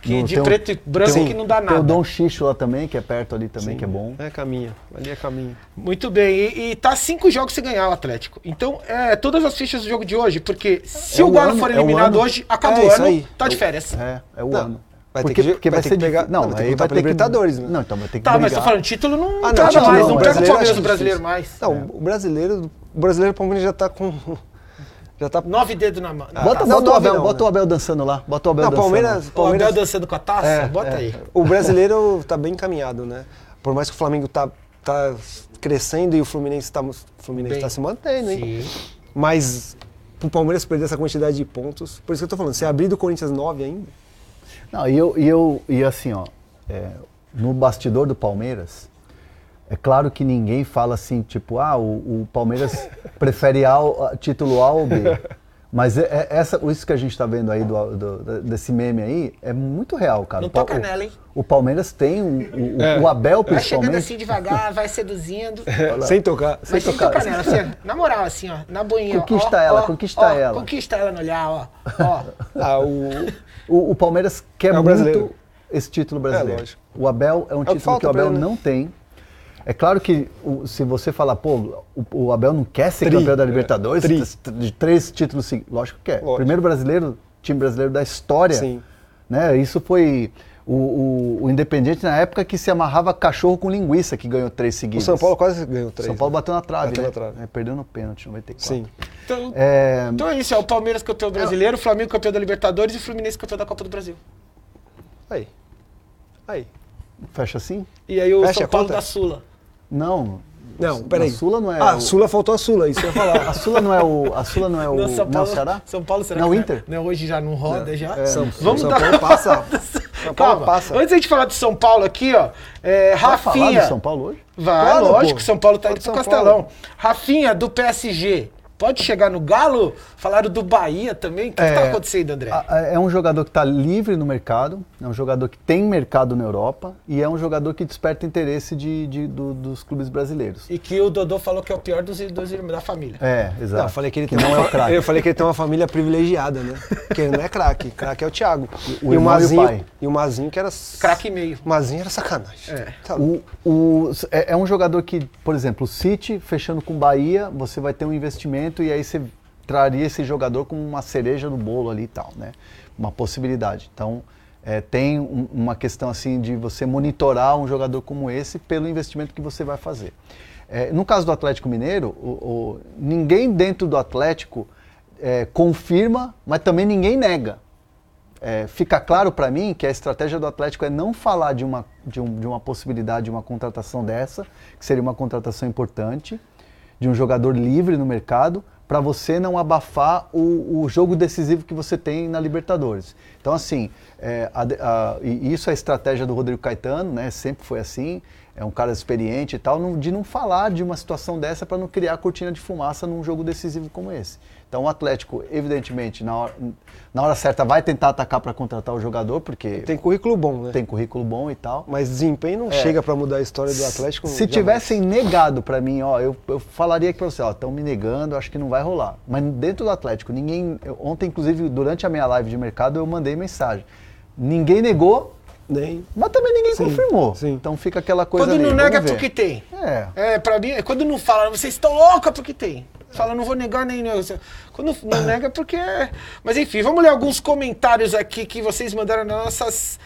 B: que
C: No-
B: de
C: tem um-
B: preto e branco
C: tem um-
B: que não dá
C: Tem o
B: nada.
C: Dom Xixo lá também, que é perto ali também, que é bom.
A: É caminho, ali é caminho.
B: Muito bem. E, e tá cinco jogos sem ganhar o Atlético. Então, é, todas as fichas do jogo de hoje, porque se
C: É
B: o
C: o
B: Galo
C: ano,
B: for
C: é o
B: eliminado
C: ano.
B: hoje, acabou
A: É
B: o
A: isso
B: ano,
A: aí.
B: tá de férias.
C: É, é o
A: Não,
C: ano.
A: vai ter que- vai ter que pegar-
C: Não,
A: não, vai ter que
C: aí
A: lutar pra
C: vai ter que...
A: Libertadores, né?
C: Não, então vai ter que
B: Tá, mas tô
C: brigar.
B: falando, título não
A: Ah, não,
B: pega
A: título
B: mais,
A: não,
B: não
A: o
B: pega o
A: brasileiro
B: Palmeiras
C: é
A: acho
B: do
A: difícil.
B: brasileiro mais.
A: Não, o brasileiro, o brasileiro Palmeiras já tá com. Já tá.
B: Nove dedos na mão.
C: Bota,
A: Não,
C: bota o
A: nove
C: Abel,
A: não,
C: bota
A: né?
C: o Abel dançando lá. Bota o Abel
A: Não,
C: dançando.
A: Palmeiras.
B: O Abel
A: Palmeiras
B: dançando com a taça?
A: É,
B: Bota
A: é.
B: aí.
A: O brasileiro tá bem encaminhado, né? Por mais que o Flamengo tá, tá crescendo e o Fluminense tá, o Fluminense
B: Bem.
A: tá se mantendo, hein?
B: Sim.
A: Mas pro Palmeiras perder essa quantidade de pontos, por isso que eu tô falando, se abrir do Corinthians 9 ainda,
C: Não, e eu, e eu e assim, ó, é, no bastidor do Palmeiras, é claro que ninguém fala assim, tipo, ah, o, o Palmeiras prefere A ao- a- título A ou B. Mas é, é essa, isso que a gente está vendo aí, do- do- desse meme aí, é muito real, cara.
B: Não
C: O Pal-
B: toca
C: o-
B: nela, hein?
C: O Palmeiras tem, o, o, o Abel
B: Vai chegando
C: principalmente.
B: assim devagar, vai seduzindo.
A: sem tocar.
B: Mas sem tocar nela, assim, ó, na moral, assim, ó, na boinha. ó,
C: Conquista
B: ó,
C: ela,
B: ó,
C: conquista
B: ó,
C: ela.
B: Conquista ela no olhar, ó. ó.
A: Ah, o,
C: O, o Palmeiras quer
A: É o brasileiro.
C: muito esse título brasileiro.
A: lógico.
C: o Abel é um
A: que
C: título
A: falta
C: que o
A: pra
C: Abel
A: ele, né?
C: não tem. É claro que o- se você falar, pô, o, o Abel não quer ser
A: Tri,
C: campeão da
A: é.
C: Libertadores,
A: Tri.
C: t- de três títulos seguidos. Lógico que quer.
A: Lógico.
C: Primeiro brasileiro, time brasileiro da história.
A: Sim.
C: Né? Isso foi o, o, o Independente na época que se amarrava cachorro com linguiça, que ganhou três
A: o
C: seguidos.
A: São Paulo quase ganhou 3.
C: São Paulo bateu na trave,
A: Bateu
C: né?
A: na trave.
C: É, perdeu no pênalti, 94.
A: Sim.
B: Então,
C: É,
B: então é isso, é o Palmeiras campeão brasileiro, o Flamengo campeão da Libertadores e o Fluminense campeão da Copa do Brasil.
A: Aí. Aí.
C: fecha assim?
B: E aí o
A: Fecha
B: São
A: a
B: Paulo
A: conta?
B: da Sula.
C: Não.
A: Não, peraí.
C: A Sula não é
A: Ah,
C: o-
A: Sula faltou a Sula, isso que eu ia falar.
C: A Sula não é o. A Sula não é o.
B: Não,
C: Não,
B: São Paulo,
C: o Ceará?
B: São Paulo será
C: Não,
B: que é?
C: o Inter. é.
B: Não, hoje já não roda, já.
A: São,
B: Vamos
A: São
B: dar...
A: Paulo passa.
B: Tá
A: São Paulo
B: Calma,
A: passa.
B: antes da gente falar de São Paulo aqui, ó, é,
C: Vai falar
B: Rafinha...
C: do São Paulo hoje?
B: Vai,
A: Claro,
B: lógico,
A: pô.
B: São Paulo tá
A: Fala
B: indo
A: do
B: pro
A: São
B: Castelão. Rafinha, do PSG, Pode chegar no Galo? Falaram do Bahia também. O que está acontecendo, André?
C: É, a- a- É um jogador que está livre no mercado, é um jogador que tem mercado na Europa e é um jogador que desperta interesse de, de- do- dos clubes brasileiros.
B: E que o Dodô falou que é o pior dos, dos irmãos da família.
C: É, exato.
A: Não, eu falei que ele
C: Que
A: tem
C: não
A: uma,
C: é o craque.
A: Eu falei que ele tem uma família privilegiada, né? Porque ele não é craque. Craque é o Thiago.
C: o irmão e o
A: Mazinho,
C: pai.
A: e o Mazinho que era. Craque meio. Mazinho era sacanagem. Tá louco.
C: O- o- é, é um jogador que, por exemplo, o City, fechando com o Bahia, você vai ter um investimento e aí você traria esse jogador como uma cereja no bolo ali e tal, né? Uma possibilidade. Então, é, tem um- uma questão assim de você monitorar um jogador como esse pelo investimento que você vai fazer. É, no caso do Atlético Mineiro, o- o- ninguém dentro do Atlético é, confirma, mas também ninguém nega. É, fica claro para mim que a estratégia do Atlético é não falar de uma, de, um- de uma possibilidade de uma contratação dessa, que seria uma contratação importante, de um jogador livre no mercado, para você não abafar o, o jogo decisivo que você tem na Libertadores. Então, assim, é, a de- a- e isso é a estratégia do Rodrigo Caetano, né? sempre foi assim, é um cara experiente e tal, não- de não falar de uma situação dessa para não criar cortina de fumaça num jogo decisivo como esse. Então o Atlético, evidentemente, na hora, na hora certa vai tentar atacar para contratar o jogador, porque
A: Tem currículo bom, né?
C: tem currículo bom e tal.
A: Mas desempenho não
C: É.
A: chega pra mudar a história do Atlético.
C: Se
A: jamais.
C: tivessem negado pra mim, ó, eu, eu falaria aqui pra você, ó, estão me negando, acho que não vai rolar. Mas dentro do Atlético, ninguém. eu- ontem, inclusive, durante a minha live de mercado, eu mandei mensagem. Ninguém negou,
A: Nem.
C: mas também ninguém confirmou. Então fica aquela coisa.
B: Quando
C: ali,
B: não
C: vamos
B: nega é
C: ver.
B: porque tem.
C: É.
B: É, pra mim, é quando não fala, vocês estão louca porque tem. Fala, não vou negar nem. nem- Quando não nega é porque é. Mas enfim, vamos ler alguns comentários aqui que vocês mandaram nas nossas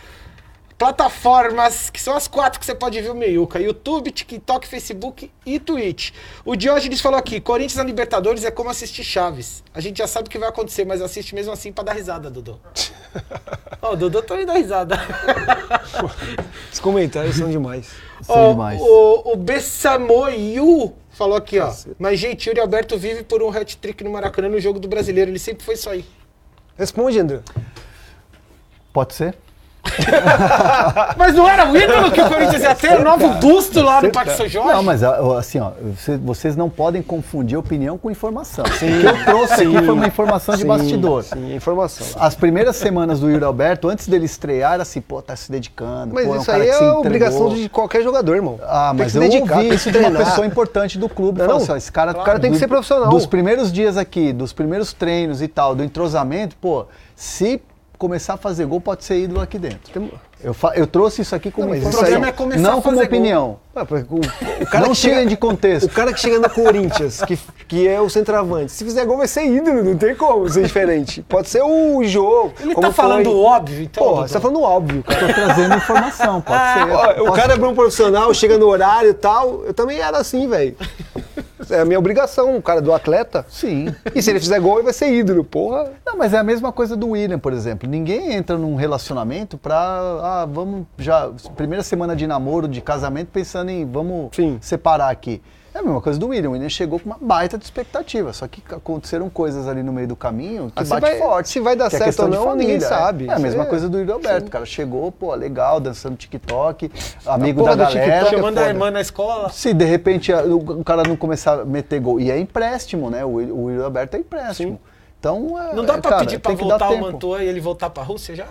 B: plataformas, que são as quatro que você pode ver o Meiuca: YouTube, TikTok, Facebook e Twitch. O Diógenes falou aqui: Corinthians na Libertadores é como assistir Chaves. A gente já sabe o que vai acontecer, mas assiste mesmo assim pra dar risada, Dudu. Ó, o Dudu também dá risada.
A: Os comentários são demais.
B: Ó, O, o Bessamoyu falou aqui, ó. Mas, gente, Yuri Alberto vive por um hat-trick no Maracanã no jogo do brasileiro. Ele sempre foi isso aí.
A: Responde, André.
C: Pode ser?
B: Mas não era o ídolo que o Corinthians ia ter? O novo busto lá no Parque São Jorge?
C: tá Não, mas ah, assim, ó, você- vocês não podem confundir opinião com informação. o que eu trouxe aqui
A: sim.
C: foi uma informação de
A: Sim,
C: bastidor.
A: Sim, informação.
C: As primeiras semanas do Yuri Alberto, antes dele estrear, era assim, pô, tá se dedicando.
A: Mas
C: pô,
A: isso
C: um cara
A: aí
C: que
A: é
C: se
A: a
C: entregou.
A: obrigação de qualquer jogador, irmão.
C: Ah,
A: Tem que
C: mas
A: se
C: eu
A: dedicar,
C: ouvi
A: tem que
C: isso
A: se
C: de uma
A: treinar.
C: pessoa importante do clube.
A: Não,
C: falou
A: não.
C: assim, ó, esse cara,
A: Claro, tem que ser profissional.
C: Dos primeiros dias aqui, dos primeiros treinos e tal, do entrosamento, pô, se começar a fazer gol, pode ser ídolo aqui dentro. Eu, fa- eu trouxe isso aqui como
A: Não, mas
C: informação,
A: isso aí- O problema é começar
C: não
A: a
C: como
A: fazer gol.
C: opinião.
A: Ah, porque o, o
C: Não tirem de contexto.
A: O cara que chega no Corinthians, que, que é o centroavante, se fizer gol vai ser ídolo, não tem como ser diferente. Pode ser o jogo.
B: Ele
A: como
B: tá falando
A: foi.
B: óbvio, então.
A: Porra,
B: Dudu. Ah.
A: você tá falando óbvio, cara.
C: Tô trazendo informação, pode ser.
A: Ó, O
C: Posso-
A: cara é bom profissional, chega no horário e tal. Eu também era assim, velho. É a minha obrigação, o cara do atleta.
C: Sim.
A: E se ele fizer gol, ele vai ser ídolo, porra.
C: Não, mas é a mesma coisa do William, por exemplo. Ninguém entra num relacionamento pra. Ah, vamos já. Primeira semana de namoro, de casamento, pensando em vamos
A: Sim.
C: separar aqui. É a mesma coisa do William. O William chegou com uma baita de expectativa. Só que aconteceram coisas ali no meio do caminho que
A: Ah, se
C: bate
A: vai-
C: forte.
A: se vai dar
C: que é
A: certo
C: questão
A: ou
C: de
A: não, ninguém
C: é.
A: sabe.
C: É, a
A: Isso
C: mesma
A: é-
C: coisa do Yuri Alberto. O cara chegou, pô, legal, dançando TikTok, amigo da
A: porra do
C: galera.
A: TikTok é
B: Chamando a irmã na escola.
C: Se de repente a- o, o cara não começar a meter gol, e é empréstimo, né? O, Will- o Will Alberto é empréstimo. Então, é,
B: Não dá pra
C: cara,
B: pedir pra
C: tem que dar
B: voltar o
C: tempo.
B: Mantua e ele voltar pra Rússia já?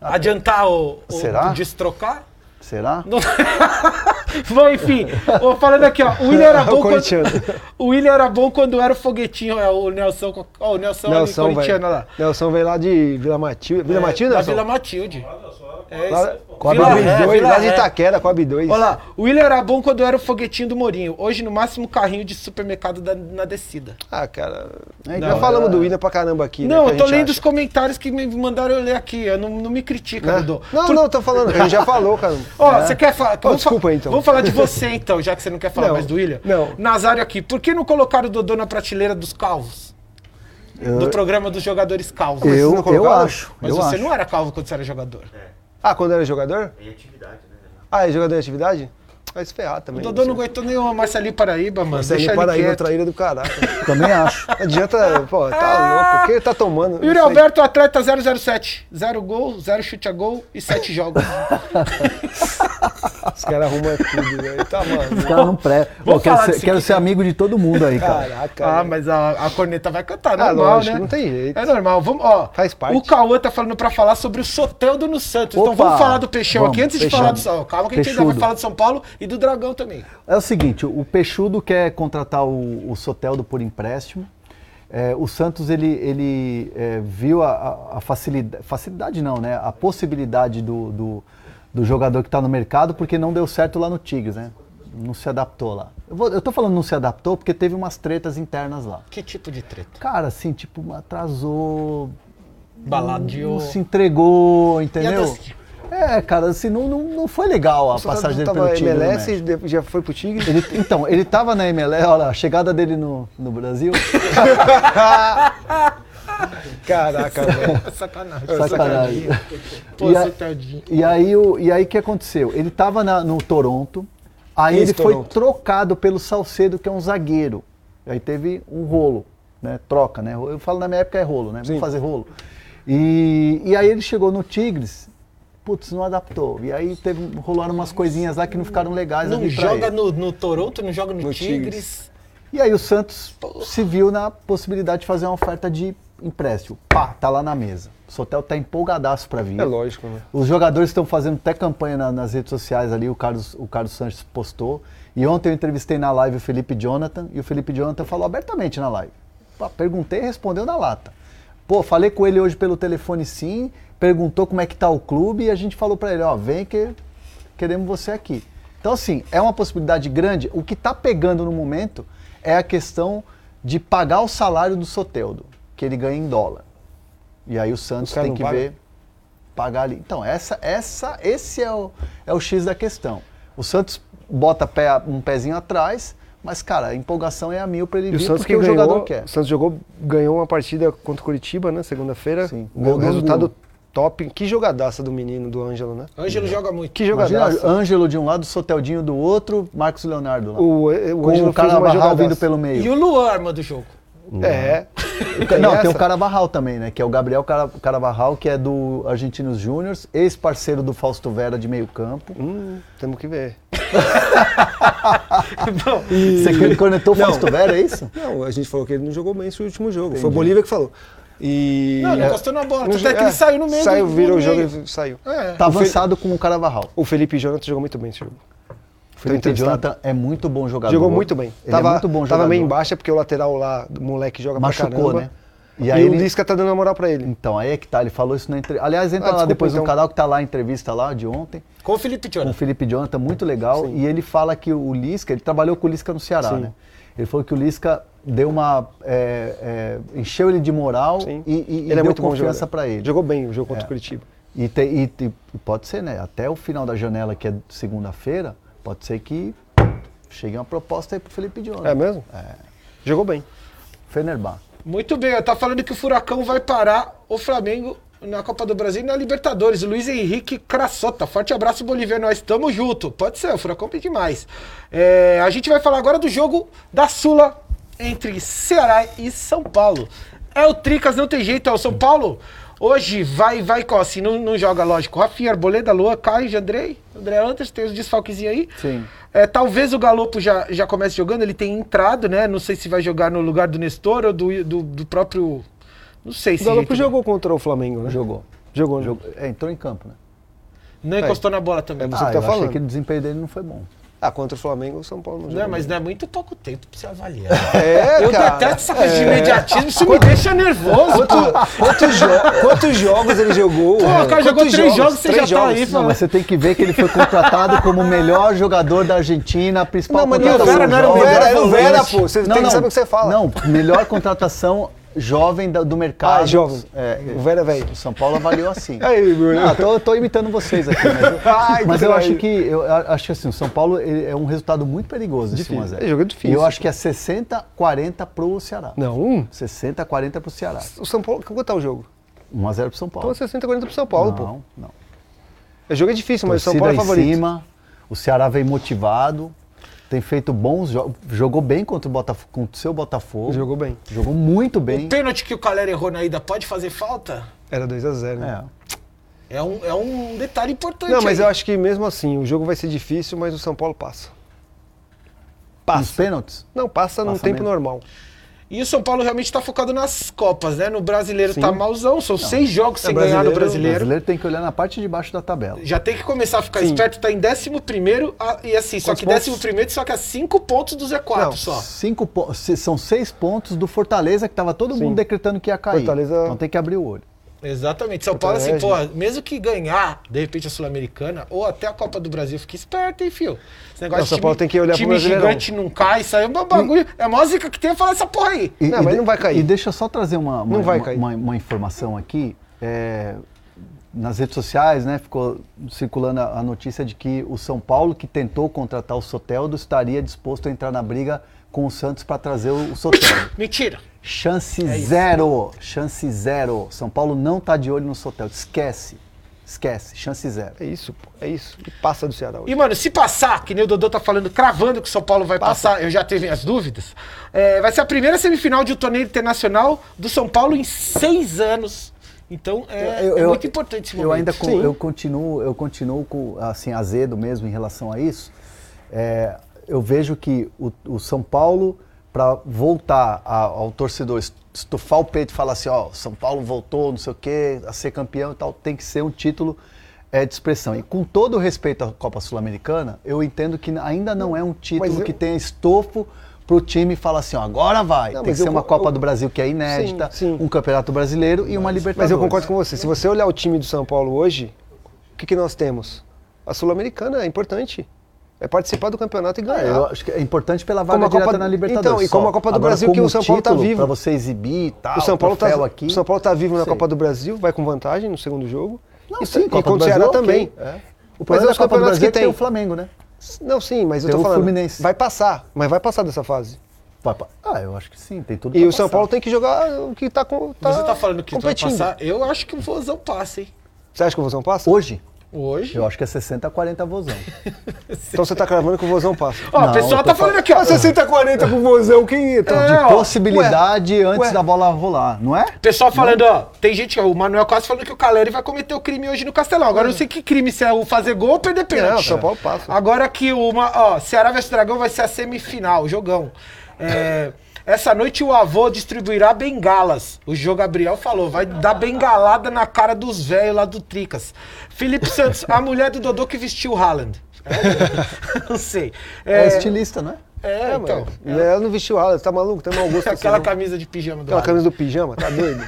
B: Ah, é. Adiantar o, o
C: Será?
B: destrocar?
C: Será?
B: Não- Bom, enfim, ó, falando aqui, ó, o William era bom quando,
A: O corintiano.
B: o William era bom quando era o foguetinho, é, o Nelson, co- ó, o Nelson, ali,
A: Nelson,
B: corintiano olha
A: velho.
B: lá.
A: Nelson veio lá de Vila Matilde. Vila Matilde,
B: da
A: Nelson?
B: É, Vila Matilde. É
A: Lá-
B: isso.
A: Coab
B: Vila Ré,
A: 2,
B: Vila
A: lá de
B: Ré.
A: Itaquera, Coab 2.
B: É Olha lá, o William era bom quando era o foguetinho do Morinho. Hoje, no máximo, carrinho de supermercado da- na descida.
A: Ah, cara.
C: Não,
A: já falamos
C: é-
A: do William pra caramba aqui. né,
B: não,
A: que a
B: eu tô
A: gente
B: lendo os
A: acha.
B: comentários que me mandaram eu ler aqui. Eu não, não me critica,
A: Né?
B: Dudu.
A: Não,
B: Tá Tu-
A: não, tô falando. A gente já falou, cara. É.
B: Ó, você quer falar? vamos fa-
A: desculpa, então.
B: Vamos falar de você, então, já que você não quer falar
A: Não,
B: mais do William.
A: não.
B: Nazário aqui, por que não colocaram o Dodô na prateleira dos calvos? Do programa dos jogadores calvos.
A: Mas
C: Eu,
A: vocês não
C: eu
A: colocaram?
C: acho.
B: Mas
C: eu
B: você
C: acho.
B: não era calvo quando você era jogador.
A: Ah, quando era jogador? Em atividade, né? Ah, é jogador em atividade? vai se ferrar também.
B: O Dodô não aguentou nem o Marcelinho Paraíba, mano.
A: Marcelinho
B: Deixa ele
A: Paraíba,
B: quieto.
A: traíra do caralho.
C: Também acho.
A: Não adianta, pô, tá louco. O que ele tá tomando? Não
B: Yuri
A: sei.
B: Alberto, atleta 007. Zero gol, zero chute a gol e sete jogos.
A: Os caras arrumam tudo, velho. Tá, mano.
C: Os caras não pré.
B: Vou
C: Pô, quero
B: falar
C: ser,
B: disso
C: quero
B: aqui,
C: ser amigo de todo mundo aí, cara.
B: Ah, mas a, a corneta vai cantar,
A: Ah,
B: normal,
A: lógico,
B: né?
A: não tem jeito.
B: É normal. Vamos, ó.
A: Faz parte.
B: O Cauã tá falando pra falar sobre o Soteldo no Santos. então
C: Opa,
B: vamos falar do Peixão
C: vamos,
B: aqui antes de
C: Peixão.
B: falar do São Calma que a gente ainda vai
C: Peixudo.
B: falar do São Paulo e do Dragão também.
C: É o seguinte, o Peixudo quer contratar o, o Soteldo por empréstimo. É, o Santos ele, ele é, viu a, a- a facilidade, facilidade não, né? A possibilidade do, do, do jogador que está no mercado porque não deu certo lá no Tigres, né? Não se adaptou lá. Eu, vou, eu tô falando não se adaptou porque teve umas tretas internas lá.
B: Que tipo de treta?
C: Cara, assim, tipo, atrasou, não
B: Baladeou.
C: se entregou,
B: E
C: entendeu?
B: até-
C: É, cara, assim, não, não, não foi legal a
A: O Soteldo
C: passagem dele
A: tava
C: pelo Tigres. né? no
A: MLS,
C: México.
A: de- já foi pro Tigre.
C: Ele- então, ele tava na MLS, olha lá, a chegada dele no, no Brasil.
A: Caraca, velho.
B: Sacanagem.
C: Sacanagem.
B: Pô, tá
C: E, a-
B: Soteldinho.
C: e aí o e aí, que aconteceu? Ele tava na- no Toronto, aí ele foi
A: Ex-Toronto.
C: trocado pelo Salcedo, que é um zagueiro. Aí teve um rolo, né? Troca, né? Eu falo na minha época é rolo, né? Vamos fazer rolo. E, e aí ele chegou no Tigres, putz, não adaptou. E aí teve, rolaram umas coisinhas lá que não ficaram legais
B: Não
C: ali pra ele.
B: joga no, no Toronto, não joga no,
A: No
B: Tigres.
C: E aí o Santos se viu na possibilidade de fazer uma oferta de empréstimo. Pá, tá lá na mesa. O Sotel tá empolgadaço pra vir.
A: É lógico, né?
C: Os jogadores estão fazendo até campanha na- nas redes sociais ali, o Carlos, o Carlos Sanches postou. E ontem eu entrevistei na live o Felipe Jonathan, e o Felipe Jonathan falou abertamente na live. Pá, perguntei e respondeu na lata. Pô, falei com ele hoje pelo telefone sim, perguntou como é que tá o clube e a gente falou pra ele, ó, vem que queremos você aqui. Então, assim, é uma possibilidade grande. O que tá pegando no momento é a questão de pagar o salário do Soteldo, que ele ganha em dólar. E aí o Santos
A: O cara
C: tem
A: não
C: que
A: paga?
C: ver pagar ali. Então, essa, essa, esse é o, é o X da questão. O Santos bota pé, um pezinho atrás, mas, cara, a empolgação é a mil pra ele
A: E o
C: vir
A: Santos
C: porque
A: que
C: o
A: ganhou,
C: jogador quer.
A: O Santos jogou, ganhou uma partida contra o Curitiba, né? Segunda-feira.
C: Sim.
A: Ganhou
C: Gol
A: um
C: do
A: resultado
C: Angulo.
A: top. Que jogadaça do menino, do Ângelo, né?
B: Ângelo joga muito.
A: Que
C: Imagina,
A: jogadaça.
C: Ângelo de um lado, Soteldinho do outro, Marcos Leonardo lá.
A: O, o
C: Com
A: Ângelo
C: o cara
A: fez uma
C: Barral
A: jogadaça.
C: vindo pelo meio.
B: E o Luan arma do jogo.
A: É.
C: Não,
A: essa?
C: tem o Carabarral também, né? Que é o Gabriel Cara- Carabarral, que é do Argentinos Júniors, ex-parceiro do Fausto Vera de meio campo.
A: Hum, temos que ver.
C: Você conectou o
A: Não.
C: Fausto Vera, é isso?
A: Não, a gente falou que ele não jogou bem esse último jogo. Foi o Bolívia que falou. E...
B: Não, ele encostou
A: um
B: na bola, tanto é que ele saiu no meio
A: Saiu,
B: do-
A: virou
B: no
A: o jogo
B: meio.
A: e saiu.
B: É.
C: Tá avançado com o Carabarral.
A: O Felipe Jonathan jogou muito bem esse jogo.
C: O
A: Foi
C: Felipe
A: entrevistado.
C: Jonathan é muito bom jogador.
A: Jogou muito bem.
C: Ele
A: tava,
C: é muito bom jogador.
A: Tava meio embaixo, é porque o lateral lá, o moleque joga pra
C: Machucou,
A: caramba.
C: né?
A: E,
C: E aí
A: o
C: ele-
A: Lisca tá dando a moral pra ele.
C: Então, aí é que tá, ele falou isso na entrevista. Aliás,
A: Ah,
C: entra lá
A: desculpa,
C: depois no
A: então.
C: canal que tá lá a entrevista lá de ontem,
B: Com o Felipe
C: com o
B: Jonathan.
C: Felipe Jonathan, muito legal. E ele fala que o Lisca, ele trabalhou com o Lisca no Ceará,
A: Sim.
C: né? Ele falou que o Lisca deu uma. é, é, encheu ele de moral
A: Sim. é
C: e, e- e deu confiança
A: jogador.
C: pra ele.
A: Jogou bem o jogo contra
C: É.
A: o Curitiba.
C: E, te- e te- pode ser, né? Até o final da janela, que é segunda-feira, pode ser que chegue uma proposta aí pro Felipe Jonathan.
A: É mesmo? Jogou bem.
C: Fenerbahçe.
B: Muito bem, ó, tá falando que o Furacão vai parar o Flamengo na Copa do Brasil e na Libertadores. Luiz Henrique Crassota, forte abraço, Bolívia, nós estamos junto. Pode ser, o Furacão tem demais. É, a gente vai falar agora do jogo da Sula entre Ceará e São Paulo. É o Tricas, não tem jeito, é o São Paulo. Hoje vai, vai, ó, assim, não, não joga, lógico. Rafinha, Arboleda, Lua, Caio, Jandrei, André Anderson, tem os desfalquezinhos aí.
C: Sim.
B: É, talvez o Galopo já, já comece jogando, ele tem entrado, né? Não sei se vai jogar no lugar do Nestor ou do, do, do próprio. Não sei
A: O
B: se.
A: Galo jogou contra o Flamengo, né?
C: Jogou.
A: Jogou, né?
C: Jogou- é, entrou em campo, né?
B: Não encostou na bola também.
A: É
C: Ah,
A: você que tá
C: eu achei
A: falando.
C: que o desempenho dele não foi bom.
A: Ah, contra o Flamengo, o São Paulo não jogou.
B: Não, mas não é muito pouco tempo pra você avaliar.
A: É,
B: Eu
A: cara.
B: detesto essa coisa de imediatismo, isso me deixa nervoso.
C: Ah,
B: pô.
A: Quantos, jo- quantos jogos ele jogou?
B: Pô, o cara
A: Quantos
B: jogou três jogos, você já tá aí,
C: Não, mas você tem que ver que ele foi contratado como o melhor jogador da Argentina, a principal
A: Não, mas não
C: contratação.
A: era o Vera, não era o
C: jovem.
A: Vera, era o Vera, pô. Você tem que saber o que você fala.
C: Não, melhor contratação jovem da- do mercado.
A: Ah, jovem.
C: É,
A: O Vera, velho.
C: o São Paulo avaliou assim.
A: Aí, Bruno.
C: Não, eu tô, eu tô imitando vocês aqui, mas eu,
A: Ai,
C: mas
A: que
C: eu
A: droga.
C: acho que eu a- acho que assim, o São Paulo ele é um resultado muito perigoso esse
A: Difícil.
C: 1 a 0.
A: É jogo
C: E
A: difícil.
C: eu acho que é 60 40 pro Ceará.
A: Não. um?
C: 60 40 pro Ceará.
A: O São é Paulo, quanto tá o jogo?
C: 1 a 0 pro São Paulo.
A: Então 60 40 pro São Paulo, pô.
C: Não, não.
A: O jogo é difícil, mas o São
C: Torcida
A: Paulo é
C: em
A: favorito.
C: cima. O Ceará vem motivado, tem feito bons jogos. Jogou bem contra o, Botafogo, contra o seu Botafogo.
A: Jogou bem.
C: Jogou muito bem.
B: O pênalti que o Calera errou na ida pode fazer falta?
A: Era 2x0,
C: É.
A: né?
B: É um, é um detalhe importante.
A: Não, mas
B: aí.
A: eu acho que mesmo assim, o jogo vai ser difícil, mas o São Paulo passa. Passa. Nos
C: pênaltis?
A: Não, passa, num
B: Passa
A: tempo
B: mesmo.
A: normal.
B: E o São Paulo realmente está focado nas Copas, né? No brasileiro tá malzão, são seis jogos sem
C: É,
B: ganhar no
C: O
B: brasileiro.
C: brasileiro tem que olhar na parte de baixo da tabela.
B: Já tem que começar a ficar esperto, tá em 11 primeiro a- e assim, só
C: Quantos
B: que
C: pontos?
B: 11 primeiro só que a 5 pontos do Z4 só.
C: Cinco po- se- são seis pontos do Fortaleza, que estava todo mundo decretando que ia cair.
B: Fortaleza-
C: Então tem que abrir o olho.
B: Exatamente. São Paulo, assim,
A: Então, é,
C: Fortaleza.
B: pô, mesmo que ganhar, de repente, a Sul-Americana ou até a Copa do Brasil, fica esperto, hein, fio? Esse negócio
A: Não,
B: de
A: São
B: time-
A: Paulo tem que olhar pro
B: time
A: Brasileirão.
B: gigante não cai, isso aí é um bagulho. É a maior zica que tem é falar essa porra aí.
C: E- e de- E
B: Não
C: deixa eu só trazer uma, uma,
B: Não vai
C: uma-
B: cair.
C: uma- uma informação aqui. É, nas redes sociais, né, ficou circulando a, a notícia de que o São Paulo, que tentou contratar o Soteldo, estaria disposto a entrar na briga com o Santos para trazer o, o Soteldo.
B: Mentira.
C: Chance
B: É
C: zero. Chance zero. São Paulo não tá de olho no Soteldo. Esquece. Esquece. Chance zero.
A: É isso, pô. É isso. E passa do Ceará hoje.
B: E, mano, se passar, que nem o Dodô tá falando, cravando que o São Paulo vai passar, eu já teve as dúvidas, é, vai ser a primeira semifinal de um torneio internacional do São Paulo em seis anos. Então, é, é muito importante esse momento.
C: Eu ainda con-
B: Sim.
C: eu continuo, eu continuo com, assim, azedo mesmo em relação a isso. É, eu vejo que o, o São Paulo, para voltar a- ao torcedor, est- estufar o peito e falar assim, ó, São Paulo voltou, não sei o quê, a ser campeão e tal, tem que ser um título é, de expressão. E com todo o respeito à Copa Sul-Americana, eu entendo que ainda não é um título
A: eu-
C: que tenha estofo para o time falar assim, ó, agora vai.
A: Não,
C: tem que
A: mas
C: ser
A: eu
C: uma
A: co-
C: Copa
A: eu-
C: do Brasil que é inédita,
A: Sim,
C: um Campeonato Brasileiro e uma
A: Mas
C: Libertadores.
A: eu concordo com você. Se você olhar o time do São Paulo hoje, o que, que nós temos? A Sul-Americana é importante. É participar do campeonato e ganhar.
C: É, eu acho que é importante pela
A: Ah.
C: vaga
A: Como a
C: direta
A: Copa-
C: na Libertadores.
A: Então, e
C: só.
A: como a Copa do
C: Agora,
A: Brasil, que
C: como
A: o São Paulo tá
C: título,
A: vivo.
C: Pra você exibir e tal,
A: o São Paulo
C: troféu
A: tá,
C: aqui.
A: O São Paulo tá vivo na
C: Sei.
A: Copa do Brasil, vai com vantagem no segundo jogo.
C: Não,
A: e
C: sim,
A: e
C: Copa do
A: contra o
C: Brasil,
A: Ceará
C: ok,
A: também. O
C: é. O problema
A: problema
C: da
A: dos
C: Copa do
A: campeonatos
C: Brasil
A: que
C: é que
A: tem.
C: tem o Flamengo, né?
A: Não, sim, mas eu
C: Tem
A: tô
C: o
A: falando.
C: Fluminense.
A: Vai passar, mas vai passar dessa fase.
C: Vai pa- Ah, eu acho que sim, tem tudo
A: E
C: pra
A: o São
C: passar.
A: Paulo tem que jogar o que tá com.
B: Você tá falando que vai
A: competindo.
B: passar? Eu acho que o Vozão passa, hein?
A: Você acha que o Vozão passa?
C: Hoje?
B: Hoje.
C: Eu acho que é 60 a 40 vozão.
A: Então você tá cravando que o Vozão passa.
B: Ó, o pessoal tá falando aqui, ó.
A: 60 40 com o Vozão, quem é? Tá entra?
C: Então, De possibilidade antes
A: ué.
C: da bola rolar, não é?
B: Pessoal falando, ó, tem gente, ó, o Manuel quase falando que o Caleri vai cometer o crime hoje no Castelão. Agora eu não sei que crime, se é o fazer gol ou perder pênalti.
A: Não, São Paulo passa.
B: Agora que uma, ó, Ceará vs Dragão vai ser a semifinal, jogão. É, essa noite o avô distribuirá bengalas. O João Gabriel falou, vai dar bengalada na cara dos velhos lá do Tricas. Felipe Santos, a mulher do Dodô que vestiu o Haaland. É, não sei.
C: É, estilista, não é?
B: É, então.
A: Ela não vestiu ela, tá maluco, tem mau gosto.
B: Aquela
A: assim, não.
B: camisa de pijama do
A: Aquela
B: Haaland.
A: camisa do pijama, tá doido?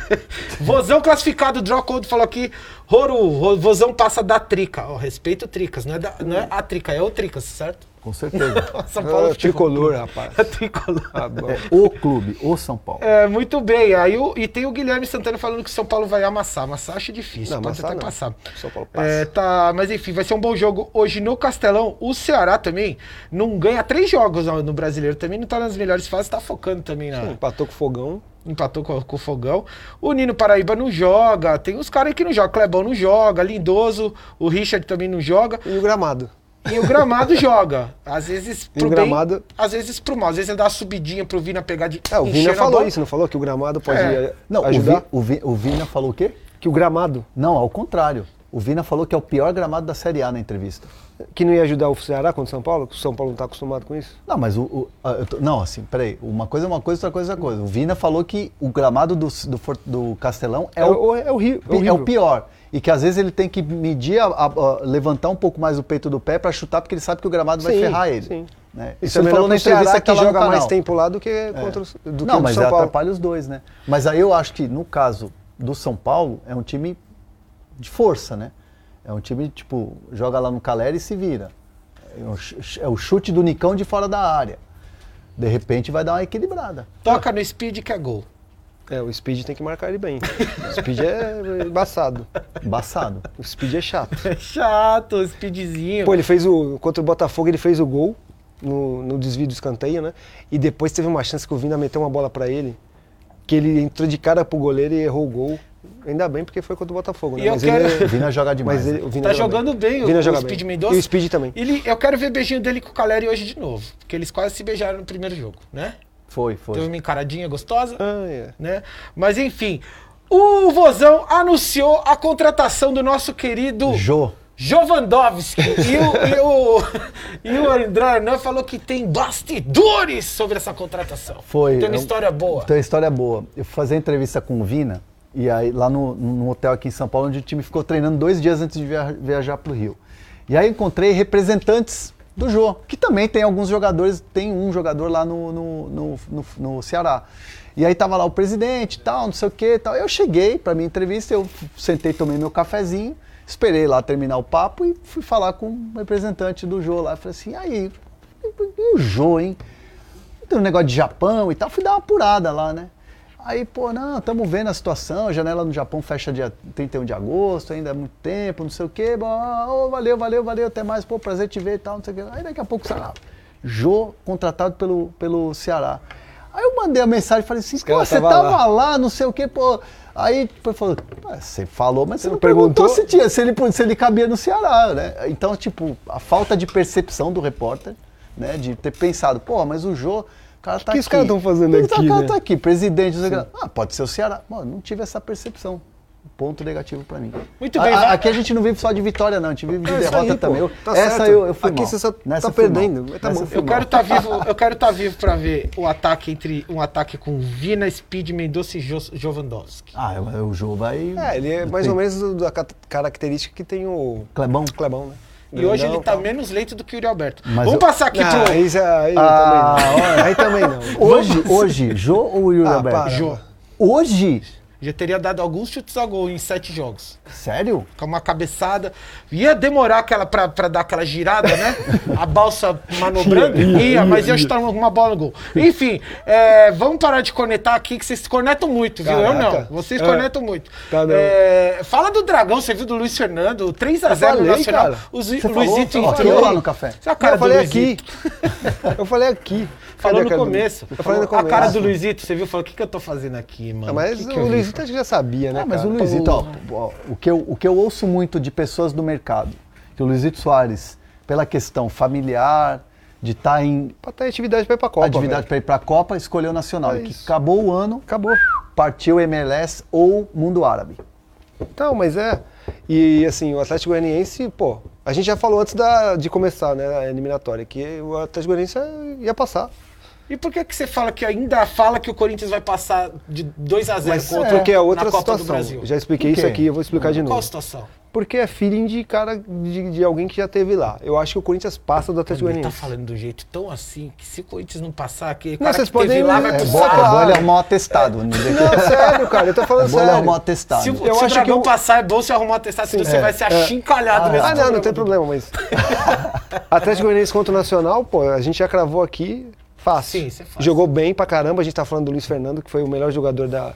B: Vozão classificado, Draw Code falou aqui. Roro, Ro- Vozão passa da Trica. Ó, respeito Tricas, não é, da- não é a Trica, é o Tricas, certo?
C: Com certeza.
B: São Paulo
A: Ah, tricolor, rapaz. Tá
B: É tricolor.
C: É, o clube, o São Paulo.
B: É, muito bem. Aí o- e tem o Guilherme Santana falando que São Paulo vai amassar. Amassar acho difícil.
A: Não,
B: pode
A: amassar
B: até
A: não.
B: passar.
A: São Paulo passa.
B: É, tá, mas enfim, vai ser um bom jogo hoje no Castelão. O Ceará também não ganha três jogos no no brasileiro, também não tá nas melhores fases, tá focando também na,
A: Empatou com o fogão.
B: Empatou com, com o Fogão. O Nino Paraíba não joga. Tem uns caras aí que não jogam. Clebão não joga. Lindoso. O Richard também não joga.
A: E o gramado.
B: E o gramado joga. Às vezes
A: E
B: pro
A: o
B: bem,
A: gramado-
B: às vezes pro mal. Às vezes ele dá uma subidinha pro Vina pegar de.
A: É, o
B: encher
A: Vina
B: na
A: falou
B: bola.
A: isso, não falou? Que o gramado pode
B: É.
A: eh,
C: Não, o,
A: ajudar?
C: Vi, o, Vi- o Vina falou o quê?
A: Que o gramado,
C: Não, ao contrário. O Vina falou que é o pior gramado da Série A na entrevista.
A: que não ia ajudar o Ceará contra o São Paulo, que o São Paulo não tá acostumado com isso.
C: Não, mas o. o- ah, eu tô- não, assim, peraí. Uma coisa é uma coisa, outra coisa é outra coisa. O Vina falou que o gramado do, do, For- do Castelão é,
A: É
C: o,
A: o- é horri-
C: pi- é
A: horrível.
C: o pior. E que às vezes ele tem que medir, a- a- a- levantar um pouco mais o peito do pé pra chutar, porque ele sabe que o gramado vai
A: Sim,
C: ferrar ele.
A: sim.
C: né?
A: Isso é melhor pro Ceará que,
C: tá lá no
A: joga mais
C: canal.
A: tempo lá do que contra o, do que
C: É. Não,
A: o
C: mas
A: São
C: é
A: Paulo.
C: atrapalha os dois, né? Mas aí eu acho que no caso do São Paulo, é um time de força, né? É um time, tipo, joga lá no Calera e se vira. É o ch- É o chute do Nicão de fora da área. De repente vai dar uma equilibrada.
B: Toca no speed que é gol.
A: É, o Speed tem que marcar ele bem. O Speed é embaçado.
C: Embaçado.
A: O Speed é chato.
B: Chato, o speedzinho.
A: Pô, ele fez o. Contra o Botafogo, ele fez o gol no, no desvio do escanteio, né? E depois teve uma chance que o Vina meteu uma bola pra ele, que ele entrou de cara pro goleiro e errou o gol. Ainda bem, porque foi contra o Botafogo, né?
B: E eu
A: Mas
B: quero-
A: ele-
B: O Vina joga demais,
A: Mas ele,
B: né?
A: o Vina
B: tá
A: joga
B: jogando bem, o,
A: Vina
B: o
A: joga
B: Speed
A: bem.
B: Mendonça.
A: E o Speed também.
B: Ele, eu quero ver beijinho dele com o Caleri hoje de novo. Porque eles quase se beijaram no primeiro jogo, né?
C: Foi, foi.
B: Teve uma encaradinha gostosa.
A: Ah, é.
B: né? Mas enfim, o Vozão anunciou a contratação do nosso querido
C: Jô.
B: Jovandovski. E o, e o, e o André Arnan falou que tem bastidores sobre essa contratação.
C: Foi.
B: Tem uma
C: eu-
B: história boa.
C: Tem uma história boa. Eu fui fazer entrevista com o Vina, e aí lá no, num hotel aqui em São Paulo, onde o time ficou treinando dois dias antes de via- viajar para o Rio. E aí encontrei representantes do Jô, que também tem alguns jogadores, tem um jogador lá no, no, no, no, no Ceará. E aí tava lá o presidente e tal, não sei o que tal. Eu cheguei para minha entrevista, eu sentei, tomei meu cafezinho, esperei lá terminar o papo e fui falar com o representante do Jô lá. Falei assim, "E aí, e o Jô, hein? Tem um negócio de Japão e tal, fui dar uma apurada lá, né? Aí, pô, não, estamos vendo a situação, a janela no Japão fecha dia 31 de agosto, ainda é muito tempo, não sei o quê, bom, ah, ô, valeu, valeu, valeu, até mais, pô, prazer te ver e tal, não sei o quê. Aí daqui a pouco, sei lá, Jô contratado pelo, pelo Ceará. Aí eu mandei a mensagem e falei assim, pô,
A: caras
C: você
A: tava
C: tava
A: lá.
C: lá. não sei o quê, pô. Aí depois falou, "Ah, você falou, mas você não
A: perguntou?
C: perguntou, se, tinha, se, ele, se ele cabia no Ceará, né? Então, tipo, a falta de percepção do repórter, né? De ter pensado, pô, mas o Jô, o cara tá
A: que
C: aqui.
A: os caras tão fazendo
C: Ele tá-
A: aqui,
C: O cara
A: né?
C: tá aqui, presidente. não sei o que lá. Ah, pode ser o Ceará. Mano, não tive essa percepção. Ponto negativo pra mim.
A: Muito bem,
C: A- a-
A: vai-
C: aqui a gente não vive só de vitória, não. A gente vive de
A: É isso
C: derrota
A: aí, pô.
C: também. Eu-
A: Tá
C: essa
A: certo.
C: eu, eu fui
A: Aqui
C: mal.
A: você só tá
C: Nessa eu fui mal.
A: perdendo, mas tá
C: Nessa
A: bom.
C: fui
B: Eu
C: mal.
B: quero estar vivo, eu quero estar vivo para ver o ataque entre um ataque com Vina, Speed, Mendonça e jo, Jovandovski.
C: Ah, eu- o Jô vai...
A: É, ele é mais ou menos do- da cat- característica que tem o
C: Clebão?
A: Clebão, né?
B: E hoje ele
A: Grandão,
B: tá
A: tal.
B: menos lento do que o Yuri Alberto.
C: Mas
B: Vamos
C: eu-
B: passar aqui
A: Ah,
B: pro.
A: aí, já- aí
C: Ah,
A: também não.
C: olha.
A: Aí também não.
C: Hoje, hoje, Jô ou Yuri Alberto?
A: para.
B: Jô.
C: Hoje?
B: Já teria dado alguns chutes a gol em sete jogos.
C: Sério?
B: com uma cabeçada. Ia demorar aquela pra, pra dar aquela girada, né? A balsa manobrando. Ia, mas ia chutar uma bola no gol. Enfim, é, vamos parar de conectar aqui, que vocês se conectam muito, viu? Eu não.
A: Caraca.
B: Vocês
A: É.
B: conectam muito.
A: Tá, não.
B: É, fala do Dragão, você viu do Luiz Fernando, 3x0 no
A: falei,
B: Nacional.
A: cara.
B: O Zi-
C: Você falou?
B: Luizito
C: Falou
B: entrou.
C: lá no café.
B: Isso é a cara
A: eu falei
B: do Luizito.
A: aqui. eu falei aqui.
B: Falou
A: Cadê a
B: no
A: cara do-
B: começo.
A: Eu falei no começo.
B: A cara do Luizito, você viu? Falou, o que, que eu tô fazendo aqui, mano?
A: Ah, Mas
B: Que é que eu
A: o
B: vi?"
A: Luizito acho que já sabia, né?
C: Ah, mas
A: cara?
C: o Luizito, ó, ó, o, que eu, o que eu ouço muito de pessoas do mercado, que o Luizito Soares, pela questão familiar, de estar em
A: Pra ter tá atividade pra ir pra Copa.
C: atividade
A: velho.
C: para ir para a Copa, escolheu o Nacional.
A: É
C: e que
A: isso.
C: acabou o ano,
A: Acabou.
C: partiu MLS ou Mundo Árabe.
A: Então, mas é. E assim, o Atlético Goianiense, pô, a gente já falou antes da, de começar, né, a eliminatória, que o Atlético Goianiense ia passar.
B: E por que, que você fala que ainda fala que o Corinthians vai passar de 2x0
A: Mas
B: contra
A: porque é outra
B: na Copa
A: situação.
B: do Brasil?
A: Já expliquei
C: Por
A: isso
C: quê?
A: aqui, eu vou explicar de
B: Qual
A: novo.
B: situação?
A: Porque é feeling de cara de, de alguém que já teve lá. Eu acho que o Corinthians passa do Atlético
B: Ele tá
A: Goianiense.
B: falando do jeito tão assim que se o Corinthians não passar aqui, o
A: Não,
B: cara
A: vocês
B: que teve
A: podem-
B: lá
A: é
B: vai pro
C: É bom,
B: saco.
C: é bom ele arrumar um atestado. Não,
A: Não, é sério, cara, eu tô falando
C: é bom ele
A: sério.
C: arrumar um atestado.
B: Se, o-
A: Eu
B: se o
A: acho que
B: Dragão
A: eu-
B: passar, é bom você arrumar um atestado, senão você
A: é,
B: vai ser
A: é.
B: achincalhado mesmo.
A: Ah, não, não tem problema, mas. Atlético Goianiense contra o Nacional, pô, a gente já cravou aqui fácil.
B: Sim, isso é fácil.
A: Jogou bem pra caramba, a gente tá falando do Luiz Fernando, que foi o melhor jogador da,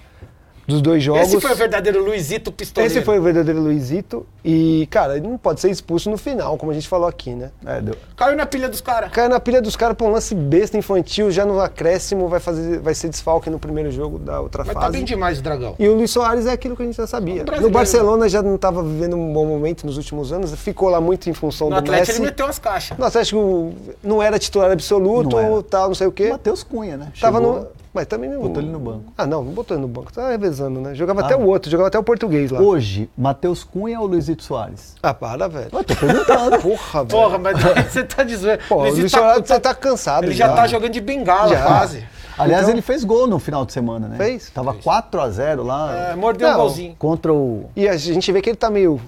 A: dos dois jogos.
B: Esse foi o verdadeiro Luizito Pistoleiro.
A: Esse foi o verdadeiro Luizito. E, cara, ele não pode ser expulso no final, como a gente falou aqui, né?
C: É, deu-
B: Caiu na pilha dos caras.
A: Caiu na pilha dos caras pra um lance besta infantil, já no acréscimo, vai, fazer, vai ser desfalque no primeiro jogo da outra
B: Mas
A: fase.
B: tá bem demais o Dragão.
A: E o Luiz Soares é aquilo que a gente já sabia.
B: brasileiro. né?
A: No Barcelona já não estava vivendo um bom momento nos últimos anos, ficou lá muito em função
B: No
A: do
B: Atlético
A: Messi.
B: ele meteu as caixas.
A: No Atlético não era titular absoluto,
C: Não era.
A: tal, não sei o quê.
C: Matheus Cunha, né?
A: Tava
C: Chegou-
A: no. Mas também não.
C: Botou ele no banco.
A: Ah, não, não botou ele no banco. Tava revezando, né? Jogava até
C: Ah.
A: o outro, jogava até o português lá.
C: Hoje, Matheus Cunha ou Luizito Soares?
A: Ah, para, velho.
C: Tô perguntando.
A: Porra, velho.
B: Porra, mas você tá dizendo.
A: Pô, o Luiz Soares você tá cansado.
B: Ele já tá jogando de bengala
A: Já.
B: quase.
C: Aliás,
A: Então-
C: ele fez gol no final de semana, né?
A: Fez?
C: Tava 4x0 lá.
B: É, mordeu um
A: Não.
B: golzinho.
C: Contra o.
A: E a gente vê que ele tá meio.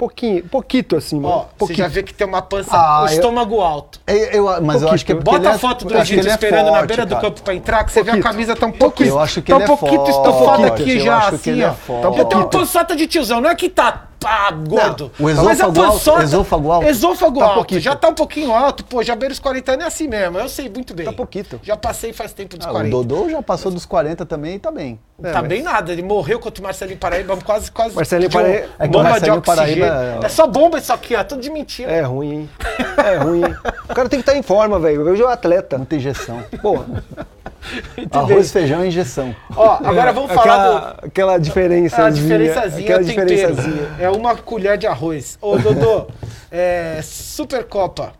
A: Pouquinho, pouquito assim, mano.
B: Ó, você
A: pouquito.
B: já vê que tem uma pança,
C: Um Ah,
B: o
C: eu-
B: estômago alto.
C: Eu, eu- mas eu acho que é porque
B: Bota
C: ele
B: a
C: é-
B: foto do
C: eu acho que
B: Egito
C: ele é
B: esperando na
C: forte,
B: beira do
C: cara.
B: campo pra entrar, que você vê a
C: Pouquito.
B: camisa tá um pouco
C: Eu acho que
B: tá um
C: ele é
B: pouquinho
C: forte.
B: estofada aqui
C: Eu
B: já,
C: acho que
B: assim,
C: ele é
B: ó.
C: forte.
B: Tá um pouquinho.
C: Pouquito.
B: uma pançota de tiozão, não é que tá pá, gordo.
C: o esôfago
B: mas a
C: alto,
B: pançota.
C: esôfago alto.
B: Esôfago
C: Tá
B: alto,
C: pouquito.
B: Já tá um pouquinho alto, pô, já beira os 40 anos é assim mesmo, eu sei muito bem.
A: Tá pouquito.
B: Já passei faz tempo dos
C: um Ah, o
B: 40.
C: Dodô já passou dos 40 também e tá bem.
B: tá bem nada, ele morreu contra o Marcelinho Paraíba, quase, quase.
A: Marcelinho
B: de um-
A: Paraíba-
C: é que o
B: bomba
C: Marcelinho
B: de oxigênio.
C: Paraíba é-
B: É só bomba isso aqui, ó, tudo de mentira.
A: É ruim, tá hein? É ruim, hein? O cara tem que estar em forma, velho. Hoje é um atleta.
C: Muita injeção.
A: Pô,
C: Arroz, feijão e injeção.
B: Ó, agora
C: É
B: vamos falar
A: aquela, do... Aquela diferençazinha.
B: A diferençazinha,
A: Aquela
B: tempero.
A: diferençazinha.
B: É uma colher de arroz. Ô, Dodô, é, Supercopa.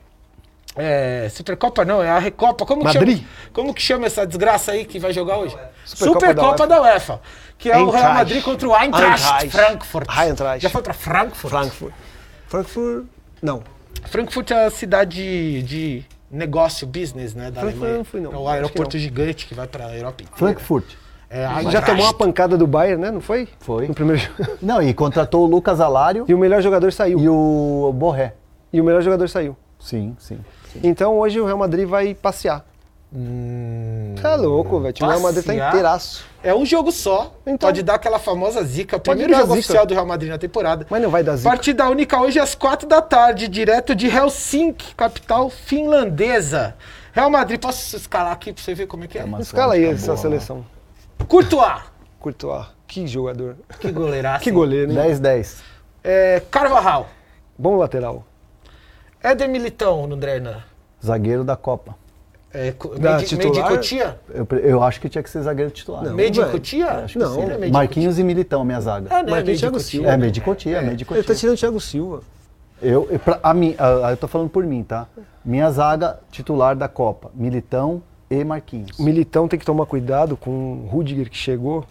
B: É, Supercopa não, é a Recopa. Como que,
A: Madrid?
B: chama, como que chama essa desgraça aí que vai jogar hoje?
A: Supercopa
B: Supercopa da, UEFA. Que é o Real
A: Eintracht.
B: Madrid contra o Eintracht,
A: Eintracht. Ah,
B: Frankfurt.
A: Eintracht.
B: Já foi pra Frankfurt?
A: Frankfurt. Frankfurt, não.
B: Frankfurt é a cidade de negócio, business, né, da
A: Frankfurt
B: Alemanha.
A: eu não fui, não.
B: É
A: Acho
B: o
A: que
B: aeroporto
A: não.
B: gigante que vai pra Europa inteira.
C: Frankfurt.
B: É,
A: Já
B: Eintracht.
A: tomou uma pancada do Bayern, né? Não foi?
C: Foi.
A: No primeiro jogo.
C: Não, e contratou o Lucas Alário
A: E o melhor jogador saiu.
C: e o Borré.
A: E o melhor jogador saiu.
C: Sim, sim.
A: Então hoje o Real Madrid vai passear. Tá louco, velho. O Real Madrid tá
B: Hum. Passear?
A: inteiraço.
B: É um jogo só.
A: Então-
B: pode dar aquela famosa zica. O
A: Pode
B: primeiro
A: dar
B: jogo
A: zica.
B: oficial do Real Madrid na temporada.
A: Mas não vai dar zica.
B: Partida única hoje às quatro da tarde, direto de Helsinki, capital finlandesa. Real Madrid, posso escalar aqui pra você ver como é que é?
A: Escala aí essa seleção.
B: Courtois,
A: Courtois. Que jogador.
B: que goleiraço.
A: Que goleiro, hein?
C: 10-10.
B: É, Carvajal,
A: Bom lateral.
B: Éder Militão no Drena.
C: Zagueiro da Copa.
B: É, co-
A: Da
B: Medi-
A: titular?
B: Medicotia?
C: Eu, pre- eu acho que tinha que ser zagueiro titular.
A: Não. velho.
B: Medicotia?
C: Acho que
A: Não,
C: sim.
A: é
B: Medi-
C: Marquinhos e Militão, minha zaga.
B: É, né?
A: Marquinhos
B: Medi
A: Thiago
B: Coutinho,
A: Silva.
B: né?
C: É, Medicotia, é.
A: Ele
C: Medicotia.
A: tá tirando o Thiago Silva.
C: Eu, eu- pra, a mim, a- a- eu tô falando por mim, tá? Minha zaga titular da Copa, Militão e Marquinhos.
A: O Militão tem que tomar cuidado com o Rudiger que chegou.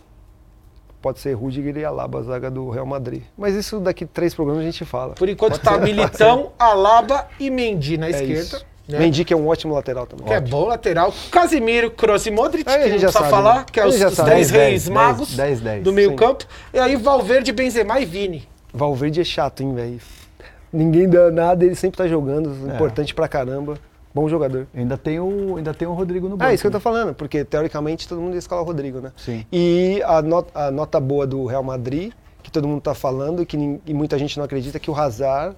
A: Pode ser Rudiger e Alaba, a zaga do Real Madrid. Mas isso daqui três programas a gente fala.
B: Por enquanto tá Militão, Alaba e Mendy na
A: É
B: esquerda.
A: isso.
B: né?
A: Mendy, que é um ótimo lateral também.
B: Que é bom lateral. Casimiro, Kroos e Modric, que
A: Aí a
B: não
A: gente já
B: precisa
A: sabe,
B: falar,
A: né?
B: que é
A: Aí
B: os,
A: já
B: os
A: sabe.
B: 10
C: 10,
B: reis
C: 10,
B: magos
C: 10, 10,
B: do meio
A: sim.
B: campo. E aí Valverde, Benzema e Vini.
A: Valverde é chato, hein, velho? Ninguém dá nada, ele sempre tá
C: É.
A: jogando, importante pra caramba. Bom jogador.
C: Ainda tem o, ainda tem o Rodrigo no banco.
A: É isso que eu tô
C: né?
A: falando, porque teoricamente todo mundo ia escalar o Rodrigo, né?
C: Sim.
A: E a, not- a nota boa do Real Madrid, que todo mundo tá falando, que nin- e muita gente não acredita, é que o Hazard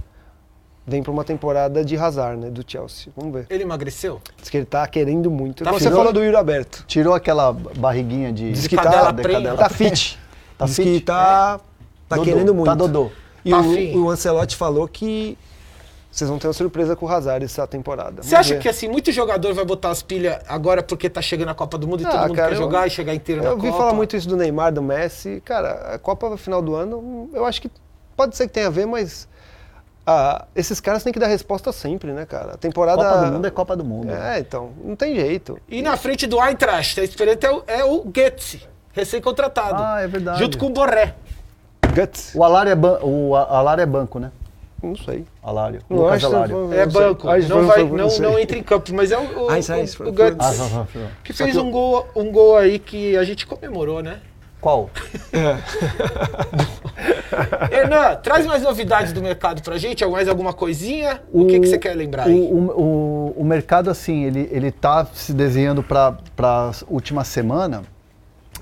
A: vem pra uma temporada de Hazard, né? Do Chelsea. Vamos ver.
B: Ele emagreceu?
A: Diz que ele tá querendo muito.
B: Tá
A: Você
B: tirou-
A: falou do Yuri Aberto.
C: né? Tirou aquela barriguinha de...
A: Diz que
B: cadela
A: tá,
B: prenha.
A: tá fit.
C: Tá
A: Diz
C: fit,
A: que tá, tá
C: Dodô,
A: querendo muito.
C: Tá Dodô.
A: E
B: Tá afim.
A: o, o Ancelotti falou que vocês vão ter uma surpresa com o Hazard essa temporada.
B: Você acha que assim, muito jogador vai botar as pilhas agora porque tá chegando a Copa do Mundo e
A: Ah,
B: todo mundo
A: cara,
B: quer
A: eu-
B: jogar e chegar inteiro na
A: Eu
B: Copa?
A: vi falar muito isso do Neymar, do Messi. Cara, a Copa final do ano, hum, eu acho que pode ser que tenha a ver, mas ah, esses caras têm que dar resposta sempre, né, cara? A temporada.
C: Copa do Mundo é Copa do Mundo.
A: É, então, não tem jeito.
B: E na frente do Eintracht, a esperança é o, é o Goetze, recém-contratado.
C: Ah, é verdade.
B: Junto com o Borré.
A: Guts,
C: O Alário é, ban- o A- Alário é banco, né?
A: não sei.
C: Alário.
A: Não
C: Lucas
A: acho que
C: Alário.
A: foi-
B: É
A: não sei.
B: banco.
A: Ah, isso
B: Não,
A: foi-
B: vai,
A: foi-
B: não,
A: sei.
B: não entra em campo, mas é o, o, o,
A: Ah, isso aí, isso foi-
B: o Goetze.
C: Ah, só- só- só.
B: Que fez um gol, um gol aí que a gente comemorou, né?
C: Qual?
B: Hernan, traz mais novidades do mercado pra gente, mais alguma coisinha? O, que, que você quer lembrar aí?
C: O, o, o- o mercado, assim, ele, ele tá se desenhando para a última semana.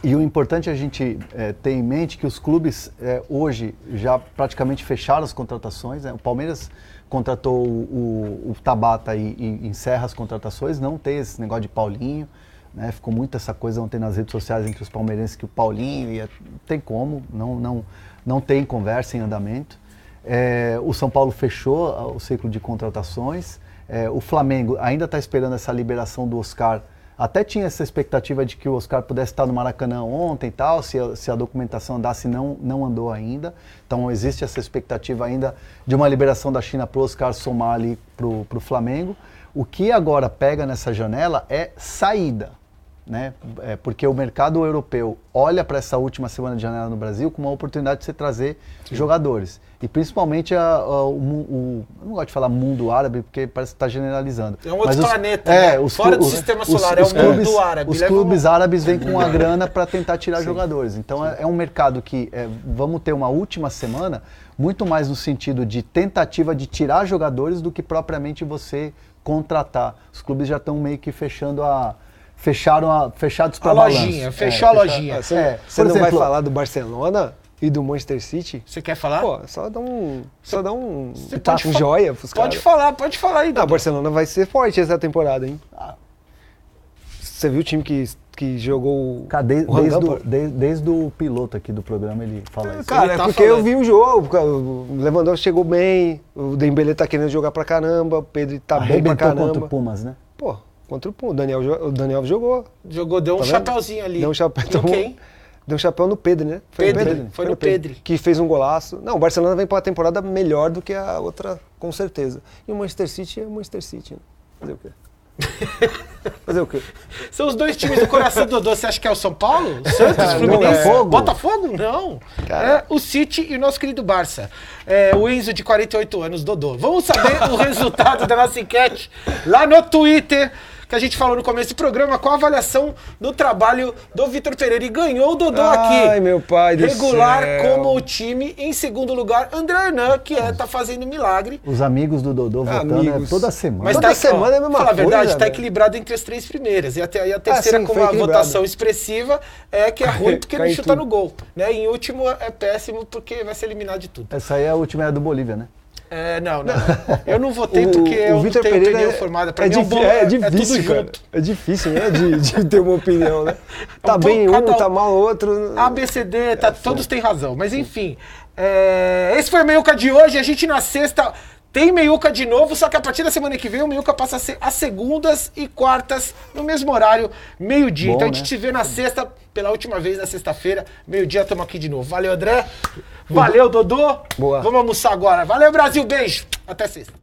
C: E o importante é a gente eh, ter em mente que os clubes eh, hoje já praticamente fecharam as contratações. né? O Palmeiras contratou o, o- o Tabata e, e encerra as contratações. Não tem esse negócio de Paulinho. né? Ficou muito essa coisa ontem nas redes sociais entre os palmeirenses que o Paulinho ia. Não tem como, não, não, não tem conversa em andamento. É, o São Paulo fechou ah, o ciclo de contratações. É, o Flamengo ainda está esperando essa liberação do Oscar. Até tinha essa expectativa de que o Oscar pudesse estar no Maracanã ontem e tal, se a, se a documentação andasse, não, não andou ainda. Então existe essa expectativa ainda de uma liberação da China para o Oscar somar ali para o Flamengo. O que agora pega nessa janela é saída né? É, porque o mercado europeu olha para essa última semana de janela no Brasil como uma oportunidade de você trazer jogadores. E principalmente a- a- o, mu- o- Eu não gosto de falar mundo árabe, porque parece que está generalizando.
B: É um outro
C: os- é,
B: planeta, né?
C: os
B: Fora do
C: clu-
B: sistema solar, é o mundo
C: clubes,
B: árabe,
C: Os
B: leva
C: clubes
B: um-
C: árabes
A: É
C: vêm com a grana para tentar tirar jogadores. Então é, é um mercado que é, vamos ter uma última semana muito mais no sentido de tentativa de tirar jogadores do que propriamente você contratar. Os clubes já estão meio que fechando a fecharam a fechados para
B: A lojinha, fechou a lojinha.
C: É,
B: Você-
A: Ah, Você
C: por
A: não
C: exemplo,
A: vai falar do Barcelona e do Manchester City?
B: Você quer falar?
A: Pô, só dá um. Só dá um.
B: Tá? Você
A: Tá
B: pode
A: com
B: fa-
A: joia pros caras.
B: Pode falar, pode falar aí. Ah.
A: Ah, o
B: Dodô.
A: Barcelona vai ser forte essa temporada, hein? Você viu o time que, que jogou o.
C: Cara, de-
A: o Van
C: desde, o,
A: Gaal?
C: de- desde o piloto aqui do programa ele fala isso.
A: Cara,
B: Ele tá
A: é porque eu
B: falando.
A: vi o jogo. cara, O Lewandowski chegou bem, o Dembele tá querendo jogar pra caramba, o Pedro tá bem pra
C: Arrebentou contra
A: caramba.
C: o Pumas, né?
A: Pô, Contra o Puma. O Daniel, jo- o Daniel jogou.
B: Jogou, deu um
A: tá vendo?
B: chapéuzinho ali.
A: Deu um chapéu.
B: Deu quem?
A: Deu um chapéu no Pedro, né?
B: Pedri, foi no Pedri.
A: Que fez um golaço. Não, o Barcelona vem para uma temporada melhor do que a outra, com certeza. E o Manchester City é o Manchester City. Né? Fazer o quê? Fazer o quê?
B: São os dois times do coração do Dodô. Você acha que é o São Paulo? Santos,
A: Não,
B: Fluminense?
A: é.
B: Botafogo? Não. É o City e o nosso querido Barça. É, o Enzo, de 48 anos, Dodô. Vamos saber o resultado da nossa enquete lá no Twitter, que a gente falou no começo do programa, com a avaliação do trabalho do Vitor Pereira. E ganhou o Dodô aqui.
A: Ai, meu pai do
B: Regular
A: céu.
B: como o time. Em segundo lugar, André Hernan, que é, tá fazendo milagre.
C: Os amigos do Dodô votando é
A: Ah, Amigos.
C: toda semana.
B: Mas
A: Toda
B: tá,
A: semana
B: ó,
A: é a mesma
B: fala
A: coisa,
B: a verdade, tá
A: velho.
B: equilibrado entre as três primeiras. E a, te- e a terceira
A: sim,
B: com
A: foi
B: uma
A: equilibrado.
B: votação expressiva é que é ruim porque não
A: Cai em
B: chuta
A: tudo.
B: no gol. Né? Em último é péssimo porque vai ser eliminado de tudo.
C: Essa aí é a última era do Bolívia, né?
B: É, não, não. Eu não votei porque eu não tenho opinião formada. Pra
A: é,
B: mim
A: dif-
B: é, um bom,
A: é
B: é, é tudo
A: difícil, cara.
B: junto.
A: É difícil, né? De, de ter uma opinião, né? Tá
B: pouco
A: bem um,
B: cada um.
A: tá mal outro.
B: A, B, C, D,
C: É,
B: tá, todos têm razão. Mas enfim, é, esse foi o Meiuca de hoje. A gente na sexta tem Meiuca de novo, só que a partir da semana que vem o Meiuca passa a ser as segundas e quartas no mesmo horário, meio-dia.
C: Bom,
B: Então a gente
C: né?
B: se vê na sexta, pela última vez na sexta-feira, meio-dia, estamos aqui de
C: Uhum.
B: novo. Valeu, André. Valeu, Dodô.
A: Boa.
B: Vamos almoçar agora. Valeu, Brasil. Beijo. Até sexta.